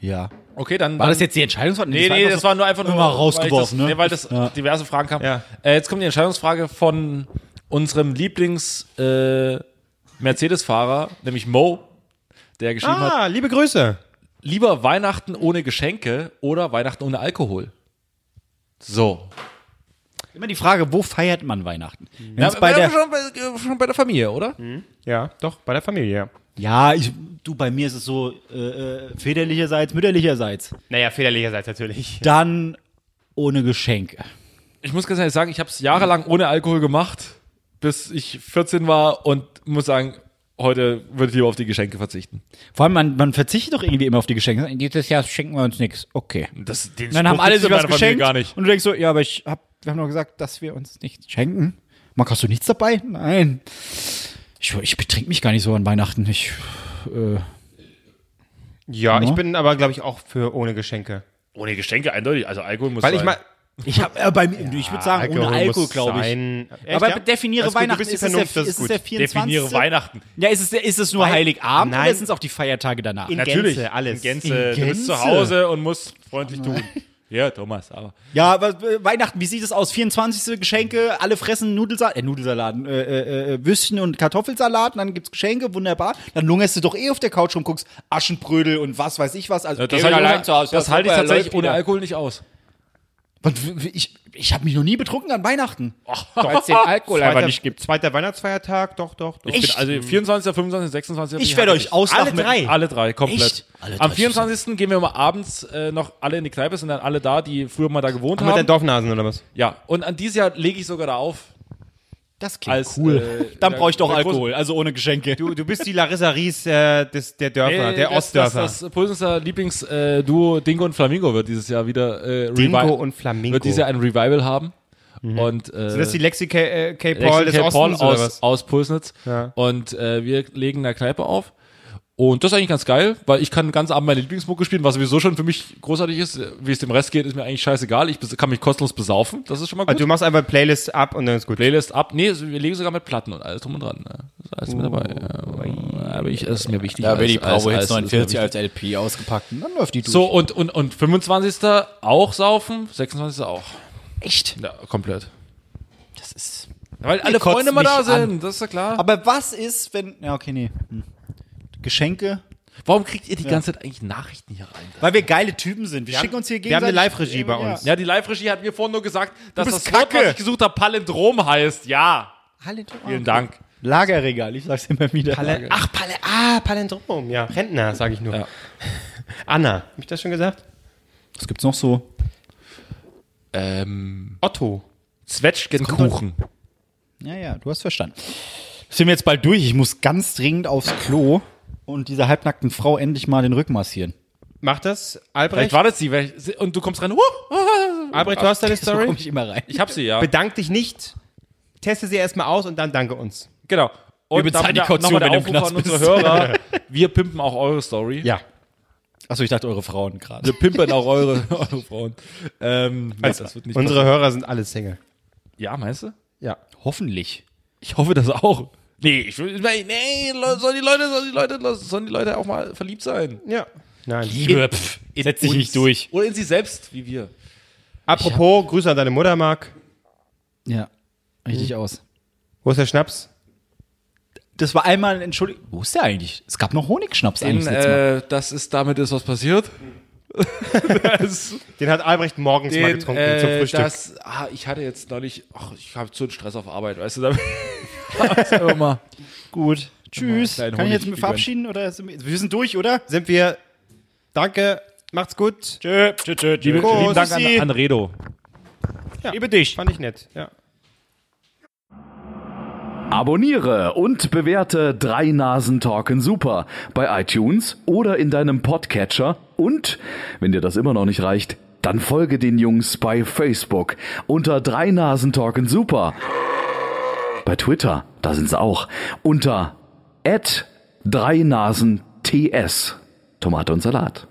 Ja.
Okay, dann.
War das jetzt die Entscheidungsfrage?
Nee, nee, das war nur einfach nur
Immer rausgeworfen,
weil
ne?
ich das, Nee, weil das diverse Fragen kamen.
Ja.
Äh, jetzt kommt die Entscheidungsfrage von unserem Lieblings äh, Mercedes-Fahrer, nämlich Mo, der geschrieben hat:
Ah, liebe Grüße.
Lieber Weihnachten ohne Geschenke oder Weihnachten ohne Alkohol. So.
Immer die Frage, wo feiert man Weihnachten?
Mhm. Ja,
Wenn's bei
wir
der,
schon, bei, schon bei der Familie, oder?
Ja, doch, bei der Familie, ja.
ja, ich, du, bei mir ist es so äh, äh, väterlicherseits, mütterlicherseits.
Naja, väterlicherseits natürlich.
Dann ohne Geschenke.
Ich muss ganz ehrlich sagen, ich habe es jahrelang ohne Alkohol gemacht, bis ich 14 war und muss sagen, heute würde ich lieber auf die Geschenke verzichten.
Vor allem, man, man verzichtet doch irgendwie immer auf die Geschenke. Dieses Jahr schenken wir uns nichts. Okay.
Das, den
Und dann haben alle sich was geschenkt.
Gar nicht.
Und du denkst so, ja, aber ich hab, wir haben doch gesagt, dass wir uns nichts schenken. Marc, hast du nichts dabei? Nein. Ich, ich betrink mich gar nicht so an Weihnachten. Ich, äh,
Ja, ich
Ja.
bin aber, glaube ich, auch für ohne Geschenke.
Ohne Geschenke eindeutig, also Alkohol muss
Weil ich mal. Ah,
ich hab, äh, bei mir, ich würde sagen, ohne Alkohol, glaube ich. aber definiere Weihnachten.
Ist
Ist
die
es, der,
Vernunft, das
ist
ist
es
gut.
der 24.
Definiere Weihnachten.
Ja, ist es, ist es nur Heiligabend
nein.
oder sind es auch die Feiertage danach?
In
Natürlich.
Gänze, alles.
In Gänze.
In
Du bist
Gänze? Oh
zu Hause und musst freundlich tun. Ja, Thomas, aber.
Ja, aber äh, Weihnachten, wie sieht es aus? 24. Geschenke, alle fressen Nudelsalat, äh, Nudelsaladen, äh, äh, äh, Würstchen und Kartoffelsalat, und dann gibt's Geschenke, wunderbar. Dann lungerst du doch eh auf der Couch rum, guckst Aschenbrödel und was weiß ich was. Also,
Das
Kevin
halte ich,
allein zu Hause,
das
ja,
halte ich
super,
tatsächlich
läuft
ohne
wieder.
Alkohol nicht aus.
Und w- w- Ich, ich habe mich noch nie betrunken an Weihnachten.
Weil es den Alkohol einfach
Zweiter,
nicht gibt.
zweiter Weihnachtsfeiertag, doch, doch. doch.
Ich bin also 24., 25., 26.
ich werde euch auslachen.
Alle
mit-
drei?
Alle drei, komplett.
Echt? Alle drei
Am 24. gehen wir mal abends äh, noch alle in die Kneipe, sind dann alle da, die früher mal da gewohnt
mit den
haben.
Dorfnasen oder was?
Ja, und an dieses Jahr lege ich sogar da auf.
Das klingt
Als,
cool.
äh,
dann
der-
brauche ich doch
der große-
Alkohol, also ohne Geschenke.
Du, du bist die Larissa Ries äh, des, der Dörfer,
Äh,
der
das,
Ostdörfer.
Das, das Pulsenster Lieblingsduo Dingo und Flamingo wird dieses Jahr wieder äh, revi-
und Flamingo.
Wird dieses Jahr ein Revival haben.
Mhm.
Und, äh,
das ist die Lexi K. Äh, K.
Lexi
Paul des
K. Paul
Ostens oder was?
aus, aus Pulsnitz.
Ja.
Und äh, wir legen in der Kneipe auf. Und das ist eigentlich ganz geil, weil ich kann den ganzen Abend meine Lieblingsmucke spielen, was sowieso schon für mich großartig ist. Wie es dem Rest geht, ist mir eigentlich scheißegal. Ich bes- kann mich kostenlos besaufen. Das ist schon mal gut.
Also du machst einfach Playlist ab und dann ist gut.
Playlist ab. Nee, so- wir legen sogar mit Platten und alles drum und dran. ne? Das ist alles mit dabei. Ja, Aber ich, das ist mir wichtig.
Da wird die
Alles- alles-
Bravo
alles
Hits
ist mir
49
wichtig.
als LP ausgepackt. Und dann läuft die durch.
So, und, und, und 25. auch saufen, 26. auch. Echt? Ja, komplett.
Das ist.
Weil alle
kotzt
Freunde mal
mich
da sind,
an.
das ist ja klar.
Aber was ist, wenn. Ja, okay, nee. Hm. Geschenke.
Warum kriegt ihr die ganze Zeit eigentlich Nachrichten hier rein?
Weil wir geile Typen sind. Wir,
haben-
schicken uns hier
wir haben
gegenseitig.
eine Live-Regie bei
Ja.
uns.
Ja, die Live-Regie hat mir vorhin nur gesagt, dass das
bist
Wort,
Kacke.
was ich gesucht habe, Palindrom heißt. Ja,
Halle,
vielen Dank.
Lagerregal, ich sag's immer wieder.
Pale- Ach, Pale, ah, Palindrom, ja. Rentner, sage ich nur.
Ja.
Anna, hab ich das schon gesagt?
Was gibt's noch so?
Ähm,
Otto.
Zwetschgenkuchen.
Ja, ja, du hast verstanden. Sind wir jetzt bald durch? Ich muss ganz dringend aufs Klo und dieser halbnackten Frau endlich mal den Rücken massieren.
Macht das,
Vielleicht
Albrecht?
war das sie. vielleicht- Und du kommst rein. Huh!
Albrecht, du hast deine
So
Story?
komm ich immer rein.
Ich hab sie, ja.
Bedank dich nicht, teste sie erstmal aus und dann danke uns.
Genau. Und
Wir bezahlen
damit
die
da-
Kaution,
nochmal der
wenn du im
Aufruf
Knast
an unsere
bist.
Hörer. Wir pimpen auch eure Story.
Ja.
Achso, ich dachte, eure Frauen
Wir
gerade.
pimpern auch eure, eure Frauen. Ähm, nee,
Also,
das wird nicht
Unsere Hörer sind alle Single.
passieren. Ja, meinst du?
Ja.
Hoffentlich.
Ich hoffe das auch. Nee, ich will, nee, nee, Leute, sollen die Leute, sollen die Leute, sollen die Leute auch mal verliebt sein?
Ja. Nein.
Liebe, pff, setz dich nicht durch.
Oder in sie selbst, wie wir.
Apropos, Grüße an deine Mutter, Marc.
Ja, richtig aus.
Wo ist der Schnaps?
Das war einmal, Entschuldigung, wo ist der eigentlich? Es gab noch Honigschnaps eigentlich
In,
das letzte Mal.
äh, das ist, damit ist was passiert. das,
Den hat Albrecht morgens mal
den,
getrunken zum
äh,
Frühstück.
das, ah, ich hatte jetzt neulich, ach, ich habe zu einen Stress auf Arbeit, weißt du, da hab's immer mal.
Gut. Tschüss.
Kleinen
Kann ich jetzt
Honig
mit verabschieden oder sind wir wir sind durch, oder?
Sind wir. Danke, macht's gut.
Tschö, tschö, tschö, tschö.
Liebe- lieben Dank
Dank
an-
an, an Redo.
Liebe dich.
Fand ich nett, ja.
Abonniere und bewerte drei Nasen Talken super bei iTunes oder in deinem Podcatcher und wenn dir das immer noch nicht reicht, dann folge den Jungs bei Facebook unter drei Nasen Talken super. Bei Twitter, da sind sie auch, unter @dreinasen_ts Tomate und Salat.